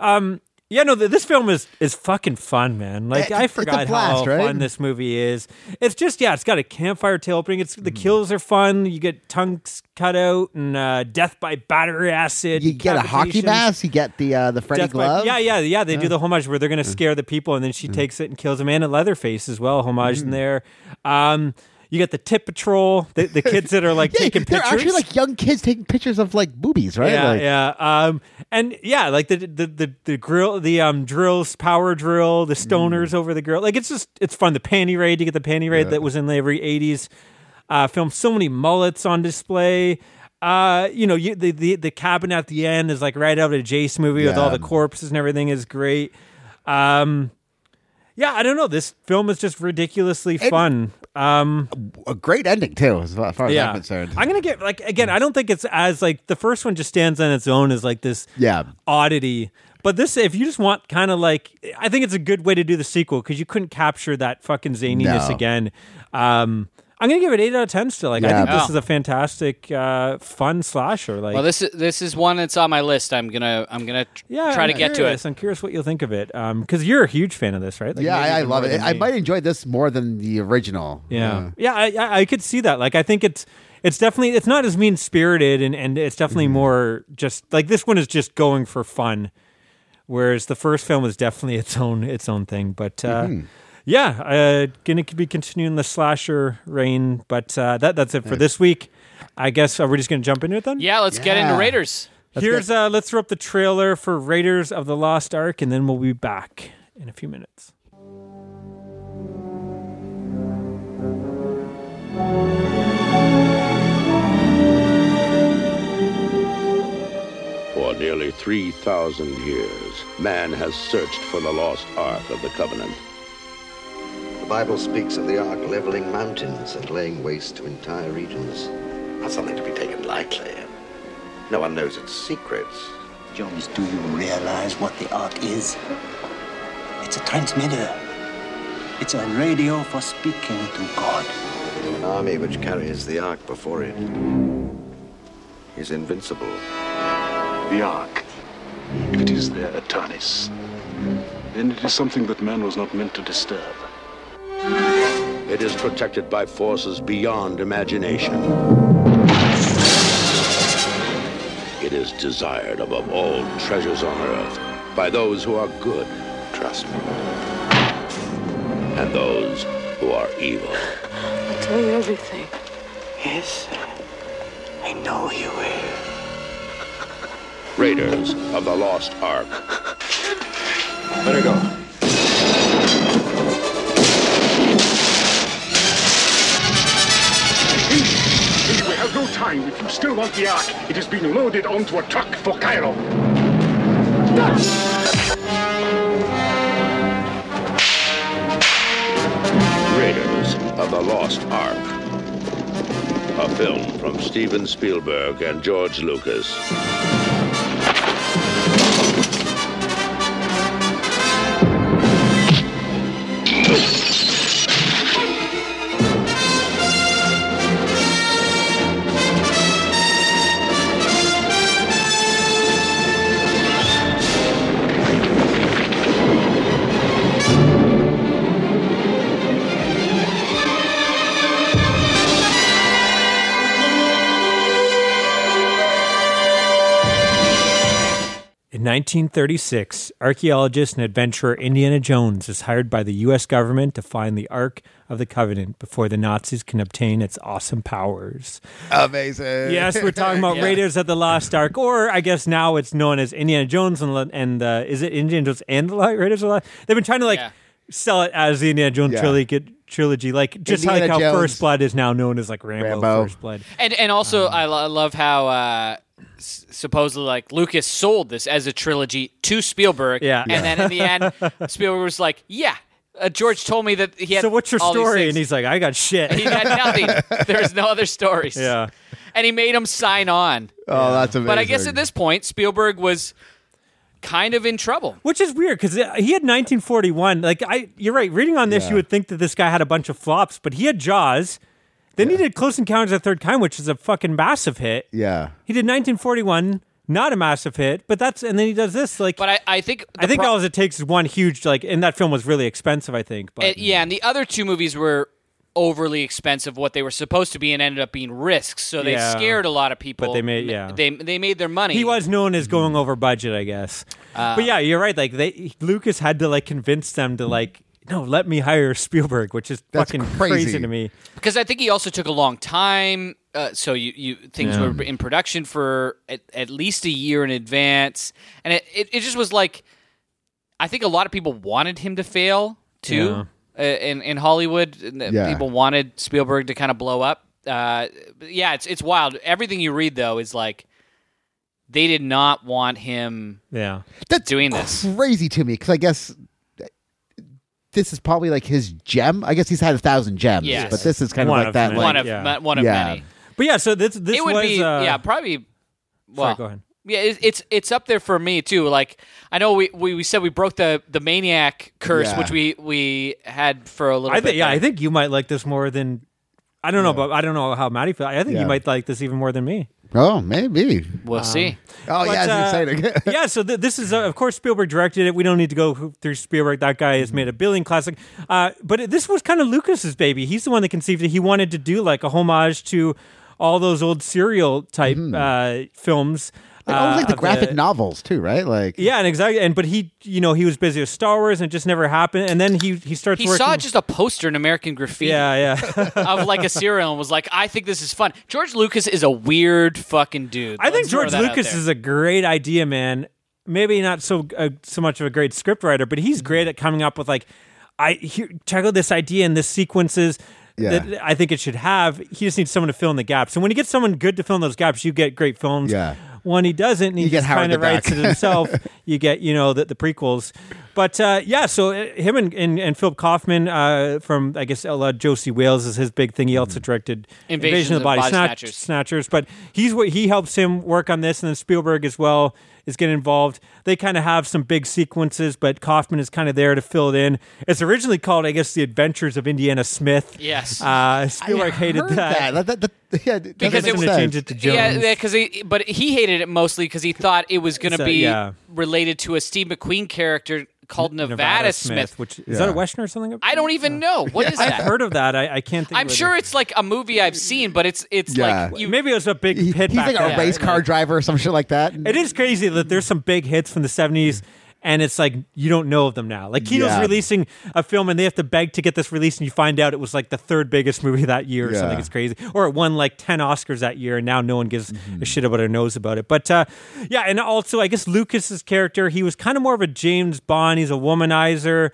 Speaker 3: um, yeah, no, th- this film is is fucking fun, man. Like
Speaker 4: It's-
Speaker 3: I
Speaker 4: it's a
Speaker 3: forgot
Speaker 4: blast,
Speaker 3: how
Speaker 4: right?
Speaker 3: fun this movie is. It's just yeah, it's got a campfire tail opening. It's
Speaker 4: Mm.
Speaker 3: the kills are fun. You get tongues cut out and uh, death by battery acid.
Speaker 4: You get a hockey
Speaker 3: decapitations,
Speaker 4: mask. You get the uh, the Freddy Mm.
Speaker 3: death by-
Speaker 4: glove.
Speaker 3: yeah, yeah, yeah. They do the homage where they're gonna scare the people, and then
Speaker 4: Mm.
Speaker 3: she takes it and kills them. And a Leatherface as well, homage in there. Um, you get the tip patrol, the, the kids that are like
Speaker 4: Yeah,
Speaker 3: taking
Speaker 4: they're
Speaker 3: pictures.
Speaker 4: actually like young kids taking pictures of like boobies, right?
Speaker 3: Yeah,
Speaker 4: like,
Speaker 3: yeah. Um, and yeah, like the the the, the grill, the um drills, power drill, the stoners
Speaker 4: Mm.
Speaker 3: over the grill. Like it's just it's fun. The panty raid, you get the panty raid that was in every '80s uh, film. So many mullets on display. Uh, you know, you, the, the the cabin at the end is like right out of a Jace movie with all
Speaker 4: Yeah.
Speaker 3: the corpses and everything is great. Um, yeah, I don't know. This film is just ridiculously fun. Um,
Speaker 4: A great ending too, as far as I'm concerned.
Speaker 3: I'm gonna get like again. I don't think it's as like the first one just stands on its own as like this
Speaker 4: Yeah.
Speaker 3: oddity. But this, if you just want kind of like, I think it's a good way to do the sequel because you couldn't capture that fucking zaniness
Speaker 4: No.
Speaker 3: again. Um, I'm gonna give it eight out of ten. Still, like I
Speaker 4: Yeah.
Speaker 3: think this
Speaker 1: Oh.
Speaker 3: is a fantastic, uh, fun slasher. Like,
Speaker 1: Well, this is this is one that's on my list. I'm gonna I'm gonna tr-
Speaker 3: yeah,
Speaker 1: try
Speaker 3: I'm
Speaker 1: to get to
Speaker 3: curious.
Speaker 1: it.
Speaker 3: I'm curious what you'll think of it because you're a huge fan of this, right? Like,
Speaker 4: Yeah,
Speaker 3: maybe
Speaker 4: I, I
Speaker 3: even
Speaker 4: love
Speaker 3: more
Speaker 4: it.
Speaker 3: than
Speaker 4: I
Speaker 3: me.
Speaker 4: might enjoy this more than the original.
Speaker 3: Yeah, yeah, I, I, I could see that. Like, I think it's it's definitely it's not as mean spirited, and and it's definitely more just like this one is just going for fun, whereas the first film was definitely its own its own thing. But uh, yeah, uh, gonna be continuing the slasher reign. But uh, that that's it for this week. I guess uh, we're just gonna jump into it then.
Speaker 1: Yeah, let's get into
Speaker 4: Yeah.
Speaker 1: Raiders.
Speaker 3: Here's uh, let's throw up the trailer for Raiders of the Lost Ark, and then we'll be back in a few minutes.
Speaker 5: For nearly 3,000 years, man has searched for the lost Ark of the Covenant.
Speaker 6: The Bible speaks of the ark leveling mountains and laying waste to entire regions. Not something to be taken lightly. No one knows its secrets.
Speaker 7: Jones, do you realize what the Ark is? It's a transmitter. It's a radio for speaking to God.
Speaker 6: An army which carries the ark before it is invincible.
Speaker 8: The Ark, if it is their Eternis, then it is something that man was not meant to disturb.
Speaker 5: It is protected by forces beyond imagination. It is desired above all treasures on earth by those who are good. Trust me. And those who are evil.
Speaker 9: I'll tell you everything.
Speaker 7: Yes, I know you will.
Speaker 5: Raiders of the Lost Ark.
Speaker 6: Let her go.
Speaker 8: We have no time. If you still want the Ark, it is being loaded onto a truck for Cairo.
Speaker 5: Raiders of the Lost Ark. A film from Steven Spielberg and George Lucas.
Speaker 3: 1936, archaeologist and adventurer Indiana Jones is hired by the U.S. government to find the Ark of the Covenant before the Nazis can obtain its awesome powers.
Speaker 4: Uh, Amazing.
Speaker 3: Yes, we're talking about Raiders of the Lost Ark, or I guess now it's known as Indiana Jones and the- and uh, is it Indiana Jones and the Li- Raiders of the Lost? They've been trying to like
Speaker 1: Yeah.
Speaker 3: sell it as the Indiana Jones
Speaker 4: Yeah.
Speaker 3: trilogy, trilogy, like just
Speaker 4: Indiana
Speaker 3: like how
Speaker 4: Jones.
Speaker 3: First Blood is now known as like Rambo,
Speaker 4: Rambo.
Speaker 3: First Blood.
Speaker 1: And and also,
Speaker 3: Um.
Speaker 1: I, lo- I love how uh, s- supposedly like Lucas sold this as a trilogy to Spielberg.
Speaker 3: Yeah.
Speaker 1: and
Speaker 3: Yeah.
Speaker 1: then in the end, Spielberg was like, "Yeah, uh, George told me that he had."
Speaker 3: So what's your
Speaker 1: all these
Speaker 3: story?
Speaker 1: things."
Speaker 3: And he's like, I got
Speaker 1: he
Speaker 3: shit.
Speaker 1: had nothing. There's no other stories.
Speaker 3: yeah.
Speaker 1: and he made him sign on.
Speaker 4: Oh, that's amazing.
Speaker 1: But I guess at this point, Spielberg was kind of in trouble.
Speaker 3: Which is weird because he had 1941. Like I, you're right. Reading on this, you would think that this guy had a bunch of flops, but he had Jaws. Then he did Close Encounters of the Third Kind, which is a fucking massive hit.
Speaker 4: Yeah.
Speaker 3: He did 1941, not a massive hit, but that's and then he does this. Like
Speaker 1: But I, I think the
Speaker 3: I think
Speaker 1: pro-
Speaker 3: all it takes is one huge like, and that film was really expensive. I think, but
Speaker 1: Uh, yeah, and the other two movies were overly expensive what they were supposed to be and ended up being risks so they
Speaker 3: Yeah.
Speaker 1: scared a lot of people
Speaker 3: they made-
Speaker 1: M-
Speaker 3: yeah.
Speaker 1: they, they made their money
Speaker 3: he was known as going over budget, I guess.
Speaker 1: Uh,
Speaker 3: but yeah, you're right. Like they, Lucas had to like convince them to like. No, let me hire Spielberg, which is
Speaker 4: That's
Speaker 3: fucking
Speaker 4: crazy.
Speaker 3: to me.
Speaker 1: because I think he also took a long time. Uh, so you, you things were in production for at, at least a year in advance, and it, it, it just was like I think a lot of people wanted him to fail too.
Speaker 3: Yeah.
Speaker 1: Uh, in in Hollywood, and that
Speaker 4: Yeah.
Speaker 1: people wanted Spielberg to kind of blow up. Uh, but yeah, it's it's wild. Everything you read though is like they did not want him.
Speaker 3: Yeah.
Speaker 4: That's
Speaker 1: doing this.
Speaker 4: crazy to me because I guess this is probably like his gem. I guess he's had a thousand gems,
Speaker 1: Yes.
Speaker 4: but this is kind
Speaker 3: One
Speaker 4: of like
Speaker 3: of
Speaker 4: that.
Speaker 3: many.
Speaker 4: like-
Speaker 1: One of
Speaker 3: yeah.
Speaker 1: ma- one of
Speaker 4: Yeah.
Speaker 1: many.
Speaker 3: But yeah, so this this
Speaker 1: it would
Speaker 3: was
Speaker 1: be
Speaker 3: uh,
Speaker 1: yeah probably well
Speaker 3: go ahead.
Speaker 1: yeah it, it's it's up there for me too like i know we, we, we said we broke the the maniac curse
Speaker 4: Yeah.
Speaker 1: which we we had for a little
Speaker 3: I
Speaker 1: bit
Speaker 3: think yeah,
Speaker 1: there.
Speaker 3: I think you might like this more than I don't know, but I don't know how Maddie feels. I think
Speaker 4: Yeah.
Speaker 3: you might like this even more than me.
Speaker 4: oh, maybe.
Speaker 1: we'll see
Speaker 4: Oh, yeah,
Speaker 3: uh,
Speaker 4: it's exciting.
Speaker 3: yeah, so th- this is uh, of course Spielberg directed it. We don't need to go who- through Spielberg. That guy
Speaker 4: Mm-hmm.
Speaker 3: has made a billion classic. Uh, but it- this was kind of Lucas's baby. He's the one that conceived it. He wanted to do like a homage to all those old serial type uh, films.
Speaker 4: I almost Mm-hmm. like
Speaker 3: uh,
Speaker 4: the
Speaker 3: of
Speaker 4: graphic novels too, right? Like,
Speaker 3: Yeah, and exactly. And but he, you know, he was busy with Star Wars, and it just never happened. And then he he starts.
Speaker 1: he
Speaker 3: working,
Speaker 1: saw just a poster in american graffiti
Speaker 3: Yeah, yeah.
Speaker 1: of like a serial and was like i think this is fun george lucas is a weird fucking dude
Speaker 3: I think
Speaker 1: Let's throw
Speaker 3: George
Speaker 1: that out
Speaker 3: Lucas
Speaker 1: there.
Speaker 3: is a great idea, man. Maybe not so uh, so much of a great scriptwriter, but he's great at coming up with like, I here, check out this idea and this sequences
Speaker 4: Yeah.
Speaker 3: that I think it should have. He just needs someone to fill in the gaps, and when you get someone good to fill in those gaps, you get great films.
Speaker 4: Yeah.
Speaker 3: When he doesn't, and he
Speaker 4: You get
Speaker 3: just
Speaker 4: Howard
Speaker 3: kind
Speaker 4: the
Speaker 3: of writes
Speaker 4: Duck.
Speaker 3: it himself. you get you know the, the prequels, but uh, yeah. So uh, him and, and, and Philip Kaufman uh, from I guess Ella Josie Wales is his big thing. He also
Speaker 4: Mm-hmm.
Speaker 3: directed
Speaker 1: Invasion of the Body Snatchers.
Speaker 3: snatchers. But he's what he helps him work on this, and then Spielberg as well is getting involved. They kind of have some big sequences, but Kaufman is kind of there to fill it in. It's originally called, I guess, The Adventures of Indiana Smith.
Speaker 1: Yes.
Speaker 3: uh,
Speaker 4: I
Speaker 3: Spielberg hated
Speaker 4: heard
Speaker 3: that.
Speaker 4: that. that- that- yeah, that
Speaker 1: Because
Speaker 4: makes
Speaker 1: it
Speaker 3: was-
Speaker 4: sense.
Speaker 3: Change it to Jones.
Speaker 1: Yeah, because he, but he hated it mostly because he thought it was going to
Speaker 3: So,
Speaker 1: be
Speaker 3: yeah.
Speaker 1: related to a Steve McQueen character called Nevada, Smith.
Speaker 3: which is that a western or something?
Speaker 1: I don't even know what is that.
Speaker 3: I've heard of that. I, I can't think.
Speaker 1: I'm
Speaker 3: of it.
Speaker 1: sure it's like a movie I've seen, but it's it's
Speaker 4: Yeah.
Speaker 1: like you
Speaker 3: maybe it was a big
Speaker 4: He-
Speaker 3: hit.
Speaker 4: he's
Speaker 3: back
Speaker 4: like a
Speaker 3: then.
Speaker 4: race car driver or some shit like that.
Speaker 3: It is crazy that there's some big hits from the 70s and it's like you don't know of them now. Like Kino's
Speaker 4: Yeah.
Speaker 3: releasing a film and they have to beg to get this released and you find out it was like the third biggest movie that year or
Speaker 4: Yeah.
Speaker 3: something. It's crazy. Or it won like 10 Oscars that year and now no one gives
Speaker 4: Mm-hmm.
Speaker 3: a shit about it or knows about it. But uh, yeah, and also I guess Lucas's character, he was kind of more of a James Bond. He's a womanizer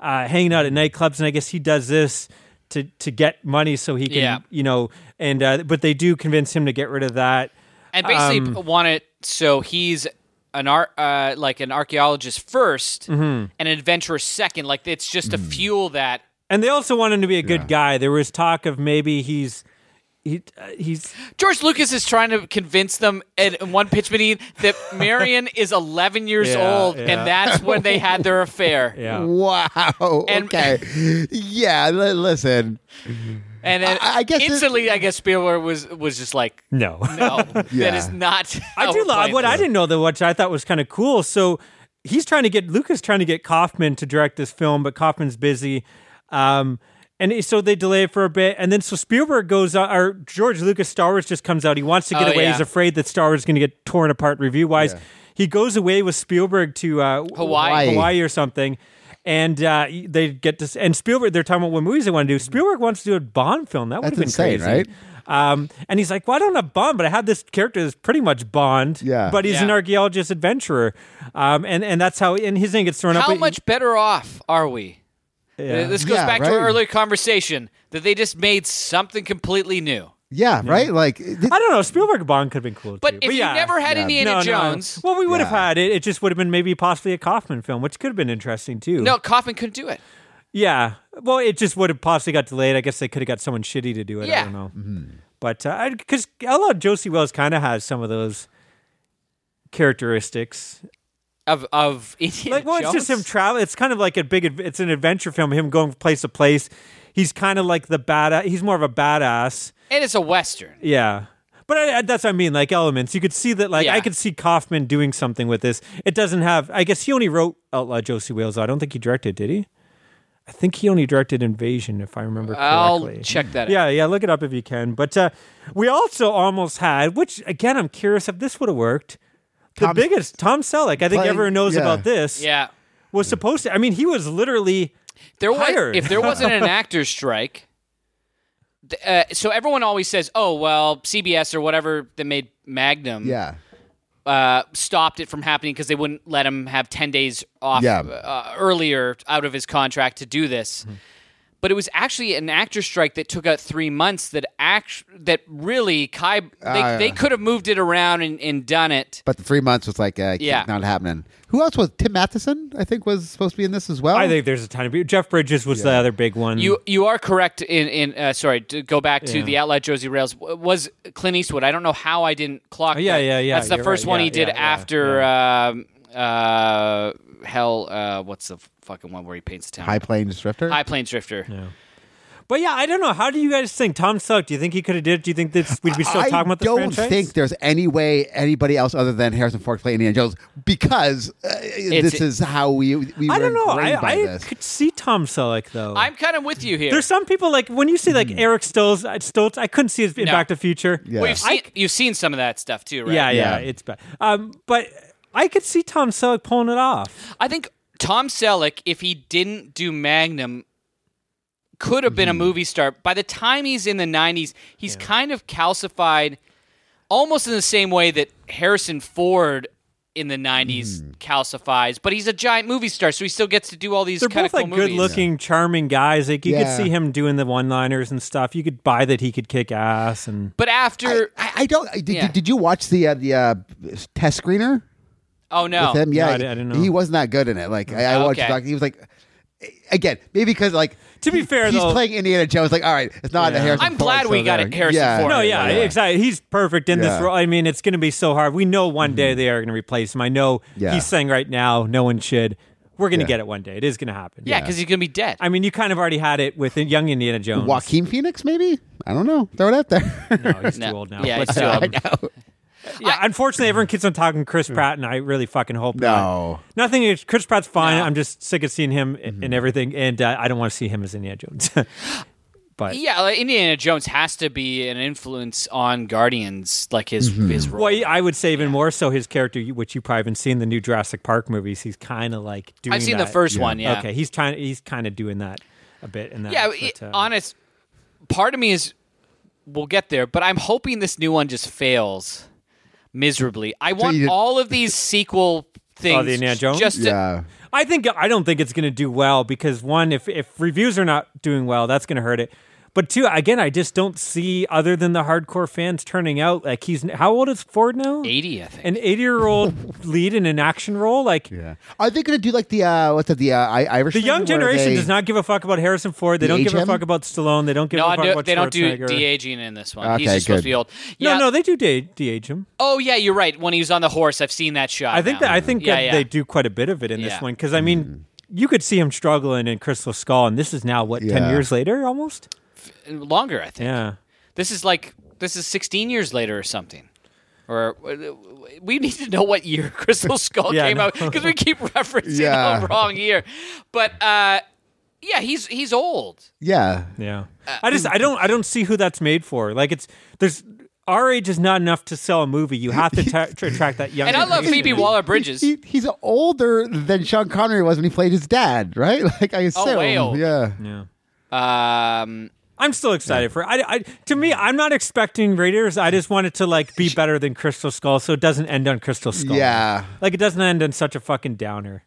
Speaker 3: uh, hanging out at nightclubs and I guess he does this to, to get money so he can,
Speaker 1: Yeah.
Speaker 3: you know, and uh, but they do convince him to get rid of that.
Speaker 1: and basically
Speaker 4: Um,
Speaker 1: want it so he's an art uh, like an archaeologist 1st
Speaker 4: Mm-hmm.
Speaker 1: an adventurer second. Like it's just to
Speaker 4: Mm.
Speaker 1: fuel that.
Speaker 3: And they also want him to be a good guy. There was talk of maybe he's he uh, he's
Speaker 1: George Lucas is trying to convince them at in one pitch meeting that Marion is 11 years
Speaker 3: Yeah,
Speaker 1: old,
Speaker 3: yeah.
Speaker 1: and that's when they had their affair.
Speaker 3: yeah.
Speaker 4: Wow.
Speaker 1: And-
Speaker 4: okay. yeah. li- listen.
Speaker 1: And then
Speaker 4: I- I guess it-
Speaker 1: instantly, I guess Spielberg was was just like,
Speaker 3: No.
Speaker 1: no, that
Speaker 4: Yeah.
Speaker 1: is not.
Speaker 3: I
Speaker 1: how
Speaker 3: do
Speaker 1: we're
Speaker 3: love
Speaker 1: playing
Speaker 3: what I
Speaker 1: this.
Speaker 3: didn't know though, which I thought was kind of cool. So he's trying to get Lucas trying to get Kaufman to direct this film, but Kaufman's busy. Um And it- so they delay it for a bit, and then so Spielberg goes out, or George Lucas Star Wars just comes out. He wants to get
Speaker 1: Oh,
Speaker 3: away.
Speaker 1: yeah.
Speaker 3: He's afraid that Star Wars is going to get torn apart review wise. He goes away with Spielberg to uh,
Speaker 1: Hawaii.
Speaker 3: Hawaii or something, and uh, they get this. And Spielberg, they're talking about what movies they want to do. Spielberg wants to do a Bond film. That would have
Speaker 4: Mm-hmm. That's
Speaker 3: been
Speaker 4: insane,
Speaker 3: crazy,
Speaker 4: right?
Speaker 3: Um, and he's like, "Well, I don't have Bond, but I have this character that's pretty much Bond.
Speaker 4: Yeah.
Speaker 3: but he's an
Speaker 1: Yeah.
Speaker 3: archaeologist adventurer, um, and and that's how and his name gets thrown up.
Speaker 1: How
Speaker 3: but-
Speaker 1: much better off are we? Uh, This goes
Speaker 4: Yeah,
Speaker 1: back to our
Speaker 4: right.
Speaker 1: earlier conversation that they just made something completely new.
Speaker 4: Yeah, right. Like th-
Speaker 3: Mm-hmm. I don't know. Spielberg Bond could have been cool,
Speaker 1: But
Speaker 3: too.
Speaker 1: if
Speaker 3: yeah.
Speaker 1: you never had Indiana Jones,
Speaker 3: Well, we would have
Speaker 4: Yeah.
Speaker 3: had it. It just would have been maybe possibly a Kaufman film, which could have been interesting too.
Speaker 1: no, Kaufman couldn't do it.
Speaker 3: yeah. Well, it just would have possibly got delayed. I guess they could have got someone shitty to do it. I
Speaker 1: Yeah.
Speaker 3: don't know.
Speaker 4: Mm-hmm.
Speaker 3: But uh, because a lot of Josie Wells kind of has some of those characteristics.
Speaker 1: Of of Indiana
Speaker 3: Like, well, it's just him
Speaker 1: Jones?
Speaker 3: travel. It's kind of like a big. adv- It's an adventure film. Him going from place to place. He's kind of like the badass. He's more of a badass.
Speaker 1: and it's a western.
Speaker 3: Yeah. But I, I- that's what I mean, like elements. You could see that, like,
Speaker 1: Yeah.
Speaker 3: I could see Kaufman doing something with this. It doesn't have, I guess he only wrote Outlaw Josie Wales. I don't think he directed, did he? I think he only directed Invasion, if I remember correctly.
Speaker 1: I'll check that. out.
Speaker 3: Yeah, yeah, look it up if you can. But uh, we also almost had, which again, I'm curious if this would have worked. The
Speaker 4: Tom-
Speaker 3: biggest, Tom Selleck, I think
Speaker 4: Playing-
Speaker 3: everyone knows
Speaker 4: yeah.
Speaker 3: about this,
Speaker 1: yeah.
Speaker 3: was supposed to, I mean, he was literally,
Speaker 1: There was
Speaker 3: Hired.
Speaker 1: if there wasn't an actors strike. th- Uh, so everyone always says, "Oh well, CBS or whatever that made Magnum
Speaker 4: yeah,
Speaker 1: uh, stopped it from happening because they wouldn't let him have ten days off
Speaker 4: Yeah. Mm-hmm.
Speaker 1: uh, earlier out of his contract to do this." But it was actually an actor strike that took out three months. That act that really Kai they,
Speaker 4: Ah, yeah. Mm-hmm.
Speaker 1: they could have moved it around and, and done it.
Speaker 4: but the three months was like uh,
Speaker 1: Yeah.
Speaker 4: not happening. Who else was Tim Matheson? I think was supposed to be in this as well.
Speaker 3: I think there's a ton of people. Jeff Bridges was the other big one.
Speaker 1: You you are correct in in uh, sorry to go back to
Speaker 3: Yeah.
Speaker 1: the outlet Josie Rails w- was Clint Eastwood. I don't know how I didn't clock.
Speaker 3: Oh, yeah,
Speaker 1: that.
Speaker 3: yeah, yeah,
Speaker 1: That's the
Speaker 3: you're
Speaker 1: first
Speaker 3: right.
Speaker 1: one
Speaker 3: Yeah,
Speaker 1: he did
Speaker 3: yeah, yeah,
Speaker 1: after um, uh, hell. Uh, what's the fucking one where he paints the town?
Speaker 4: High Plains Drifter.
Speaker 1: High Plains Drifter.
Speaker 3: But yeah, I don't know. How do you guys think? Tom Selleck, do you think he could have did it? Do you think this we'd be still
Speaker 4: I
Speaker 3: talking about this
Speaker 4: don't
Speaker 3: franchise?
Speaker 4: think there's any way anybody else other than Harrison Ford played Indiana Jones because uh, this is how we we
Speaker 3: I don't
Speaker 4: were
Speaker 3: know.
Speaker 4: ingrained by
Speaker 3: I, I
Speaker 4: this.
Speaker 3: could see Tom Selleck though.
Speaker 1: I'm kind of with you here.
Speaker 3: There's some people like when you see like Eric Stoltz, uh, Stoltz, I couldn't see his in
Speaker 1: No.
Speaker 3: Back to the Future.
Speaker 4: Hmm. Yeah.
Speaker 1: We've seen, you've seen some of that stuff too, right?
Speaker 3: yeah, yeah,
Speaker 4: Yeah.
Speaker 3: it's bad. Um, but I could see Tom Selleck pulling it off.
Speaker 1: I think Tom Selleck, if he didn't do Magnum, could have been
Speaker 3: Hmm.
Speaker 1: a movie star. By the time he's in the 90s, he's kind of calcified almost in the same way that Harrison Ford in the 90s
Speaker 3: Hmm.
Speaker 1: calcifies, but he's a giant movie star, so he still gets to do all these
Speaker 3: They're
Speaker 1: kind of
Speaker 3: both
Speaker 1: cool
Speaker 3: like
Speaker 1: movies.
Speaker 3: good-looking, charming guys. Like you
Speaker 4: Yeah.
Speaker 3: could see him doing the one-liners and stuff. You could buy that he could kick ass and
Speaker 1: But after,
Speaker 4: I, I don't. I- Did,
Speaker 1: Yeah.
Speaker 4: did you watch the uh, the uh, test screener
Speaker 1: oh no.
Speaker 4: with him? Yeah,
Speaker 3: I di- I didn't know.
Speaker 4: He wasn't that good in it. Like I, I watched.
Speaker 1: Okay.
Speaker 4: Doc, he was like, again, maybe because like
Speaker 3: To be
Speaker 4: he-
Speaker 3: fair,
Speaker 4: he's
Speaker 3: though-
Speaker 4: playing Indiana Jones. Like, all right, it's not
Speaker 3: Yeah.
Speaker 4: a Harrison.
Speaker 1: I'm
Speaker 4: Ford,
Speaker 1: glad
Speaker 4: so
Speaker 1: we got
Speaker 4: there.
Speaker 1: it, Harrison
Speaker 4: yeah.
Speaker 1: Ford.
Speaker 3: No, Oh, yeah,
Speaker 4: yeah.
Speaker 3: exactly. He's perfect in this
Speaker 4: Yeah. Mm-hmm.
Speaker 3: role. I mean, it's going to be so hard. We know one day they are going to replace him. I know
Speaker 4: Yeah.
Speaker 3: he's saying right now, no one should. We're going to
Speaker 4: Yeah.
Speaker 3: get it one day. It is going to happen.
Speaker 1: yeah, because he's going to be dead.
Speaker 3: I mean, you kind of already had it with young Indiana Jones.
Speaker 4: Joaquin Phoenix, maybe. I don't know. Throw it out there.
Speaker 3: No, he's
Speaker 1: No.
Speaker 3: too old now.
Speaker 1: Yeah,
Speaker 3: But,
Speaker 1: he's too
Speaker 3: uh,
Speaker 1: old.
Speaker 3: yeah, unfortunately, everyone keeps on talking Chris Pratt, and I really fucking hope
Speaker 4: Mm. No. Mm-hmm.
Speaker 3: not. Nothing. against- Chris Pratt's fine.
Speaker 1: No.
Speaker 3: I'm just sick of seeing him in and everything, and uh, I don't want to see him as Indiana Jones. but
Speaker 1: yeah, like, Indiana Jones has to be an influence on Guardians, like his his role.
Speaker 3: Mm-hmm. Well, I would say even more so his character, you- which you probably haven't seen the new Jurassic Park movies. He's kind of like doing.
Speaker 1: I've seen the
Speaker 3: that.
Speaker 1: first one. Yeah.
Speaker 3: Okay, he's trying. He's kind of doing that a bit in that.
Speaker 1: Yeah,
Speaker 3: but,
Speaker 1: it,
Speaker 3: uh,
Speaker 1: honest. Part of me is we'll get there, but I'm hoping this new one just fails miserably. I want
Speaker 4: you-
Speaker 1: all of these sequel things.
Speaker 3: the Indiana Jones?
Speaker 1: Just to-
Speaker 4: yeah.
Speaker 3: I think I don't think it's going to do well because one, if if reviews are not doing well, that's going to hurt it. But two, again, I just don't see other than the hardcore fans turning out. Like he's how old is Ford now?
Speaker 1: 80, I think.
Speaker 3: An eighty-year-old lead in an action role, like.
Speaker 4: Yeah. Are they going to do like the uh, what's that? The uh, I- Irish.
Speaker 3: The young generation does not give a fuck about Harrison Ford. They
Speaker 4: The
Speaker 3: don't give a
Speaker 4: HM?
Speaker 3: fuck about Stallone. They don't give
Speaker 1: no,
Speaker 3: a fuck
Speaker 1: no,
Speaker 3: about
Speaker 1: they don't do
Speaker 3: Schwarzenegger.
Speaker 1: de-aging in this one. He's
Speaker 4: Okay,
Speaker 1: just supposed to
Speaker 4: good.
Speaker 1: be old.
Speaker 3: No,
Speaker 1: Yeah.
Speaker 3: no, they do de- de-age him.
Speaker 1: oh, yeah, you're right. When he was on the horse, I've seen that shot.
Speaker 3: I think
Speaker 1: now.
Speaker 3: that I think
Speaker 1: yeah,
Speaker 3: that
Speaker 1: yeah.
Speaker 3: they do quite a bit of it in this
Speaker 1: Yeah.
Speaker 3: one because I mean, you could see him struggling in Crystal Skull, and this is now what ten
Speaker 4: Mm-hmm. Yeah.
Speaker 3: years later almost.
Speaker 1: longer. I think.
Speaker 3: Yeah,
Speaker 1: This is like this is 16 years later or something. Or uh, we need to know what year Crystal Skull
Speaker 3: Yeah, I
Speaker 1: came
Speaker 3: know.
Speaker 1: out because we keep referencing
Speaker 4: Yeah.
Speaker 1: the wrong year. But uh, yeah, he's he's old.
Speaker 4: Yeah.
Speaker 3: Yeah.
Speaker 1: Uh,
Speaker 3: I just I don't I don't see who that's made for. Like it's there's our age is not enough to sell a movie. You have to ta- tr- attract that young.
Speaker 1: And I love Phoebe Waller Bridges.
Speaker 4: He, he's older than Sean Connery was when he played his dad, right? Like
Speaker 1: Oh,
Speaker 4: I assume.
Speaker 1: way older.
Speaker 4: Yeah.
Speaker 1: Um,
Speaker 3: I'm still excited for. I, I to me I'm not expecting Raiders. I just want it to like be better than Crystal Skull, so it doesn't end on Crystal Skull.
Speaker 4: Yeah.
Speaker 3: Like it doesn't end in such a fucking downer.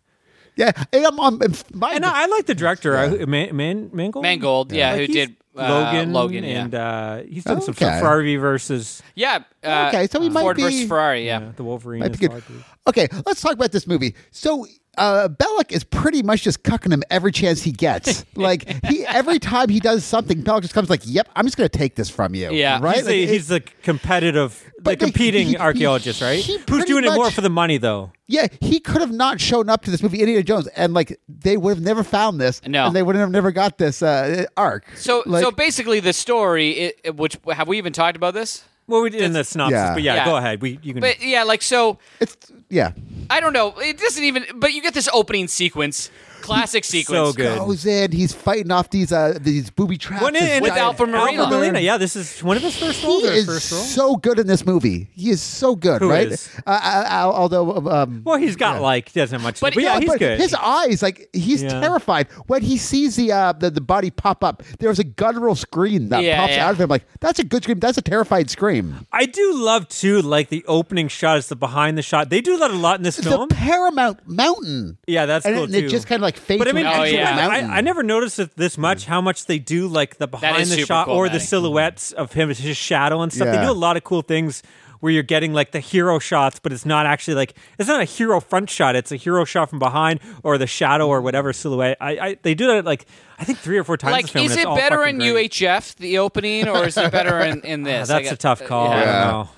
Speaker 4: Yeah. And I'm, I'm, I'm- my-
Speaker 3: And I, I like the director, I, Man, Man, Mangold.
Speaker 1: Mangold, yeah,
Speaker 3: Like,
Speaker 1: who
Speaker 3: he's
Speaker 1: did, uh,
Speaker 3: Logan?
Speaker 1: Logan, yeah.
Speaker 3: and uh, he's done some
Speaker 4: Okay.
Speaker 3: stuff. Ferrari versus
Speaker 1: yeah. Uh,
Speaker 4: Okay, so he might
Speaker 1: Ford
Speaker 4: be-
Speaker 1: versus Ferrari. Yeah.
Speaker 3: uh, the Wolverine.
Speaker 4: Might be
Speaker 3: is
Speaker 4: good.
Speaker 3: Logan.
Speaker 4: Okay, let's talk about this movie. So uh, Belloc is pretty much just cucking him every chance he gets. like he, every time he does something, Belloc just comes like, "Yep, I'm just going to take this from you."
Speaker 1: Yeah,
Speaker 4: right.
Speaker 3: He's,
Speaker 4: Like,
Speaker 3: a,
Speaker 4: it-
Speaker 3: he's the competitive, the
Speaker 4: But they-
Speaker 3: competing
Speaker 4: he- he-
Speaker 3: archaeologist, right?
Speaker 4: he
Speaker 3: Who's
Speaker 4: pretty
Speaker 3: doing it more
Speaker 4: much-
Speaker 3: for the money, though?
Speaker 4: yeah, he could have not shown up to this movie, Indiana Jones, and like they would have never found this.
Speaker 1: No.
Speaker 4: and they would have never got this uh, arc.
Speaker 1: So
Speaker 4: like,
Speaker 1: so basically, the story, it, it- which have we even talked about this?
Speaker 3: Well, we did in the synopsis,
Speaker 4: Yeah.
Speaker 3: but yeah,
Speaker 1: Yeah.
Speaker 3: go ahead. We you can.
Speaker 1: But yeah, like so,
Speaker 4: it's yeah,
Speaker 1: I don't know. It doesn't even. But you get this opening sequence, classic sequence.
Speaker 3: so good.
Speaker 4: goes in. He's fighting off these uh, these booby traps.
Speaker 3: When
Speaker 4: this
Speaker 3: in-
Speaker 1: With
Speaker 4: giant
Speaker 1: Alfred Molina.
Speaker 4: bear.
Speaker 3: Molina, yeah, this is one of his first roles.
Speaker 4: He
Speaker 3: or his
Speaker 4: is
Speaker 3: first role.
Speaker 4: so good in this movie. He is so good,
Speaker 3: Who
Speaker 4: right?
Speaker 3: is?
Speaker 4: Uh, uh, uh, although, um,
Speaker 3: well, he's got like he doesn't have much, to
Speaker 1: But
Speaker 3: do, but yeah,
Speaker 1: yeah,
Speaker 3: he's
Speaker 4: but
Speaker 3: good.
Speaker 4: his eyes, like he's
Speaker 3: Yeah.
Speaker 4: terrified when he sees the, uh, the the body pop up. There's a guttural scream that
Speaker 1: Yeah,
Speaker 4: pops
Speaker 1: yeah.
Speaker 4: out of him. Like that's a good scream. That's a terrified scream.
Speaker 3: I do love too, like the opening shot is the behind the shot. They do that a lot in this film.
Speaker 4: The Paramount Mountain.
Speaker 3: yeah, that's
Speaker 4: and
Speaker 3: cool
Speaker 4: it, and
Speaker 3: too.
Speaker 4: it just kind of like fades
Speaker 3: but I
Speaker 4: to
Speaker 3: mean,
Speaker 4: an
Speaker 1: Oh,
Speaker 4: actual
Speaker 3: actually,
Speaker 1: yeah.
Speaker 4: mountain.
Speaker 3: I, I never noticed it this much how much they do like the behind
Speaker 1: is
Speaker 3: the
Speaker 1: super
Speaker 3: shot
Speaker 1: cool, Mm-hmm.
Speaker 3: or the
Speaker 1: Matty.
Speaker 3: silhouettes of him, his shadow and stuff. They
Speaker 4: Yeah.
Speaker 3: do a lot of cool things where you're getting like the hero shots, but it's not actually like it's not a hero front shot. It's a hero shot from behind or the shadow or whatever silhouette. I, I they do that like I think three or four times. in this
Speaker 1: Like,
Speaker 3: film,
Speaker 1: is
Speaker 3: and it's
Speaker 1: it
Speaker 3: all
Speaker 1: better
Speaker 3: fucking
Speaker 1: in
Speaker 3: great.
Speaker 1: UHF the opening, or is it better in, in
Speaker 3: Ah,
Speaker 1: this? I
Speaker 3: that's
Speaker 1: got-
Speaker 3: a tough call. I
Speaker 1: yeah.
Speaker 3: don't know.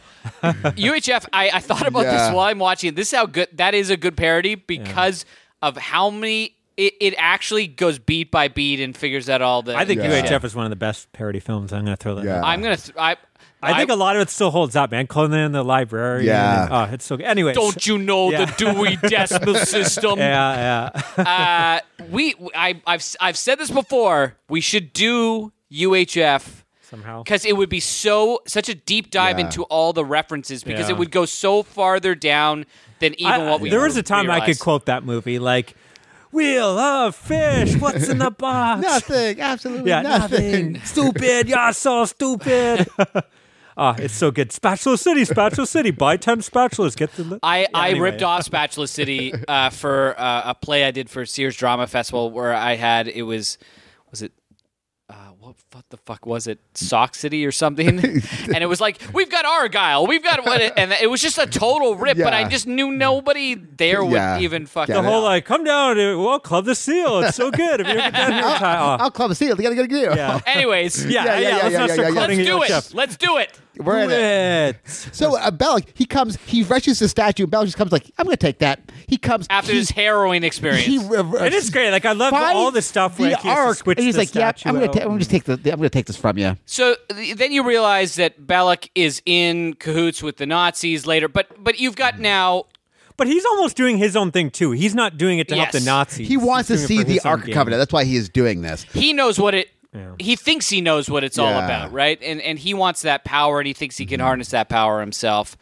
Speaker 1: UHF, I, I thought about
Speaker 4: Yeah.
Speaker 1: this while I'm watching. it. This is how good that is a good parody because of how many it, it actually goes beat by beat and figures out all the.
Speaker 3: I think
Speaker 1: the shit.
Speaker 3: UHF is one of the best parody films. I'm going to throw that.
Speaker 4: Yeah.
Speaker 3: out.
Speaker 1: I'm gonna. Th- I,
Speaker 3: I think a lot of it still holds up, man. Conan in the library.
Speaker 4: Yeah.
Speaker 3: and- oh, it's so good. Anyway,
Speaker 1: Don't you know
Speaker 3: Yeah.
Speaker 1: the Dewey Decimal System?
Speaker 3: Yeah, yeah.
Speaker 1: Uh, we, I, I've, I've said this before. We should do UHF
Speaker 3: Somehow.
Speaker 1: because it would be so such a deep dive
Speaker 4: Yeah.
Speaker 1: into all the references because
Speaker 3: Yeah.
Speaker 1: it would go so farther down than even
Speaker 3: I-
Speaker 1: what we.
Speaker 3: there was a time I could
Speaker 1: realized.
Speaker 3: quote that movie like "Wheel of Fish, what's in the box?"
Speaker 4: nothing. Absolutely
Speaker 3: yeah,
Speaker 4: nothing.
Speaker 3: nothing. stupid, you're so stupid. Ah, it's so good. Spatula City, Spatula City. Buy ten spatulas, get the. Li-
Speaker 1: I, I
Speaker 3: anyway.
Speaker 1: ripped off Spatula City uh, for uh, a play I did for Sears Drama Festival where I had it was was it uh, what what the fuck was it Sock City or something and it was like we've got Argyle we've got what and it was just a total rip but I
Speaker 4: Yeah.
Speaker 1: just knew nobody there would
Speaker 4: Yeah.
Speaker 1: even fucking
Speaker 4: Get
Speaker 3: the whole like, come down, to, well, Club the Seal. It's so good. If you ever get down here, Ty- oh,
Speaker 4: I'll club a seal. You gotta get a
Speaker 3: yeah.
Speaker 1: anyways
Speaker 3: Yeah, yeah,
Speaker 4: yeah, yeah,
Speaker 3: Let's not
Speaker 4: yeah, yeah,
Speaker 3: start
Speaker 4: yeah,
Speaker 1: let's
Speaker 3: quoting
Speaker 1: do
Speaker 3: the
Speaker 1: it
Speaker 3: chef.
Speaker 1: let's do it
Speaker 4: We're in it. So uh, Belloc, he comes, he rushes the statue, and Belloc just comes like, "I'm going to take that." He comes
Speaker 1: after
Speaker 4: he,
Speaker 1: this harrowing experience
Speaker 4: he, uh, uh,
Speaker 3: It is great. Like I love
Speaker 4: finds
Speaker 3: all the stuff.
Speaker 4: the
Speaker 3: Like he has to
Speaker 4: arc,
Speaker 3: switch
Speaker 4: and he's
Speaker 3: the
Speaker 4: like, "Yeah, I'm
Speaker 3: statue
Speaker 4: going
Speaker 3: out
Speaker 4: to I'm going to
Speaker 3: and-
Speaker 4: take the I'm going to take this from you."
Speaker 1: So th- then you realize that Balak is in cahoots with the Nazis later, but but you've got now
Speaker 3: But he's almost doing his own thing too. He's not doing it to help
Speaker 1: Yes.
Speaker 3: the Nazis.
Speaker 4: He wants to
Speaker 3: He's doing
Speaker 4: see
Speaker 3: it for
Speaker 4: the
Speaker 3: his own
Speaker 4: Ark of
Speaker 3: gain.
Speaker 4: Covenant. That's why he is doing this.
Speaker 1: he knows what it
Speaker 3: Yeah.
Speaker 1: he thinks he knows what it's all
Speaker 4: Yeah.
Speaker 1: about, right? And and he wants that power and he thinks he can harness that power himself.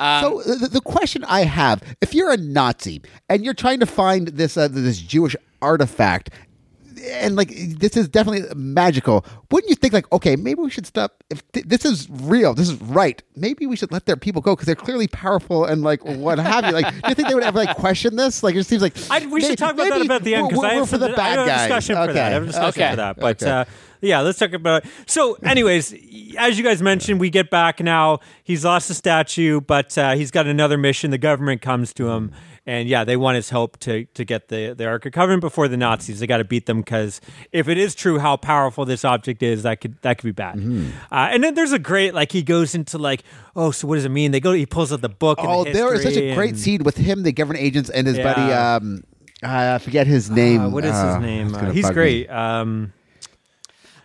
Speaker 1: Um,
Speaker 4: So the, the question I have: If you're a Nazi and you're trying to find this uh, this Jewish artifact, and like this is definitely magical, wouldn't you think like, okay, maybe we should stop? If th- this is real, this is right. Maybe we should let their people go because they're clearly powerful and like what have you? Like, do you think they would ever like question this? Like, it seems like
Speaker 3: I, we
Speaker 4: may-
Speaker 3: should talk about that
Speaker 4: maybe
Speaker 3: about the end
Speaker 4: we're-
Speaker 3: because I
Speaker 4: we're
Speaker 3: have
Speaker 4: for the
Speaker 3: something- I
Speaker 4: bad
Speaker 3: have a
Speaker 4: guys.
Speaker 3: discussion for that. I have a
Speaker 4: Okay.
Speaker 3: discussion
Speaker 1: Okay.
Speaker 3: for that. But
Speaker 4: Okay.
Speaker 3: uh, yeah, let's talk about. So, anyways, as you guys mentioned, we get back now. He's lost the statue, but uh, he's got another mission. The government comes to him, and yeah, they want his help to to get the the Ark of Covenant before the Nazis. They got to beat them because if it is true how powerful this object is, that could that could be bad.
Speaker 4: Mm-hmm.
Speaker 3: Uh, and then there's a great like he goes into like oh so what does it mean? They go he pulls out the book. and
Speaker 4: Oh,
Speaker 3: the
Speaker 4: there is such
Speaker 3: history
Speaker 4: a great
Speaker 3: and-
Speaker 4: scene with him, the government agents, and his
Speaker 3: Yeah.
Speaker 4: buddy. Um, I forget his name.
Speaker 3: Uh, what is
Speaker 4: Uh,
Speaker 3: his name?
Speaker 4: it's
Speaker 3: Uh,
Speaker 4: gonna
Speaker 3: he's
Speaker 4: bug me.
Speaker 3: great. Um,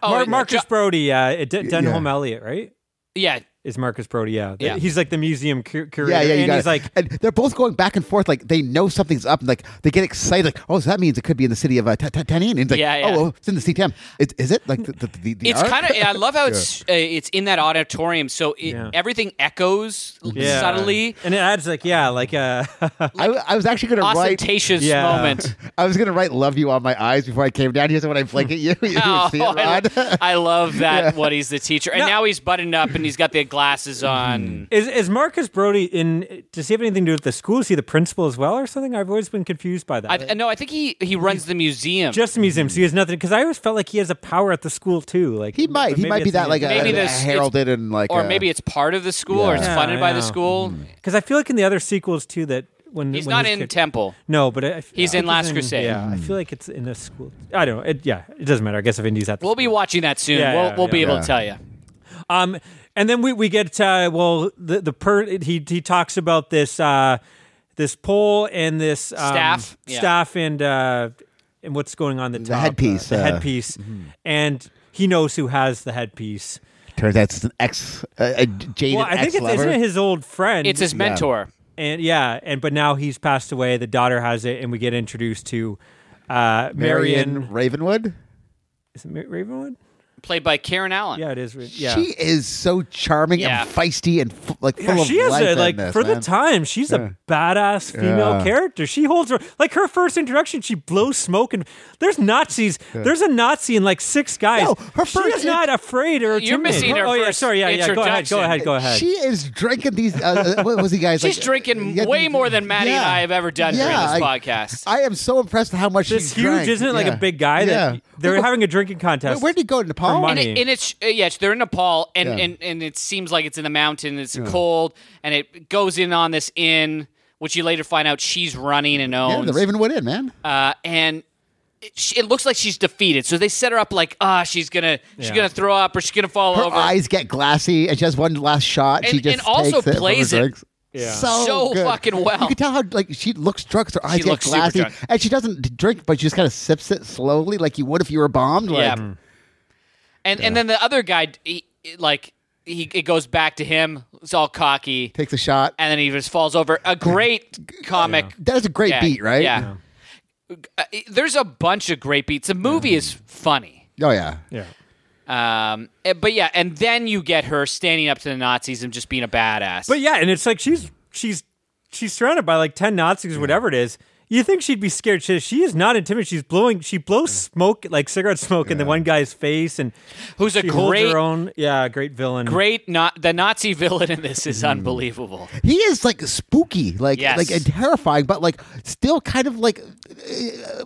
Speaker 1: oh,
Speaker 3: Mar-
Speaker 1: and
Speaker 3: Marcus
Speaker 1: Jo-
Speaker 3: Brody, uh, at Den-
Speaker 4: Yeah.
Speaker 3: Denholm Elliott, right?
Speaker 1: yeah,
Speaker 3: is Marcus Brody. Yeah,
Speaker 1: Yeah.
Speaker 3: he's like the museum cu- curator.
Speaker 4: Yeah, yeah, you
Speaker 3: and
Speaker 4: got
Speaker 3: he's
Speaker 4: it.
Speaker 3: like,
Speaker 4: and they're both going back and forth. Like they know something's up, and like they get excited. Like, oh, so that means it could be in the city of uh, T- T- Tanin. And it's like,
Speaker 1: Yeah, yeah.
Speaker 4: oh, well, it's in the CTM. Is, is it like the the, the, the
Speaker 1: It's
Speaker 4: arc?
Speaker 1: kind of. I love how it's uh, it's in that auditorium, so it,
Speaker 3: Yeah.
Speaker 1: everything echoes
Speaker 3: yeah.
Speaker 1: subtly.
Speaker 3: and it adds like, yeah, like uh,
Speaker 4: I, I was actually going to write.
Speaker 1: Ostentatious
Speaker 3: Yeah.
Speaker 1: moment.
Speaker 4: I was going to write "Love You" on my eyes before I came down here. So when I blink at you, you would see it,
Speaker 1: Oh, I,
Speaker 4: Rod.
Speaker 1: I love that. What he's the teacher, and
Speaker 3: No.
Speaker 1: now he's buttoned up, and he's got the glasses on.
Speaker 3: is is Marcus Brody in? Does he have anything to do with the school? Is he the principal as well, or something? I've always been confused by that.
Speaker 1: I, no, I think he he runs the museum.
Speaker 3: just the museum, so he has nothing. Because I always felt like he has a power at the school too. Like
Speaker 4: he might.
Speaker 3: but
Speaker 4: He
Speaker 3: maybe
Speaker 4: might be
Speaker 3: it's
Speaker 4: that
Speaker 3: the-
Speaker 4: like a,
Speaker 1: Maybe
Speaker 4: a
Speaker 1: there's- it's-
Speaker 4: heralded and like,
Speaker 1: or
Speaker 4: a-
Speaker 1: maybe it's part of the school, or it's
Speaker 4: Yeah. Mm.
Speaker 1: funded by
Speaker 3: Yeah.
Speaker 1: the school.
Speaker 3: Because I feel like in the other sequels too that when
Speaker 1: He's
Speaker 3: when
Speaker 1: not
Speaker 3: his
Speaker 1: in
Speaker 3: kid-
Speaker 1: Temple.
Speaker 3: No, but I, I
Speaker 1: He's
Speaker 3: think
Speaker 1: in Last Crusade.
Speaker 3: Yeah,
Speaker 4: Hmm.
Speaker 3: I feel like it's in a school. I don't know. It, yeah, it doesn't matter. I guess if Indy's at the
Speaker 1: We'll be watching that soon.
Speaker 3: Yeah,
Speaker 1: we'll
Speaker 3: yeah,
Speaker 1: we'll be
Speaker 3: yeah.
Speaker 1: able to tell you.
Speaker 3: Um, and then we we get uh, well the the per he he talks about this uh this pole and this um,
Speaker 1: Staff, yeah.
Speaker 3: staff and uh and what's going on the, top, uh,
Speaker 4: headpiece,
Speaker 3: the
Speaker 4: uh,
Speaker 3: headpiece and he knows who has the headpiece.
Speaker 4: turns out it's an ex, uh, a jaded
Speaker 3: Well, I think it's
Speaker 4: ex-lover.
Speaker 3: isn't it his old friend.
Speaker 1: It's his mentor.
Speaker 3: and yeah, and but now he's passed away. The daughter has it, and we get introduced to uh Marion.
Speaker 4: Ravenwood.
Speaker 3: Is it Mar- Ravenwood?
Speaker 1: played by Karen Allen.
Speaker 3: Yeah, it is. Ra- Yeah.
Speaker 4: She is so charming
Speaker 1: Yeah.
Speaker 4: and feisty and f- like full
Speaker 3: Yeah,
Speaker 4: of
Speaker 3: she is
Speaker 4: life
Speaker 3: a,
Speaker 4: in
Speaker 3: like
Speaker 4: this,
Speaker 3: for the
Speaker 4: man.
Speaker 3: time. She's a badass female
Speaker 4: Yeah.
Speaker 3: character. She holds her like her first introduction. She blows smoke and there's Nazis. There's a Nazi and like six guys.
Speaker 4: No, her
Speaker 3: she
Speaker 4: first
Speaker 3: is not afraid or
Speaker 1: You're
Speaker 3: timid.
Speaker 1: missing her
Speaker 3: oh yeah,
Speaker 1: first
Speaker 3: sorry. Yeah, yeah. Go ahead. Go ahead. Go ahead.
Speaker 4: She is drinking these. Uh, uh, what was he guys?
Speaker 1: She's
Speaker 4: like,
Speaker 1: drinking
Speaker 4: yeah,
Speaker 1: way more than Maddie and
Speaker 4: yeah.
Speaker 1: I have ever done during
Speaker 4: Yeah,
Speaker 1: this
Speaker 4: I-
Speaker 1: podcast.
Speaker 4: I am so impressed with how much
Speaker 3: this
Speaker 4: she
Speaker 3: huge
Speaker 4: drank.
Speaker 3: isn't it like
Speaker 4: Yeah.
Speaker 3: a big guy that
Speaker 4: Yeah.
Speaker 3: they're having a drinking
Speaker 4: Wait,
Speaker 3: contest.
Speaker 4: where'd he go to Nepal?
Speaker 3: money.
Speaker 1: and, it, and it's uh, yes, they're in Nepal, and,
Speaker 4: Yeah.
Speaker 1: and and it seems like it's in the mountain. It's cold, and it goes in on this inn, which you later find out she's running and
Speaker 4: Yeah,
Speaker 1: owns.
Speaker 4: the Ravenwood Inn, man.
Speaker 1: uh, and it, she, it looks like she's defeated. So they set her up like, ah, she's gonna she's
Speaker 3: Yeah.
Speaker 1: gonna throw up or she's gonna fall
Speaker 4: Her
Speaker 1: over.
Speaker 4: eyes get glassy, and she has one last shot. she
Speaker 1: And-
Speaker 4: just
Speaker 1: and also
Speaker 4: takes it from
Speaker 1: plays
Speaker 4: her
Speaker 1: it
Speaker 4: drinks.
Speaker 3: Yeah.
Speaker 4: So,
Speaker 1: So
Speaker 4: good.
Speaker 1: fucking well.
Speaker 4: You can tell how like she looks drunk. 'cause Her eyes
Speaker 1: She
Speaker 4: get
Speaker 1: looks super
Speaker 4: glassy,
Speaker 1: drunk.
Speaker 4: and she doesn't drink, but she just kind of sips it slowly, like you would if you were bombed.
Speaker 1: yeah,
Speaker 4: Like, hmm.
Speaker 1: and and then the other guy, he, like he, it goes back to him. It's all cocky.
Speaker 4: takes a shot.
Speaker 1: and then he just falls over. A great comic.
Speaker 4: That is a great
Speaker 1: yeah,
Speaker 4: beat, right?
Speaker 1: Yeah. Uh, it- There's a bunch of great beats. The movie is funny.
Speaker 4: Oh yeah.
Speaker 3: yeah.
Speaker 1: Um, eh, but yeah, and then you get her standing up to the Nazis and just being a badass.
Speaker 3: But yeah, and it's like she's she's she's surrounded by like ten Nazis, whatever it is. You think she'd be scared? She, she is not intimidated. She's blowing. She blows smoke, like cigarette smoke, in the one guy's face, and
Speaker 1: Who's a
Speaker 3: she holds
Speaker 1: great-
Speaker 3: her own. Yeah, great villain.
Speaker 1: great, not the Nazi villain in this is
Speaker 4: Hmm.
Speaker 1: unbelievable.
Speaker 4: He is like spooky, like
Speaker 1: Yes.
Speaker 4: like and terrifying, but like still kind of like uh,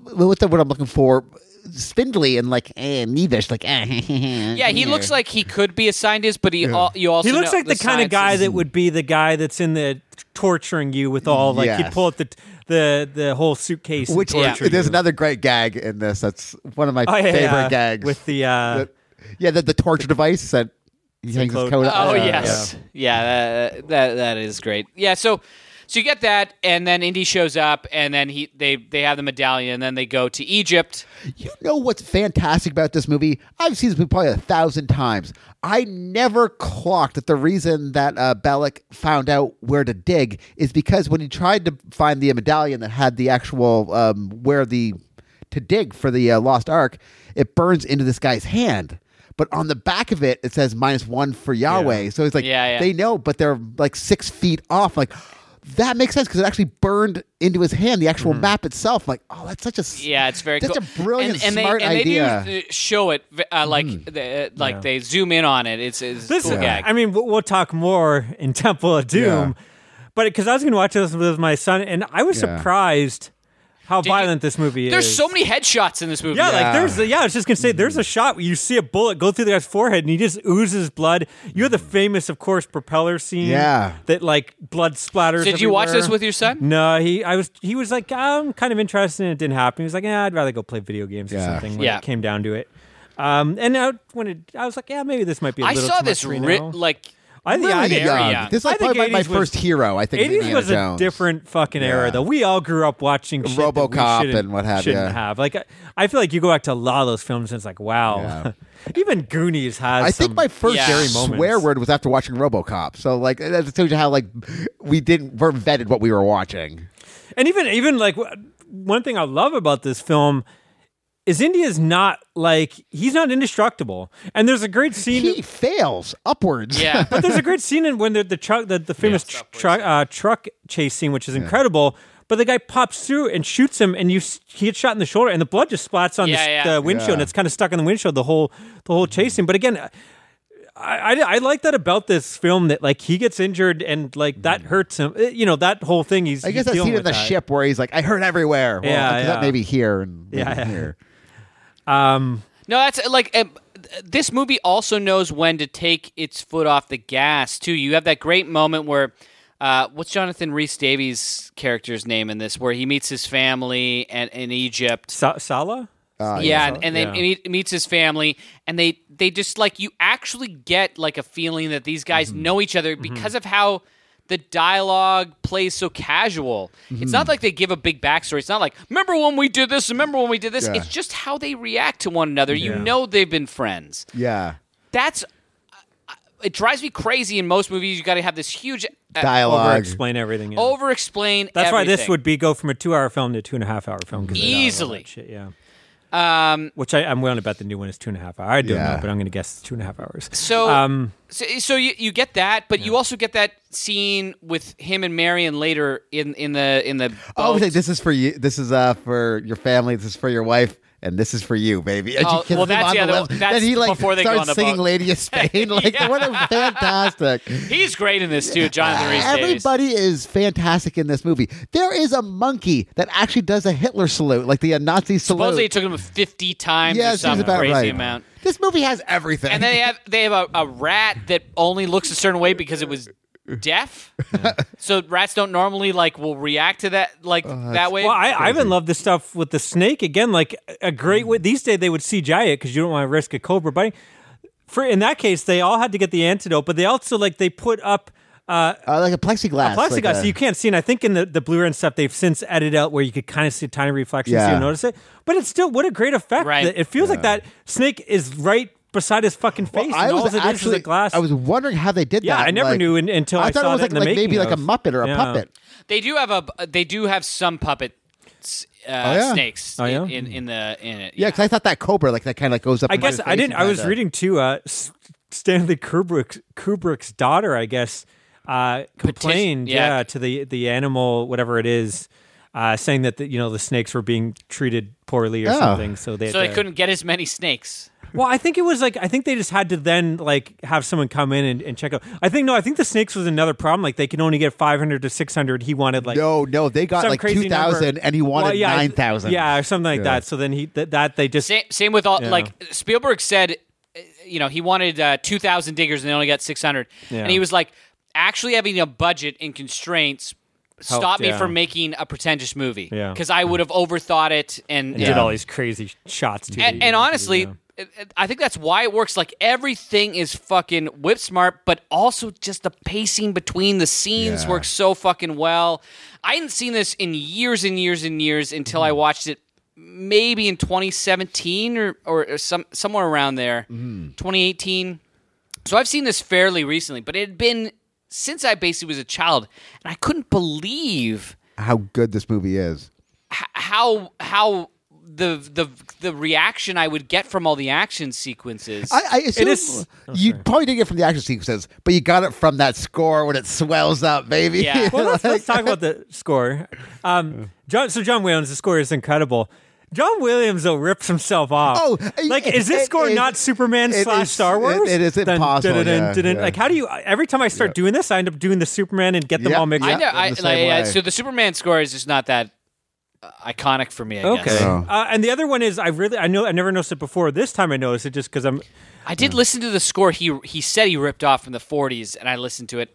Speaker 4: what's the word I'm looking for? Spindly and like eh, nevish, like eh,
Speaker 1: Yeah, he looks like he could be a scientist, but he al- you also
Speaker 3: He looks
Speaker 1: know
Speaker 3: like the, kind of guy
Speaker 1: science is-
Speaker 3: that would be the guy that's in the torturing you with all like he'd
Speaker 4: Yes.
Speaker 3: pull out the the the whole suitcase. and
Speaker 4: Which
Speaker 3: torture you.
Speaker 4: there's another great gag in this. That's one of my
Speaker 3: Oh, yeah,
Speaker 4: favorite
Speaker 3: yeah,
Speaker 4: gags.
Speaker 3: with the uh,
Speaker 4: That- yeah, the, the torture device that he hangs his
Speaker 3: cloak.
Speaker 4: coat. up.
Speaker 1: Oh
Speaker 4: Yeah.
Speaker 1: yes, yeah, that, that that is great. Yeah, so so you get that, and then Indy shows up, and then he they they have the medallion, and then they go to Egypt.
Speaker 4: You know what's fantastic about this movie? I've seen this movie probably a thousand times. I never clocked that the reason that uh, Belloc found out where to dig is because when he tried to find the medallion that had the actual um, where the to dig for the uh, lost ark, it burns into this guy's hand. But on the back of it, it says minus one for Yahweh. So it's like
Speaker 1: Yeah, yeah.
Speaker 4: they know, but they're like six feet off. Like that makes sense because it actually burned into his hand. The
Speaker 1: Mm-hmm.
Speaker 4: actual map itself. Like, oh, that's such a s-
Speaker 1: Yeah, it's very
Speaker 4: that's
Speaker 1: cool.
Speaker 4: a brilliant,
Speaker 1: and, and
Speaker 4: smart
Speaker 1: they, and
Speaker 4: idea. Hmm.
Speaker 1: They do uh, show it uh, like the, like they zoom in on it. It's, it's a
Speaker 3: This
Speaker 1: cool
Speaker 3: is,
Speaker 1: gag.
Speaker 3: I mean, we'll, we'll talk more in Temple of Doom, but because I was going to watch this with my son, and I was
Speaker 4: Yeah.
Speaker 3: surprised how
Speaker 1: you-
Speaker 3: violent this movie
Speaker 1: There's
Speaker 3: is.
Speaker 1: so many headshots in this movie.
Speaker 3: Yeah, like there's yeah. I was just gonna say there's a
Speaker 4: Mm.
Speaker 3: shot where you see a bullet go through the guy's forehead and he just oozes blood. You have the famous, of course, propeller scene.
Speaker 4: Mm. Yeah.
Speaker 3: that like blood splatters.
Speaker 1: Did you watch
Speaker 3: everywhere.
Speaker 1: this with your son?
Speaker 3: No, he. I was. He was like, I'm kind of interested, and it didn't happen. He was like, Yeah, I'd rather go play video games or
Speaker 4: Yeah.
Speaker 3: something. When
Speaker 1: Yeah.
Speaker 3: it came down to it. Um, and I, when it, I was like, Yeah, maybe this might be. a
Speaker 1: I
Speaker 3: little
Speaker 1: saw
Speaker 3: too much
Speaker 1: this
Speaker 3: for me
Speaker 1: ri-
Speaker 3: now."
Speaker 1: like
Speaker 3: I think I
Speaker 4: really
Speaker 3: did.
Speaker 1: young.
Speaker 4: young. This was
Speaker 3: I think
Speaker 4: probably my
Speaker 3: 80s was-
Speaker 4: first hero. I think of
Speaker 3: Eighties
Speaker 4: Indiana
Speaker 3: was a
Speaker 4: Jones.
Speaker 3: different fucking era,
Speaker 4: Yeah.
Speaker 3: though. We all grew up watching shit that we
Speaker 4: RoboCop
Speaker 3: shouldn't-
Speaker 4: and what have
Speaker 3: shouldn't
Speaker 4: ya.
Speaker 3: have. Like, I, I feel like you go back to a lot of those films, and it's like, wow. Even Goonies has.
Speaker 4: I think
Speaker 3: some
Speaker 4: my first
Speaker 1: Yeah.
Speaker 3: scary moments.
Speaker 4: swear word was after watching RoboCop. So like that tells you how like we didn't weren't vetted what we were watching.
Speaker 3: And even even like wh- one thing I love about this film is India's not like he's not indestructible. And there's a great scene.
Speaker 4: He fails upwards.
Speaker 1: Yeah.
Speaker 3: but there's a great scene in when the, the truck, the, the famous tr- truck uh, truck chase scene, which is incredible. But the guy pops through and shoots him, and you s- he gets shot in the shoulder, and the blood just splats on the,
Speaker 1: Yeah,
Speaker 3: s-
Speaker 1: yeah.
Speaker 3: the windshield, and
Speaker 4: Yeah.
Speaker 3: it's kind of stuck in the windshield the whole the whole chase scene. But again, I, I I like that about this film that like he gets injured and like that hurts him. Eh, You know that whole thing. He's
Speaker 4: Mm-hmm. I
Speaker 3: he's
Speaker 4: guess that
Speaker 3: dealing
Speaker 4: scene in
Speaker 3: with
Speaker 4: the
Speaker 3: that.
Speaker 4: ship where he's like, I hurt everywhere. Well,
Speaker 3: Yeah, yeah.
Speaker 4: That may be here and maybe
Speaker 3: Yeah, yeah.
Speaker 4: here.
Speaker 1: No, that's like um, this movie also knows when to take its foot off the gas too. You have that great moment where uh, what's Jonathan Rhys Davies' character's name in this, where he meets his family and in Egypt.
Speaker 3: Sa- Sala.
Speaker 1: yeah, and, and then
Speaker 3: Yeah.
Speaker 1: he meet- meets his family, and they they just like you actually get like a feeling that these guys know each
Speaker 3: Mm-hmm.
Speaker 1: other because of how the dialogue plays so casual. It's not like they give a big backstory. It's not like remember when we did this, remember when we did this.
Speaker 4: Yeah.
Speaker 1: It's just how they react to one another. You
Speaker 3: Yeah.
Speaker 1: know they've been friends.
Speaker 4: Yeah.
Speaker 1: That's uh, it drives me crazy. In most movies, you got to have this huge uh,
Speaker 3: Over
Speaker 4: Dialogue.
Speaker 3: explain everything. yeah.
Speaker 1: over explain.
Speaker 3: That's why this would be go from a two hour film to a two and a half hour film 'cause they dial all that
Speaker 1: Easily.
Speaker 3: shit, yeah. Um, which I, I'm willing to bet the new one is two and a half hours. I don't
Speaker 4: Yeah.
Speaker 3: know, but I'm going to guess it's two and a half hours.
Speaker 1: So,
Speaker 3: Um,
Speaker 1: so, so you, you get that, but you also get that scene with him and Marion later in, in the in the.
Speaker 4: Oh,
Speaker 1: boat.
Speaker 4: it's like, this is for you. This is uh for your family. This is for your wife. And this is for you, baby. And she
Speaker 1: Oh,
Speaker 4: kisses
Speaker 1: well,
Speaker 4: him
Speaker 1: that's
Speaker 4: on
Speaker 1: the other
Speaker 4: lips.
Speaker 1: one. That's
Speaker 4: then he like
Speaker 1: before they go
Speaker 4: starts
Speaker 1: on the
Speaker 4: singing
Speaker 1: boat.
Speaker 4: "Lady of Spain." Like, what a fantastic!
Speaker 1: He's great in this too, Jonathan Rhys Davies.
Speaker 4: Everybody is fantastic in this movie. There is a monkey that actually does a Hitler salute, like the uh, Nazi salute.
Speaker 1: Supposedly, it took him fifty times
Speaker 4: yeah,
Speaker 1: or
Speaker 4: it seems
Speaker 1: some
Speaker 4: about
Speaker 1: crazy
Speaker 4: right.
Speaker 1: amount.
Speaker 4: This movie has everything.
Speaker 1: And then they have they have a, a rat that only looks a certain way because it was deaf. so rats don't normally like will react to that like
Speaker 4: Oh,
Speaker 1: that way.
Speaker 3: well, I, I even love this stuff with the snake again. Like a great way. These days they would CGI it because you don't want to risk a cobra biting. For in that case, they all had to get the antidote, but they also like they put up
Speaker 4: uh, like a plexiglass.
Speaker 3: plexiglass
Speaker 4: like a-
Speaker 3: so you can't see. And I think in the, the Blu-ray and stuff, they've since edited out where you could kind of see tiny reflections. So
Speaker 4: Yeah.
Speaker 3: you notice it, but it's still what a great effect.
Speaker 1: Right.
Speaker 3: that- It feels like that snake is right beside his fucking
Speaker 4: Well,
Speaker 3: face.
Speaker 4: I
Speaker 3: and
Speaker 4: was
Speaker 3: all it is is
Speaker 4: actually,
Speaker 3: a glass.
Speaker 4: I was wondering how they did
Speaker 3: Yeah,
Speaker 4: that.
Speaker 3: I never
Speaker 4: like-
Speaker 3: knew un- until I
Speaker 4: thought
Speaker 3: saw
Speaker 4: it was
Speaker 3: that
Speaker 4: like,
Speaker 3: in the
Speaker 4: like maybe
Speaker 3: making
Speaker 4: like
Speaker 3: of.
Speaker 4: a Muppet or a
Speaker 3: Yeah.
Speaker 4: puppet.
Speaker 1: They do have a they do have some puppet s- uh,
Speaker 4: yeah.
Speaker 1: snakes
Speaker 3: Oh, yeah?
Speaker 1: in, in in the in it.
Speaker 4: Yeah, because I thought that cobra like that kind of like goes up.
Speaker 3: I
Speaker 4: in your
Speaker 3: guess
Speaker 4: face
Speaker 3: I didn't.
Speaker 4: and
Speaker 3: I was
Speaker 4: kinda-
Speaker 3: reading too. Uh, S- Stanley Kubrick's, Kubrick's daughter, I guess, uh, complained.
Speaker 1: yeah.
Speaker 3: yeah. to the the animal, whatever it is, uh, saying that the, you know the snakes were being treated poorly or
Speaker 4: Oh.
Speaker 3: something. So they had
Speaker 1: so they
Speaker 3: to-
Speaker 1: couldn't get as many snakes.
Speaker 3: Well, I think it was like I think they just had to then like have someone come in and, and check out. I think no, I think the snakes was another problem. Like they can only get five hundred to six hundred. He wanted like
Speaker 4: No, no, they got
Speaker 3: some
Speaker 4: like
Speaker 3: crazy
Speaker 4: two thousand,
Speaker 3: number.
Speaker 4: and he wanted
Speaker 3: Well, yeah, I-
Speaker 4: nine thousand.
Speaker 3: Yeah, or something like that. So then he th- that they just
Speaker 1: Same, same with all
Speaker 3: Yeah.
Speaker 1: like Spielberg said, uh, you know, he wanted uh, two thousand diggers and they only got six hundred,
Speaker 3: Yeah.
Speaker 1: and he was like, actually having a budget and constraints stopped me
Speaker 3: yeah.
Speaker 1: from making a pretentious movie
Speaker 3: Yeah.
Speaker 1: because I would have overthought it and
Speaker 3: did all these crazy shots too.
Speaker 1: and, and honestly.
Speaker 3: yeah.
Speaker 1: it- it- I think that's why it works. Like everything is fucking whip smart, but also just the pacing between the scenes
Speaker 4: Yeah.
Speaker 1: works so fucking well. I hadn't seen this in years and years and years until I watched it maybe in 2017 or or, or some somewhere around there, 2018. So I've seen this fairly recently, but it had been since I basically was a child, and I couldn't believe
Speaker 4: how good this movie is.
Speaker 1: how how the the the reaction I would get from all the action sequences.
Speaker 4: I, I assume
Speaker 3: is-
Speaker 1: Oh,
Speaker 4: you probably didn't get it from the action sequences, but you got it from that score when it swells up, baby.
Speaker 1: Yeah.
Speaker 3: well, let's, let's talk about the score. Um, John, so John Williams, the score is incredible. John Williams though rips himself off.
Speaker 4: Oh,
Speaker 3: like
Speaker 4: it-
Speaker 3: is this
Speaker 4: it
Speaker 3: score
Speaker 4: is-
Speaker 3: not Superman
Speaker 4: it
Speaker 3: slash
Speaker 4: is-
Speaker 3: Star Wars?
Speaker 4: it- it is impossible, yeah, yeah.
Speaker 3: Like how do you? Every time I start doing this, I end up doing the Superman and get them
Speaker 4: Yep,
Speaker 3: all mixed
Speaker 1: I
Speaker 3: up.
Speaker 1: know.
Speaker 4: Yeah,
Speaker 1: I,
Speaker 4: in the
Speaker 1: like,
Speaker 4: same
Speaker 1: yeah,
Speaker 4: way.
Speaker 1: so the Superman score is just not that uh, iconic for me. I
Speaker 3: Okay.
Speaker 1: guess.
Speaker 4: Oh.
Speaker 3: Uh, and the other one is I really I know I never noticed it before. This time I noticed it just because I'm
Speaker 1: I did listen to the score. He he said he ripped off in the '40s, and I listened to it.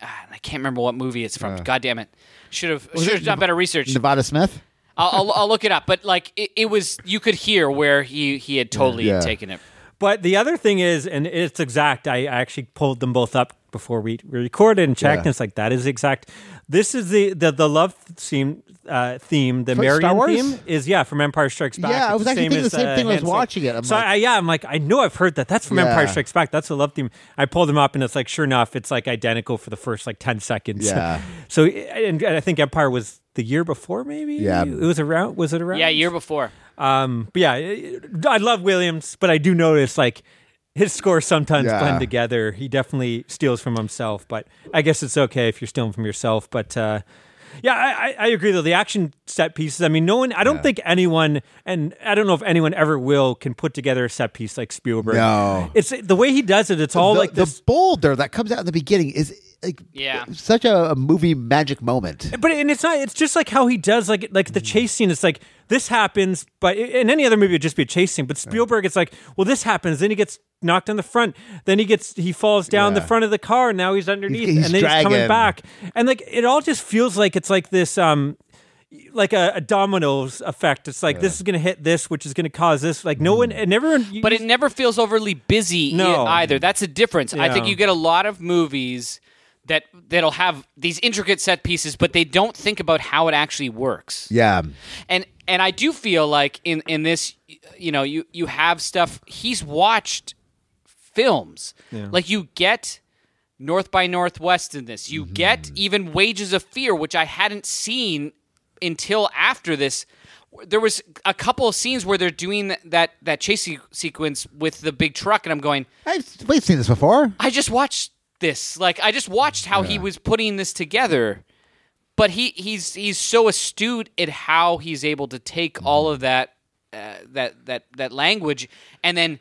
Speaker 1: Ah, and I can't remember what movie it's from. God damn it! Should have should have done better research.
Speaker 4: Nevada Smith.
Speaker 1: I'll, I'll, I'll look it up. But like it, it was, you could hear where he he had totally
Speaker 4: Yeah.
Speaker 1: taken it.
Speaker 3: But the other thing is, and it's exact. I I actually pulled them both up before we recorded and checked.
Speaker 4: Yeah.
Speaker 3: And it's like that is exact. This is the the, the love theme uh, theme. The
Speaker 4: From Star
Speaker 3: Marion
Speaker 4: Wars?
Speaker 3: theme is yeah from Empire Strikes Back.
Speaker 4: Yeah, I
Speaker 3: It's
Speaker 4: was actually
Speaker 3: same
Speaker 4: thinking
Speaker 3: as,
Speaker 4: the same
Speaker 3: uh,
Speaker 4: thing when I was
Speaker 3: Hanson.
Speaker 4: watching it. I'm
Speaker 3: so
Speaker 4: like-
Speaker 3: I, yeah, I'm like I know I've heard that. That's from Empire
Speaker 4: Yeah.
Speaker 3: Strikes Back. That's the love theme. I pulled them up and it's like sure enough, it's like identical for the first like ten seconds.
Speaker 4: Yeah.
Speaker 3: so and, and I think Empire was the year before maybe.
Speaker 4: Yeah.
Speaker 3: it was around. Was it around?
Speaker 1: Yeah, year before.
Speaker 3: Um, but yeah, I- I love Williams, but I do notice like his scores sometimes
Speaker 4: Yeah.
Speaker 3: blend together. He definitely steals from himself, but I guess it's okay if you're stealing from yourself. But uh, yeah, I, I- I agree though. The action set pieces. I mean, no one. I don't think anyone, and I don't know if anyone ever will, can put together a set piece like Spielberg.
Speaker 4: No.
Speaker 3: it's the way he does it. It's all
Speaker 4: the,
Speaker 3: like
Speaker 4: the
Speaker 3: this.
Speaker 4: boulder that comes out in the beginning is like
Speaker 1: Yeah.
Speaker 4: such a, a movie magic moment.
Speaker 3: But and it's not. It's just like how he does like like the chase scene. It's like this happens, but in any other movie it'd just be a chase scene. But Spielberg, it's like well, this happens, then he gets knocked on the front, then he gets he falls down the
Speaker 4: Yeah.
Speaker 3: front of the car, and now he's underneath,
Speaker 4: he's
Speaker 3: and then he's coming
Speaker 4: dragging.
Speaker 3: back, and like it all just feels like it's like this um like a, a dominoes effect. It's like this is gonna hit this, which is gonna cause this. Like no
Speaker 4: Mm.
Speaker 3: one and everyone. you-
Speaker 1: but it never feels overly busy
Speaker 3: No.
Speaker 1: e- either. That's a difference. I think
Speaker 3: Yeah.
Speaker 1: you get a lot of movies that that'll have these intricate set pieces, but they don't think about how it actually works.
Speaker 4: Yeah.
Speaker 1: And and I do feel like in in this, y- you know, you you have stuff. He's watched films. Like you get North by Northwest in this. You get even Wages of Fear, which I hadn't seen until after this. There was a couple of scenes where they're doing that that chase se- sequence with the big truck, and I'm going,
Speaker 4: I've we've seen this before.
Speaker 1: I just watched this. Like I just watched how he was putting this together. But he, he's he's so astute at how he's able to take
Speaker 4: Mm-hmm.
Speaker 1: all of that uh, that that that language and then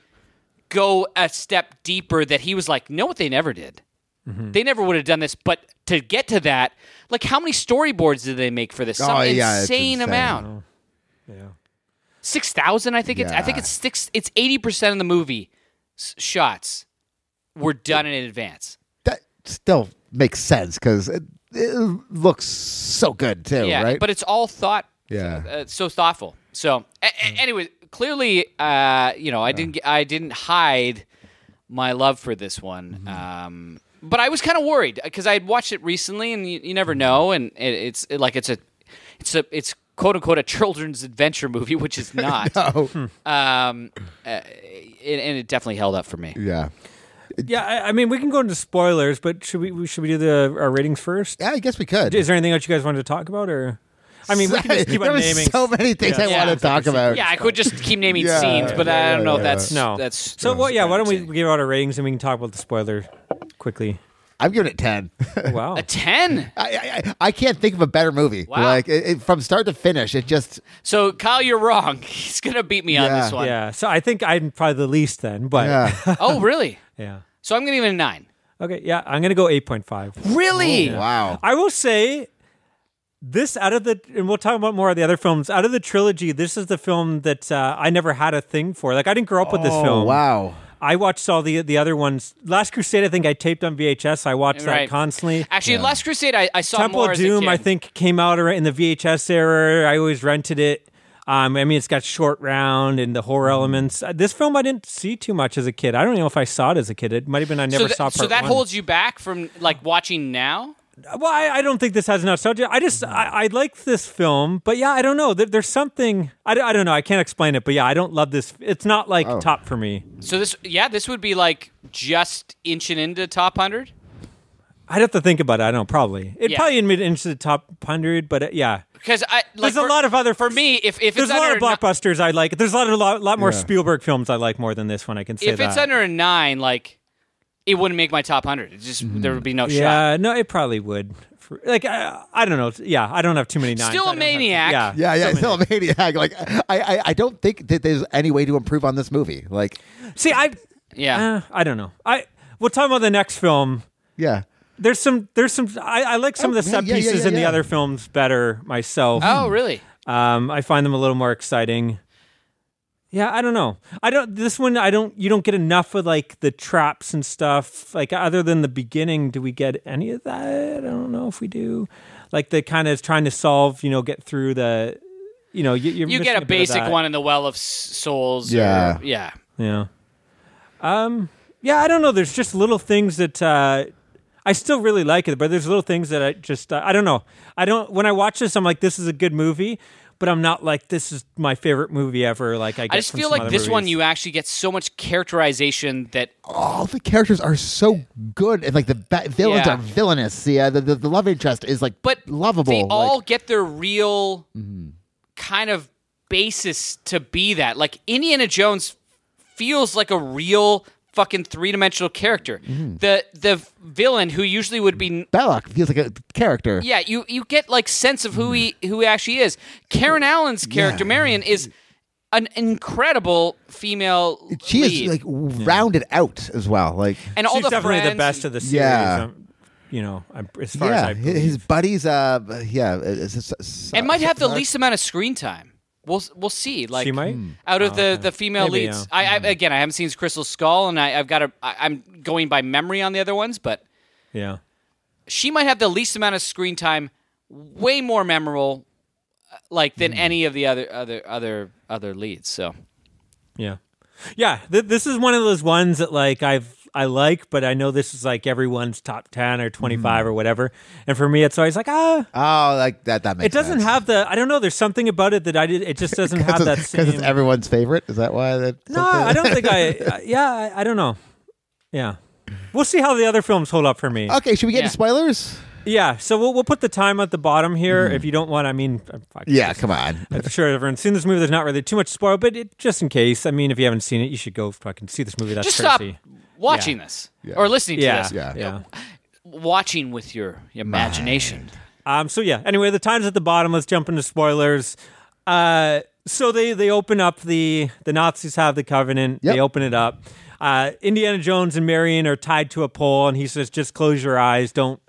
Speaker 1: go a step deeper that he was like, know what they never did.
Speaker 4: Mm-hmm.
Speaker 1: They never would have done this, but to get to that, like how many storyboards did they make for this? Some
Speaker 4: Oh, yeah, it's
Speaker 1: insane
Speaker 4: insane.
Speaker 1: amount.
Speaker 3: Yeah.
Speaker 1: Six thousand, I think it's. I think
Speaker 4: Yeah.
Speaker 1: it's six. It's eighty percent of the movie s- shots were done in advance.
Speaker 4: That still makes sense because it, it looks so good too,
Speaker 1: yeah,
Speaker 4: right?
Speaker 1: but it's all thought.
Speaker 4: Yeah. Mm.
Speaker 1: uh, so thoughtful. So, a- a- anyway, clearly, uh, you know, I didn't, get- I didn't hide my love for this one.
Speaker 4: Mm-hmm.
Speaker 1: Um, but I was kind of worried because I had watched it recently, and you, you never
Speaker 4: Mm-hmm.
Speaker 1: know, and it, it's it- like it's a, it's a, it's quote unquote a children's adventure movie, which is not.
Speaker 4: oh,
Speaker 1: um, uh, and, and it definitely held up for me.
Speaker 4: yeah.
Speaker 3: Yeah. I, I mean, we can go into spoilers, but should we should we do the our ratings first?
Speaker 4: Yeah, I guess we could.
Speaker 3: Is there anything that you guys wanted to talk about, or I mean, we can just keep
Speaker 4: there
Speaker 3: on
Speaker 4: was
Speaker 3: naming.
Speaker 4: so many things
Speaker 3: Yeah.
Speaker 4: I
Speaker 1: Yeah.
Speaker 4: want to talk about.
Speaker 1: Yeah, I could just keep naming
Speaker 4: Yeah,
Speaker 1: scenes, but I don't know if
Speaker 4: yeah,
Speaker 1: that's
Speaker 3: no,
Speaker 1: That's
Speaker 3: so. Well, yeah. Why don't we give out our ratings and we can talk about the spoiler quickly?
Speaker 4: I'm giving it ten.
Speaker 3: Wow.
Speaker 1: a ten?
Speaker 4: I, I I- I can't think of a better movie.
Speaker 1: Wow.
Speaker 4: Like it, it- from start to finish, it just
Speaker 1: So Kyle, you're wrong. He's gonna beat me on
Speaker 4: Yeah.
Speaker 1: this one.
Speaker 3: yeah. So I think I'm probably the least then, but yeah.
Speaker 4: yeah.
Speaker 1: Oh, really? So I'm gonna give it a nine.
Speaker 3: Okay. Yeah. I'm gonna go eight point five.
Speaker 1: Really?
Speaker 4: wow.
Speaker 3: I will say this out of the, and we'll talk about more of the other films out of the trilogy. This is the film that uh, I never had a thing for. Like I didn't grow up with this
Speaker 4: Oh
Speaker 3: film.
Speaker 4: wow.
Speaker 3: I watched all the the other ones. Last Crusade, I think I taped on VHS. I watched
Speaker 1: Right.
Speaker 3: that constantly.
Speaker 1: Actually, Last Crusade, I, I saw
Speaker 3: Temple
Speaker 1: more
Speaker 3: of
Speaker 1: as a
Speaker 3: Doom,
Speaker 1: kid.
Speaker 3: I think, came out ar- in the VHS era. I always rented it. Um, I mean, it's got short round and the horror
Speaker 1: Mm-hmm.
Speaker 3: elements. Uh, This film I didn't see too much as a kid. I don't know if I saw it as a kid. It might have been I never
Speaker 1: so, tha-
Speaker 3: saw part
Speaker 1: so that
Speaker 3: one.
Speaker 1: holds you back from like watching now.
Speaker 3: Well, I, I don't think this has enough nostalgia. I
Speaker 1: Mm-hmm.
Speaker 3: just I, I like this film, but yeah, I don't know. There, there's something I, don't- I don't know. I can't explain it, but yeah, I don't love this. It's not like top for me.
Speaker 1: So this, yeah, this would be like just inching into top hundred.
Speaker 3: I'd have to think about it. I don't know, probably. It
Speaker 1: Yeah.
Speaker 3: probably admitted into the top hundred, but uh, yeah.
Speaker 1: Because I like,
Speaker 3: There's a
Speaker 1: for-
Speaker 3: lot of other-
Speaker 1: for me. If if
Speaker 3: There's
Speaker 1: it's
Speaker 3: a lot
Speaker 1: under
Speaker 3: of blockbusters I like. There's a lot of lot, lot more
Speaker 4: Yeah.
Speaker 3: Spielberg films I like more than this one. I can say
Speaker 1: if
Speaker 3: that.
Speaker 1: it's under a nine, like it wouldn't make my top hundred. It just there would be no shot.
Speaker 3: yeah, no, it probably would. For- Like I, I don't know. Yeah, I don't have too many nines.
Speaker 1: Still
Speaker 3: I
Speaker 1: a
Speaker 3: don't have to-
Speaker 1: maniac.
Speaker 3: yeah,
Speaker 4: Yeah, yeah, it's still a maniac. Like I, I, I don't think that there's any way to improve on this movie. Like,
Speaker 3: See, I,
Speaker 1: Yeah.
Speaker 3: uh, I don't know. I we'll talk about the next film.
Speaker 4: yeah,
Speaker 3: There's some. There's some. I, I like some
Speaker 4: Oh,
Speaker 3: of the
Speaker 4: yeah,
Speaker 3: set
Speaker 4: yeah, yeah,
Speaker 3: pieces in the
Speaker 4: yeah.
Speaker 3: other films better myself.
Speaker 1: Oh, really?
Speaker 3: Um, I find them a little more exciting. Yeah, I don't know. I don't. This one, I don't. You don't get enough of like the traps and stuff. Like other than the beginning, do we get any of that? I don't know if we do. Like the kind of trying to solve. You know, get through the. You know, you, you're
Speaker 1: You
Speaker 3: missing
Speaker 1: get a
Speaker 3: bit of
Speaker 1: basic
Speaker 3: that.
Speaker 1: one in the Well of S- Souls. or-
Speaker 4: Yeah.
Speaker 1: yeah.
Speaker 3: Yeah. Um. Yeah, I don't know. There's just little things that uh, I still really like it, but there's little things that I just uh, I don't know. I don't when I watch this, I'm like, this is a good movie, but I'm not like this is my favorite movie ever. Like I,
Speaker 1: I
Speaker 3: get
Speaker 1: just
Speaker 3: from
Speaker 1: feel
Speaker 3: some
Speaker 1: like
Speaker 3: other
Speaker 1: this one
Speaker 3: movies.
Speaker 1: you actually get so much characterization that
Speaker 4: all the characters are so good, and like the ba- villains
Speaker 1: Yeah.
Speaker 4: are villainous. Yeah, the, the, the love interest is like
Speaker 1: but
Speaker 4: lovable.
Speaker 1: They
Speaker 4: like- Mm-hmm.
Speaker 1: all get their real kind of basis to be that. Like Indiana Jones feels like a real fucking three dimensional character.
Speaker 4: Mm-hmm.
Speaker 1: The the villain who usually would be
Speaker 4: Belloc feels like a character.
Speaker 1: yeah, you you get like sense of who he
Speaker 4: Mm-hmm.
Speaker 1: who he actually is. Karen Allen's character Marion is an incredible female
Speaker 4: she
Speaker 1: lead.
Speaker 4: is like rounded out as well. Like
Speaker 1: and all
Speaker 3: She's
Speaker 1: the
Speaker 3: definitely
Speaker 1: friends
Speaker 3: the best of the series.
Speaker 4: Yeah.
Speaker 3: um, you know, I'm, as far as
Speaker 4: yeah,
Speaker 3: I
Speaker 4: hi-
Speaker 3: believe.
Speaker 4: his buddies. Uh, yeah, it's, it's, it's,
Speaker 1: and might have the least amount of screen time. We'll we'll see. Like
Speaker 3: She might? Oh,
Speaker 1: out of the, the female
Speaker 3: Maybe,
Speaker 1: leads.
Speaker 3: yeah. Hmm.
Speaker 1: I, I again, I haven't seen Crystal Skull, and I, I've got a. I, I'm going by memory on the other ones, but
Speaker 3: yeah.
Speaker 1: she might have the least amount of screen time, way more memorable, uh, like than
Speaker 3: Hmm.
Speaker 1: any of the other other other other leads. So
Speaker 3: Yeah, yeah. Th- this is one of those ones that like I've I like, but I know this is like everyone's top ten or twenty five
Speaker 4: Hmm.
Speaker 3: or whatever. And for me, it's always like ah,
Speaker 4: Oh, like that. That makes
Speaker 3: it doesn't have the. I don't know. There's something about it that I did. It just doesn't have that.
Speaker 4: because it's
Speaker 3: same-
Speaker 4: everyone's favorite. Is that why? That
Speaker 3: no, I don't think I. I- yeah, I, I don't know. Yeah, we'll see how the other films hold up for me.
Speaker 4: Okay, should we get
Speaker 1: Yeah.
Speaker 4: into spoilers?
Speaker 3: Yeah, so we'll we'll put the time at the bottom here if you don't want. I mean, uh, fuck,
Speaker 4: Mm-hmm. Yeah, come on.
Speaker 3: I'm sure everyone's seen this movie. There's not really too much spoil, but it, just in case, I mean, if you haven't seen it, you should go fucking see this movie. That's
Speaker 1: just stop
Speaker 3: crazy.
Speaker 1: watching this or listening
Speaker 3: Yeah,
Speaker 1: to this.
Speaker 3: yeah, yeah.
Speaker 1: Watching with your imagination.
Speaker 3: Um, so yeah. Anyway, the time's at the bottom. Let's jump into spoilers. Uh, so they they open up the the Nazis have the covenant.
Speaker 4: Yep.
Speaker 3: They open it up. Uh, Indiana Jones and Marion are tied to a pole, and he says, "Just close your eyes. Don't."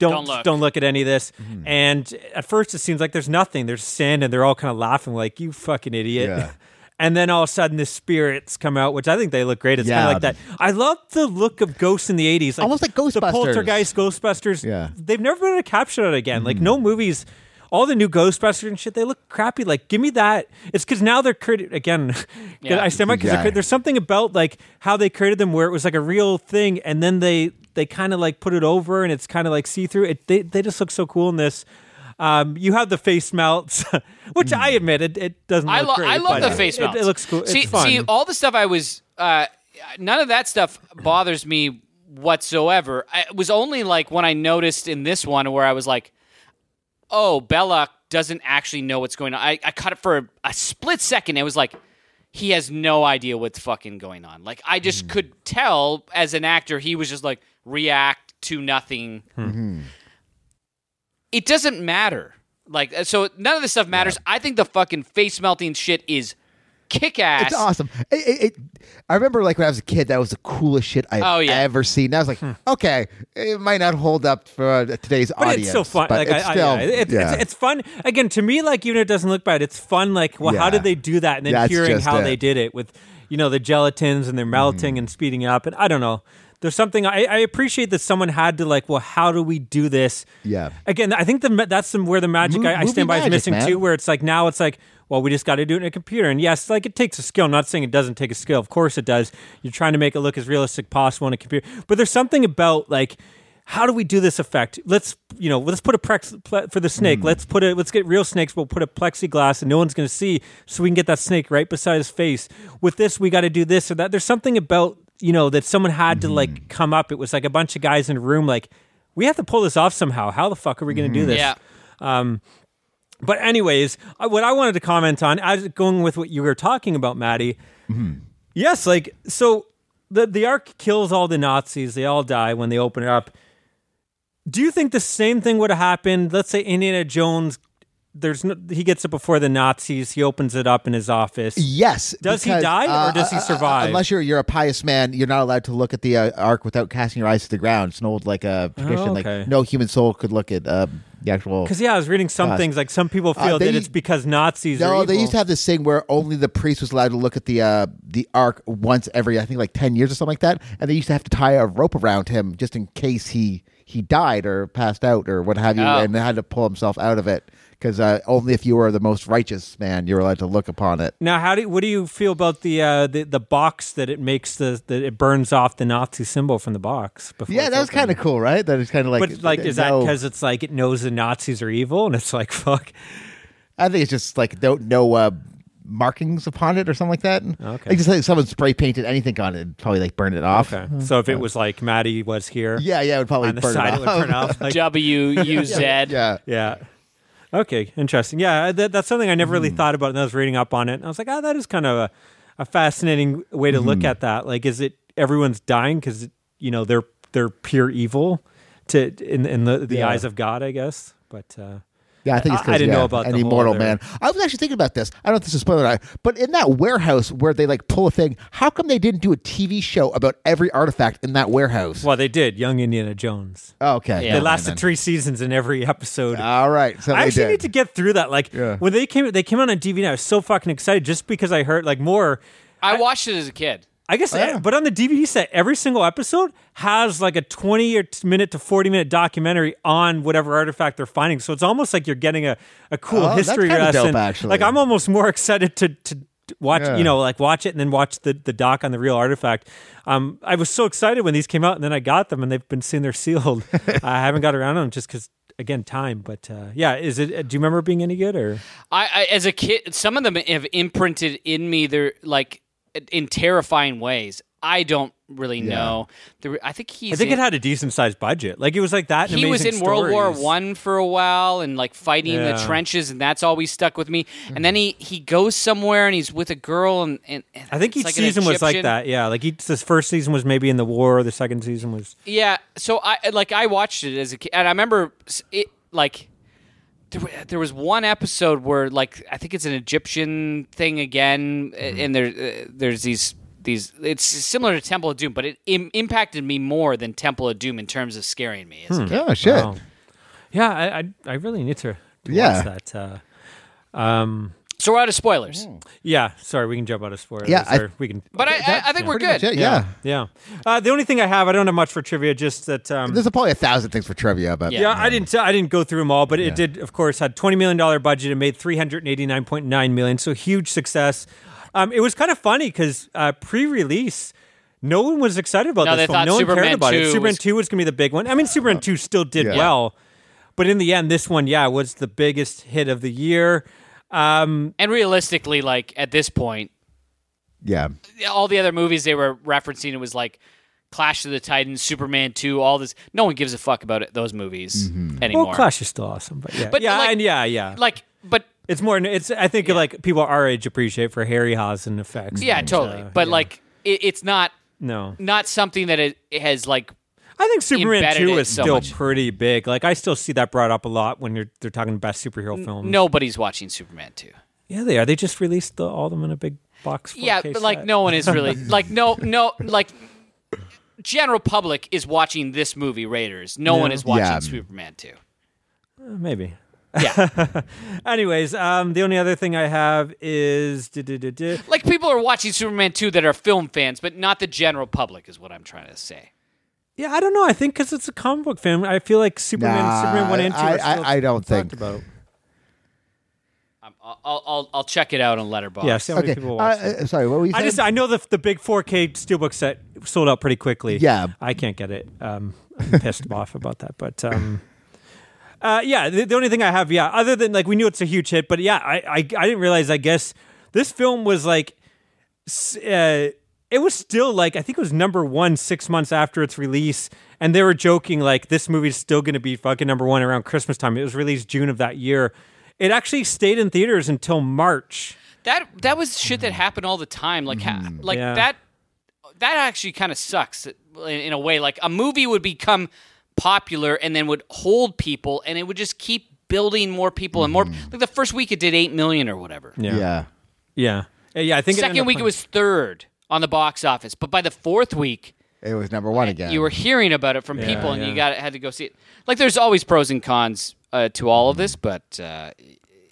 Speaker 3: Don't
Speaker 1: Don't look."
Speaker 3: at any of this.
Speaker 4: Mm-hmm.
Speaker 3: And at first, it seems like there's nothing. There's sand, and they're all kind of laughing, like you fucking idiot.
Speaker 4: Yeah.
Speaker 3: And then all of a sudden, the spirits come out, which I think they look great. It's
Speaker 4: Yeah.
Speaker 3: kind of like that. I love the look of ghosts in the '80s,
Speaker 4: Almost like
Speaker 3: the
Speaker 4: Ghostbusters.
Speaker 3: poltergeist Ghostbusters.
Speaker 4: Yeah.
Speaker 3: They've never been able to capture that again.
Speaker 1: Mm-hmm.
Speaker 3: Like no movies, all the new Ghostbusters and shit, they look crappy. Like give me that. It's because now they're created again. 'cause I stand by 'cause they're
Speaker 4: Yeah.
Speaker 3: crea- there's something about like how they created them where it was like a real thing, and then they they kind of like put it over, and it's kind of like see through. It they they just look so cool in this. Um, you have the face melts, which I admit it, it doesn't.
Speaker 1: Mm. I,
Speaker 3: look
Speaker 1: lo-
Speaker 3: great,
Speaker 1: I love
Speaker 3: but
Speaker 1: the face
Speaker 3: it-
Speaker 1: melt.
Speaker 3: It, looks cool.
Speaker 1: See,
Speaker 3: it's fun.
Speaker 1: see, all the stuff I was, uh, none of that stuff bothers me whatsoever. I, it was only like when I noticed in this one where I was like, oh, Belloc doesn't actually know what's going on. I, I caught it for a, a split second. It was like, he has no idea what's fucking going on. Like, I just could tell as an actor, he was just like, react to nothing it doesn't matter. Like uh, so, none of this stuff matters. I think the fucking face melting shit is kick ass.
Speaker 4: It's awesome. It, it, it, I remember, like when I was a kid, that was the coolest shit I've
Speaker 1: Oh, yeah.
Speaker 4: ever seen. I was like,
Speaker 3: Hmm.
Speaker 4: okay, it might not hold up for uh, today's
Speaker 3: but
Speaker 4: audience,
Speaker 3: it's so fun.
Speaker 4: but
Speaker 3: like
Speaker 4: it's
Speaker 3: I,
Speaker 4: still,
Speaker 3: I, yeah, it-
Speaker 4: yeah.
Speaker 3: It's, it's fun. Again, to me, like even if it doesn't look bad, it's fun. Like, well, how
Speaker 4: Yeah.
Speaker 3: did they do that? And then
Speaker 4: That's
Speaker 3: hearing
Speaker 4: just
Speaker 3: how
Speaker 4: it. Mm-hmm.
Speaker 3: they did it with, you know, the gelatins and they're melting and speeding up, and I don't know. There's something I, I appreciate that someone had to like. Well, how do we do this?
Speaker 4: Yeah.
Speaker 3: Again, I think the ma- that's some where the magic
Speaker 4: Mo-
Speaker 3: I, I
Speaker 4: movie
Speaker 3: stand by
Speaker 4: magic,
Speaker 3: is missing
Speaker 4: man.
Speaker 3: too. Where it's like now it's like. Well, we just got to do it in a computer, and yes, like it takes a skill. I'm not saying it doesn't take a skill. Of course, it does. You're trying to make it look as realistic possible on a computer, but there's something about like how do we do this effect? Let's you know, let's put a prex ple- for the snake. Let's put a let's get real snakes. We'll put a plexiglass, and no one's going to see, so we can get that snake right beside his face. With this, we got to do this or that. There's something about you know that someone had to like come up. It was like a bunch of guys in a room, like we have to pull this off somehow. How the fuck are we going to do this?
Speaker 1: Yeah.
Speaker 3: But anyways, I- what I wanted to comment on, as going with what you were talking about, Maddie.
Speaker 4: Mm-hmm.
Speaker 3: Yes, like so, the the Ark kills all the Nazis. They all die when they open it up. Do you think the same thing would have happened? Let's say Indiana Jones. There's no, he gets it before the Nazis. He opens it up in his office.
Speaker 4: Yes. uh,
Speaker 3: Does he die or does he survive?
Speaker 4: unless you're you're a pious man, you're not allowed to look at the uh, ark without casting your eyes to the ground. It's an old like uh, tradition.
Speaker 3: Oh, okay.
Speaker 4: Like no human soul could look at uh, the actual.
Speaker 3: Because yeah, I was reading some
Speaker 4: Gosh. Uh,
Speaker 3: things like some people feel
Speaker 4: they-
Speaker 3: that it's because Nazis. are
Speaker 4: No, they
Speaker 3: evil.
Speaker 4: used to have this thing where only the priest was allowed to look at the uh, the ark once every I think like ten years or something like that, and they used to have to tie a rope around him just in case he he died or passed out or what have you,
Speaker 1: Oh.
Speaker 4: and they had to pull himself out of it
Speaker 10: because uh, only if you were the most righteous man, you were allowed to look upon it.
Speaker 3: Now, how do you, what do you feel about the uh, the the box that it makes the that it burns off the Nazi symbol from the box? Before
Speaker 10: Yeah,
Speaker 3: it's
Speaker 10: that was
Speaker 3: opened?
Speaker 10: kind of cool, right? That is kind of like,
Speaker 3: but like, is that
Speaker 10: no.
Speaker 3: because it's like it knows the Nazis are evil, and it's like fuck?
Speaker 10: I think it's just like don't no uh, markings upon it or something like that. Okay, like just like someone spray painted anything on it, it'd probably like burn it off.
Speaker 3: Okay, so if it was like Maddie was here,
Speaker 10: Yeah, yeah, it would probably
Speaker 3: on the
Speaker 10: burn it
Speaker 3: side, it, would
Speaker 10: off.
Speaker 3: burn off. Like,
Speaker 1: W U Z.
Speaker 10: yeah,
Speaker 3: yeah. Okay, interesting. Yeah, that, that's something I never
Speaker 10: Hmm.
Speaker 3: really thought about, and I was reading up on it, and I was like, oh, that is kind of a, a fascinating way to
Speaker 10: Hmm.
Speaker 3: look at that. Like, is it everyone's dying because you know they're they're pure evil to in in the, the
Speaker 10: Yeah.
Speaker 3: eyes of God, I guess. But uh,
Speaker 10: Yeah, I think it's
Speaker 3: I-
Speaker 10: 'cause,
Speaker 3: I didn't
Speaker 10: yeah,
Speaker 3: know about
Speaker 10: an
Speaker 3: the whole
Speaker 10: immortal
Speaker 3: other-
Speaker 10: man. I was actually thinking about this. I don't know if this is a spoiler, or not, but in that warehouse where they like pull a thing, how come they didn't do a TV show about every artifact in that warehouse?
Speaker 3: well, they did. Young Indiana Jones.
Speaker 10: Oh, okay,
Speaker 1: Yeah.
Speaker 3: They
Speaker 10: never mind
Speaker 3: lasted
Speaker 10: then. Ah,
Speaker 3: three seasons in every episode.
Speaker 10: All right, so
Speaker 3: I
Speaker 10: they
Speaker 3: actually
Speaker 10: did.
Speaker 3: need to get through that. Like
Speaker 10: Yeah.
Speaker 3: when they came, they came out on DVD. I was so fucking excited just because I heard like more.
Speaker 1: I watched it as a kid.
Speaker 3: I
Speaker 10: Oh,
Speaker 3: guess, but on the DVD set, every single episode has like a twenty or t- minute to forty minute documentary on whatever artifact they're finding. So it's almost like you're getting a, a cool
Speaker 10: Oh, that's
Speaker 3: history
Speaker 10: kinda dope,
Speaker 3: lesson.
Speaker 10: actually.
Speaker 3: Like I'm almost more excited to to watch,
Speaker 10: Yeah.
Speaker 3: you know, like watch it and then watch the the doc on the real artifact. Um, I was so excited when these came out, and then I got them, and they've been sitting there sealed. I haven't got around to them just because. Again, time, but uh, yeah, is it? Do you remember it being any good or?
Speaker 1: I, I as a kid, some of them have imprinted in me. They're like in terrifying ways. I don't really know. There, were- I think he's.
Speaker 3: I think
Speaker 1: in-
Speaker 3: it had a decent sized budget. Like it was like that. and
Speaker 1: he was in
Speaker 3: Amazing
Speaker 1: World War
Speaker 3: Stories.
Speaker 1: One for a while and like fighting in the
Speaker 3: Yeah.
Speaker 1: trenches, and that's always stuck with me. And then he he goes somewhere and he's with a girl, and, and, and
Speaker 3: I think
Speaker 1: it's
Speaker 3: each
Speaker 1: like an
Speaker 3: season was like
Speaker 1: Egyptian.
Speaker 3: that. Yeah, like each this first season was maybe in the war. The second season was
Speaker 1: Yeah, so I like I watched it as a kid, and I remember s- it like there, wa- there was one episode where like I think it's an Egyptian thing again, a-
Speaker 3: Mm-hmm.
Speaker 1: and there uh, there's these these it's similar to Temple of Doom, but it Im- impacted me more than Temple of Doom in terms of scaring me.
Speaker 3: Hmm.
Speaker 1: as a kid.
Speaker 10: Oh shit!
Speaker 3: Wow. Yeah, I I, I really need to, to
Speaker 10: Yeah.
Speaker 3: watch that. Uh, um,
Speaker 1: So we're out of spoilers,
Speaker 10: Oh.
Speaker 3: yeah. Sorry, we can jump out of spoilers.
Speaker 10: Yeah, I-
Speaker 3: or we can.
Speaker 1: but I, I I think we're
Speaker 10: Pretty
Speaker 1: good.
Speaker 10: much it, yeah.
Speaker 3: yeah. Uh, the only thing I have, I don't have much for trivia. Just that. Um,
Speaker 10: There's probably a thousand things for trivia, but
Speaker 1: Yeah.
Speaker 3: yeah, I didn't. I didn't go through them all, but it did, of course, had twenty million dollar budget and made three hundred eighty nine point nine million, so huge success. Um, it was kind of funny because uh, pre release, no one was excited about
Speaker 1: No,
Speaker 3: this
Speaker 1: they
Speaker 3: film.
Speaker 1: thought
Speaker 3: No one
Speaker 1: Superman
Speaker 3: cared about
Speaker 1: 2
Speaker 3: it. Superman
Speaker 1: was-
Speaker 3: two was going to be the big one. I mean, Superman two still did
Speaker 10: Yeah.
Speaker 3: well, but in the end, this one, yeah, was the biggest hit of the year. Um,
Speaker 1: And realistically, like at this point,
Speaker 10: yeah,
Speaker 1: all the other movies they were referencing it was like Clash of the Titans, Superman Two, all this. No one gives a fuck about it, those movies anymore.
Speaker 3: Mm-hmm. well, Clash is still awesome, but yeah,
Speaker 1: But,
Speaker 3: yeah,
Speaker 1: like-
Speaker 3: and yeah, yeah.
Speaker 1: Like, but
Speaker 3: it's more. It's I think like people our age appreciate for Harryhausen effects.
Speaker 1: yeah,
Speaker 3: and,
Speaker 1: totally.
Speaker 3: uh,
Speaker 1: but
Speaker 3: yeah.
Speaker 1: like, it, it's not
Speaker 3: no,
Speaker 1: not something that it, it has like.
Speaker 3: I think Superman
Speaker 1: embedded
Speaker 3: Two
Speaker 1: it
Speaker 3: is
Speaker 1: so
Speaker 3: still
Speaker 1: much.
Speaker 3: pretty big. Like I still see that brought up a lot when you're they're talking best superhero films.
Speaker 1: Nobody's watching Superman Two.
Speaker 3: yeah, they are. They just released the, all of them in a big box. 4K
Speaker 1: Yeah, but like,
Speaker 3: set.
Speaker 1: no one is really like no no like. General public is watching this movie Raiders. No one is watching
Speaker 10: Yeah.
Speaker 1: Superman Two.
Speaker 3: Uh, maybe.
Speaker 1: Yeah,
Speaker 3: Anyways, um, the only other thing I have is du-du-du-du.
Speaker 1: like people are watching Superman Two that are film fans, but not the general public is what I'm trying to say.
Speaker 3: yeah, I don't know. I think because it's a comic book film, I feel like Superman,
Speaker 10: Nah,
Speaker 3: Superman One and Two.
Speaker 10: I-
Speaker 3: are
Speaker 10: I-
Speaker 3: still
Speaker 10: I don't
Speaker 3: talked
Speaker 10: think.
Speaker 3: about.
Speaker 1: I'm, I'll, I'll I'll check it out on Letterboxd.
Speaker 3: Yeah, see how many
Speaker 10: Okay,
Speaker 3: people
Speaker 10: uh,
Speaker 3: watch.
Speaker 10: uh, sorry, what were you
Speaker 3: I
Speaker 10: saying?
Speaker 3: just I know the the big 4K steelbook set sold out pretty quickly.
Speaker 10: Yeah.
Speaker 3: I can't get it. Um, I'm pissed off about that, but um, uh, yeah. The, the only thing I have, yeah, other than like we knew it's a huge hit, but yeah, I I, I didn't realize. I guess this film was like, s- uh, it was still like I think it was number one six months after its release, and they were joking like this movie's still going to be fucking number one around Christmas time. It was released June of that year. It actually stayed in theaters until March.
Speaker 1: That that was shit that happened all the time. Like ha- like
Speaker 3: Mm-hmm. Yeah.
Speaker 1: that that actually kind of sucks in, in a way. Like a movie would become popular and then would hold people, and it would just keep building more people and more.
Speaker 3: Mm-hmm.
Speaker 1: Like the first week it did eight million or whatever.
Speaker 10: yeah.
Speaker 3: Yeah. Uh, Yeah, I think it ended
Speaker 1: Second
Speaker 3: up
Speaker 1: week it
Speaker 3: on-
Speaker 1: was third on the box office, but by the fourth week.
Speaker 10: It was number one again.
Speaker 1: You were hearing about it from people, and
Speaker 3: yeah.
Speaker 1: you got had to go see it. Like, there's always pros and cons uh, to all of this, but uh,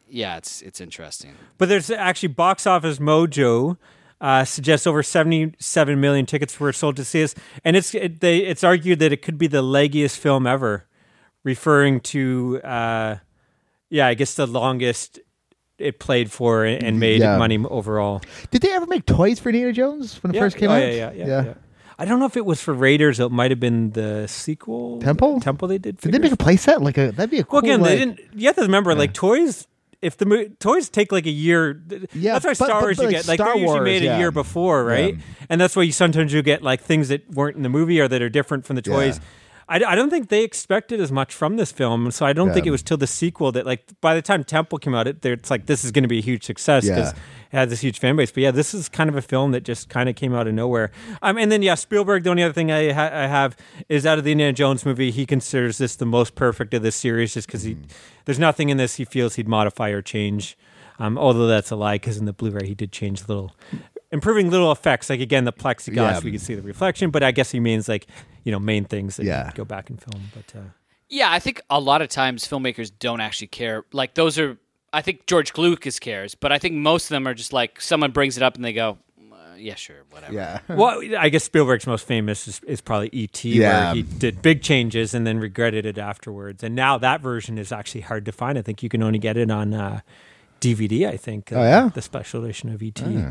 Speaker 1: yeah, it's it's interesting.
Speaker 3: But there's actually Box Office Mojo uh, suggests over 77 million tickets were sold to see us, and it's it, they it's argued that it could be the leggiest film ever, referring to uh, yeah, I guess the longest it played for and and made
Speaker 10: Yeah.
Speaker 3: money overall.
Speaker 10: Did they ever make toys for Indiana Jones when it
Speaker 3: Yeah.
Speaker 10: first came
Speaker 3: Oh,
Speaker 10: out?
Speaker 3: yeah, yeah, yeah, yeah. I don't know if it was for Raiders. It might have been the sequel
Speaker 10: Temple?
Speaker 3: Temple. They did.
Speaker 10: Did they
Speaker 3: figures.
Speaker 10: make a playset? Like a that'd be a cool.
Speaker 3: Well, again,
Speaker 10: like,
Speaker 3: they didn't. You have to remember, like toys. If the mo- toys take like a year,
Speaker 10: Yeah,
Speaker 3: yeah, that's why
Speaker 10: but-
Speaker 3: Star
Speaker 10: but-
Speaker 3: Wars
Speaker 10: but,
Speaker 3: you
Speaker 10: like,
Speaker 3: get like
Speaker 10: Star
Speaker 3: they're usually
Speaker 10: Wars,
Speaker 3: made
Speaker 10: yeah.
Speaker 3: a year before, right? And that's why you sometimes you get like things that weren't in the movie or that are different from the toys. I, I don't think they expected as much from this film, so I don't think it was till the sequel that like by the time Temple came out, it they're- it's like this is going to be a huge success because it had this huge fan base. But yeah, this is kind of a film that just kind of came out of nowhere. Um, and then yeah, Spielberg. The only other thing I, ha- I have is out of the Indiana Jones movie, he considers this the most perfect of this series, just because he
Speaker 10: Mm.
Speaker 3: there's nothing in this he feels he'd modify or change. Um, although that's a lie, because in the Blu-ray he did change little, improving little effects. Like again, the plexiglass
Speaker 10: Yeah.
Speaker 3: we could see the reflection, but I guess he means like you know main things that
Speaker 10: Yeah.
Speaker 3: yeah. go back and film. But uh,
Speaker 1: Yeah, I think a lot of times filmmakers don't actually care. Like those are, I think George Lucas cares, but I think most of them are just like someone brings it up and they go, uh, "Yeah, sure, whatever."
Speaker 10: yeah.
Speaker 3: well, I guess Spielberg's most famous is, is probably E.T.,
Speaker 10: Yeah.
Speaker 3: where he did big changes and then regretted it afterwards. And now that version is actually hard to find. I think you can only get it on uh, DVD. I think. Oh
Speaker 10: yeah? Mm.
Speaker 3: the special edition of E E.T.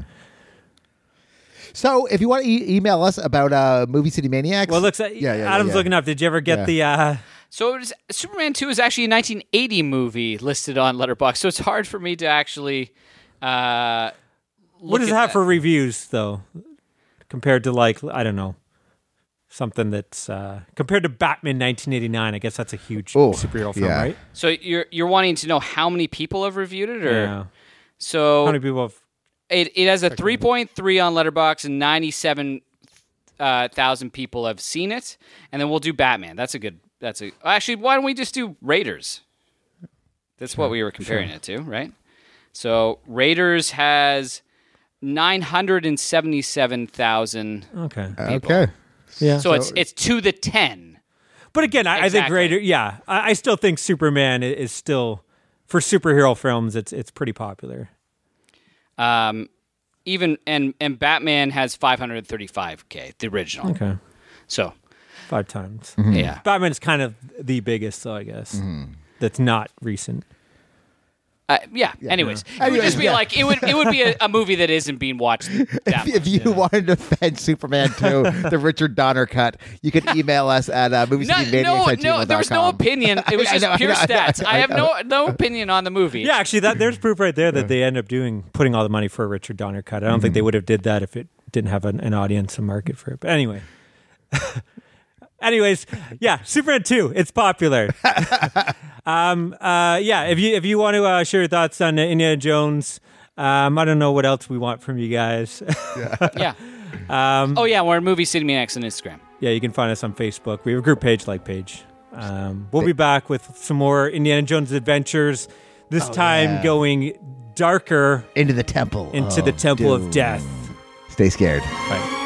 Speaker 10: So if you want to e- email us about uh, Movie City Maniacs,
Speaker 3: Well, it looks like
Speaker 10: Yeah, yeah, yeah,
Speaker 3: Adam's
Speaker 10: yeah.
Speaker 3: looking up. Did you ever get the? Uh,
Speaker 1: So it was, Superman Two is actually a 1980 movie listed on Letterboxd, so it's hard for me to actually. Uh,
Speaker 3: what does
Speaker 1: at
Speaker 3: it have
Speaker 1: that.
Speaker 3: for reviews though compared to like i don't know something that's uh compared to batman 1989 i guess that's a huge
Speaker 10: Oh,
Speaker 3: superhero film
Speaker 10: yeah.
Speaker 3: right
Speaker 1: so you're you're wanting to know how many people have reviewed it, or
Speaker 3: yeah
Speaker 1: so
Speaker 3: how many people have
Speaker 1: It, it has a 3.3 on Letterbox and 97 uh, thousand people have seen it. And then we'll do Batman. That's a good. That's a actually. Why don't we just do Raiders? That's what we were comparing it to, right? So Raiders has 977,000.
Speaker 3: okay
Speaker 10: okay.
Speaker 3: yeah
Speaker 1: So it's it's to the ten.
Speaker 3: but again I, I think
Speaker 1: Exactly.
Speaker 3: greater yeah I, I still think superman i- is still for superhero films it's it's pretty popular
Speaker 1: Um, even and and Batman has 535k the original.
Speaker 3: okay
Speaker 1: So
Speaker 3: five times
Speaker 1: yeah.
Speaker 3: batman's kind of the biggest so i guess that's not recent
Speaker 1: Uh, yeah. Anyways, it would
Speaker 10: Anyways,
Speaker 1: just be
Speaker 10: Uh-huh. yeah.
Speaker 1: like it would. It would be a, a movie that isn't being watched. That
Speaker 10: If
Speaker 1: much.
Speaker 10: you wanted to defend Superman 2, the Richard Donner cut, you can email us at uh, movie
Speaker 1: No,
Speaker 10: city
Speaker 1: no,
Speaker 10: maniacs
Speaker 1: no, there was no opinion. It was
Speaker 10: I
Speaker 1: just
Speaker 10: know, I
Speaker 1: pure
Speaker 10: know, I know,
Speaker 1: stats.
Speaker 10: I
Speaker 1: I have
Speaker 10: know.
Speaker 1: no no opinion on the movie.
Speaker 3: Yeah, actually, that there's proof right there that they end up doing putting all the money for a Richard Donner cut. I don't think they would have did that if it didn't have an, an audience and market for it. But anyway, anyways, yeah, Superman two, it's popular. um, uh, yeah, if you if you want to uh, share your thoughts on uh, Indiana Jones, um, I don't know what else we want from you guys.
Speaker 1: yeah.
Speaker 10: Um,
Speaker 1: oh yeah, we're at Movie City Maniacs on Instagram.
Speaker 3: yeah, you can find us on Facebook. We have a group page, like page. Um, we'll be back with some more Indiana Jones adventures. This time
Speaker 10: yeah.
Speaker 3: going darker
Speaker 10: Into the temple.
Speaker 3: into the
Speaker 10: of
Speaker 4: Oh,
Speaker 3: temple
Speaker 10: doom.
Speaker 3: of death.
Speaker 10: Stay scared.
Speaker 3: Right.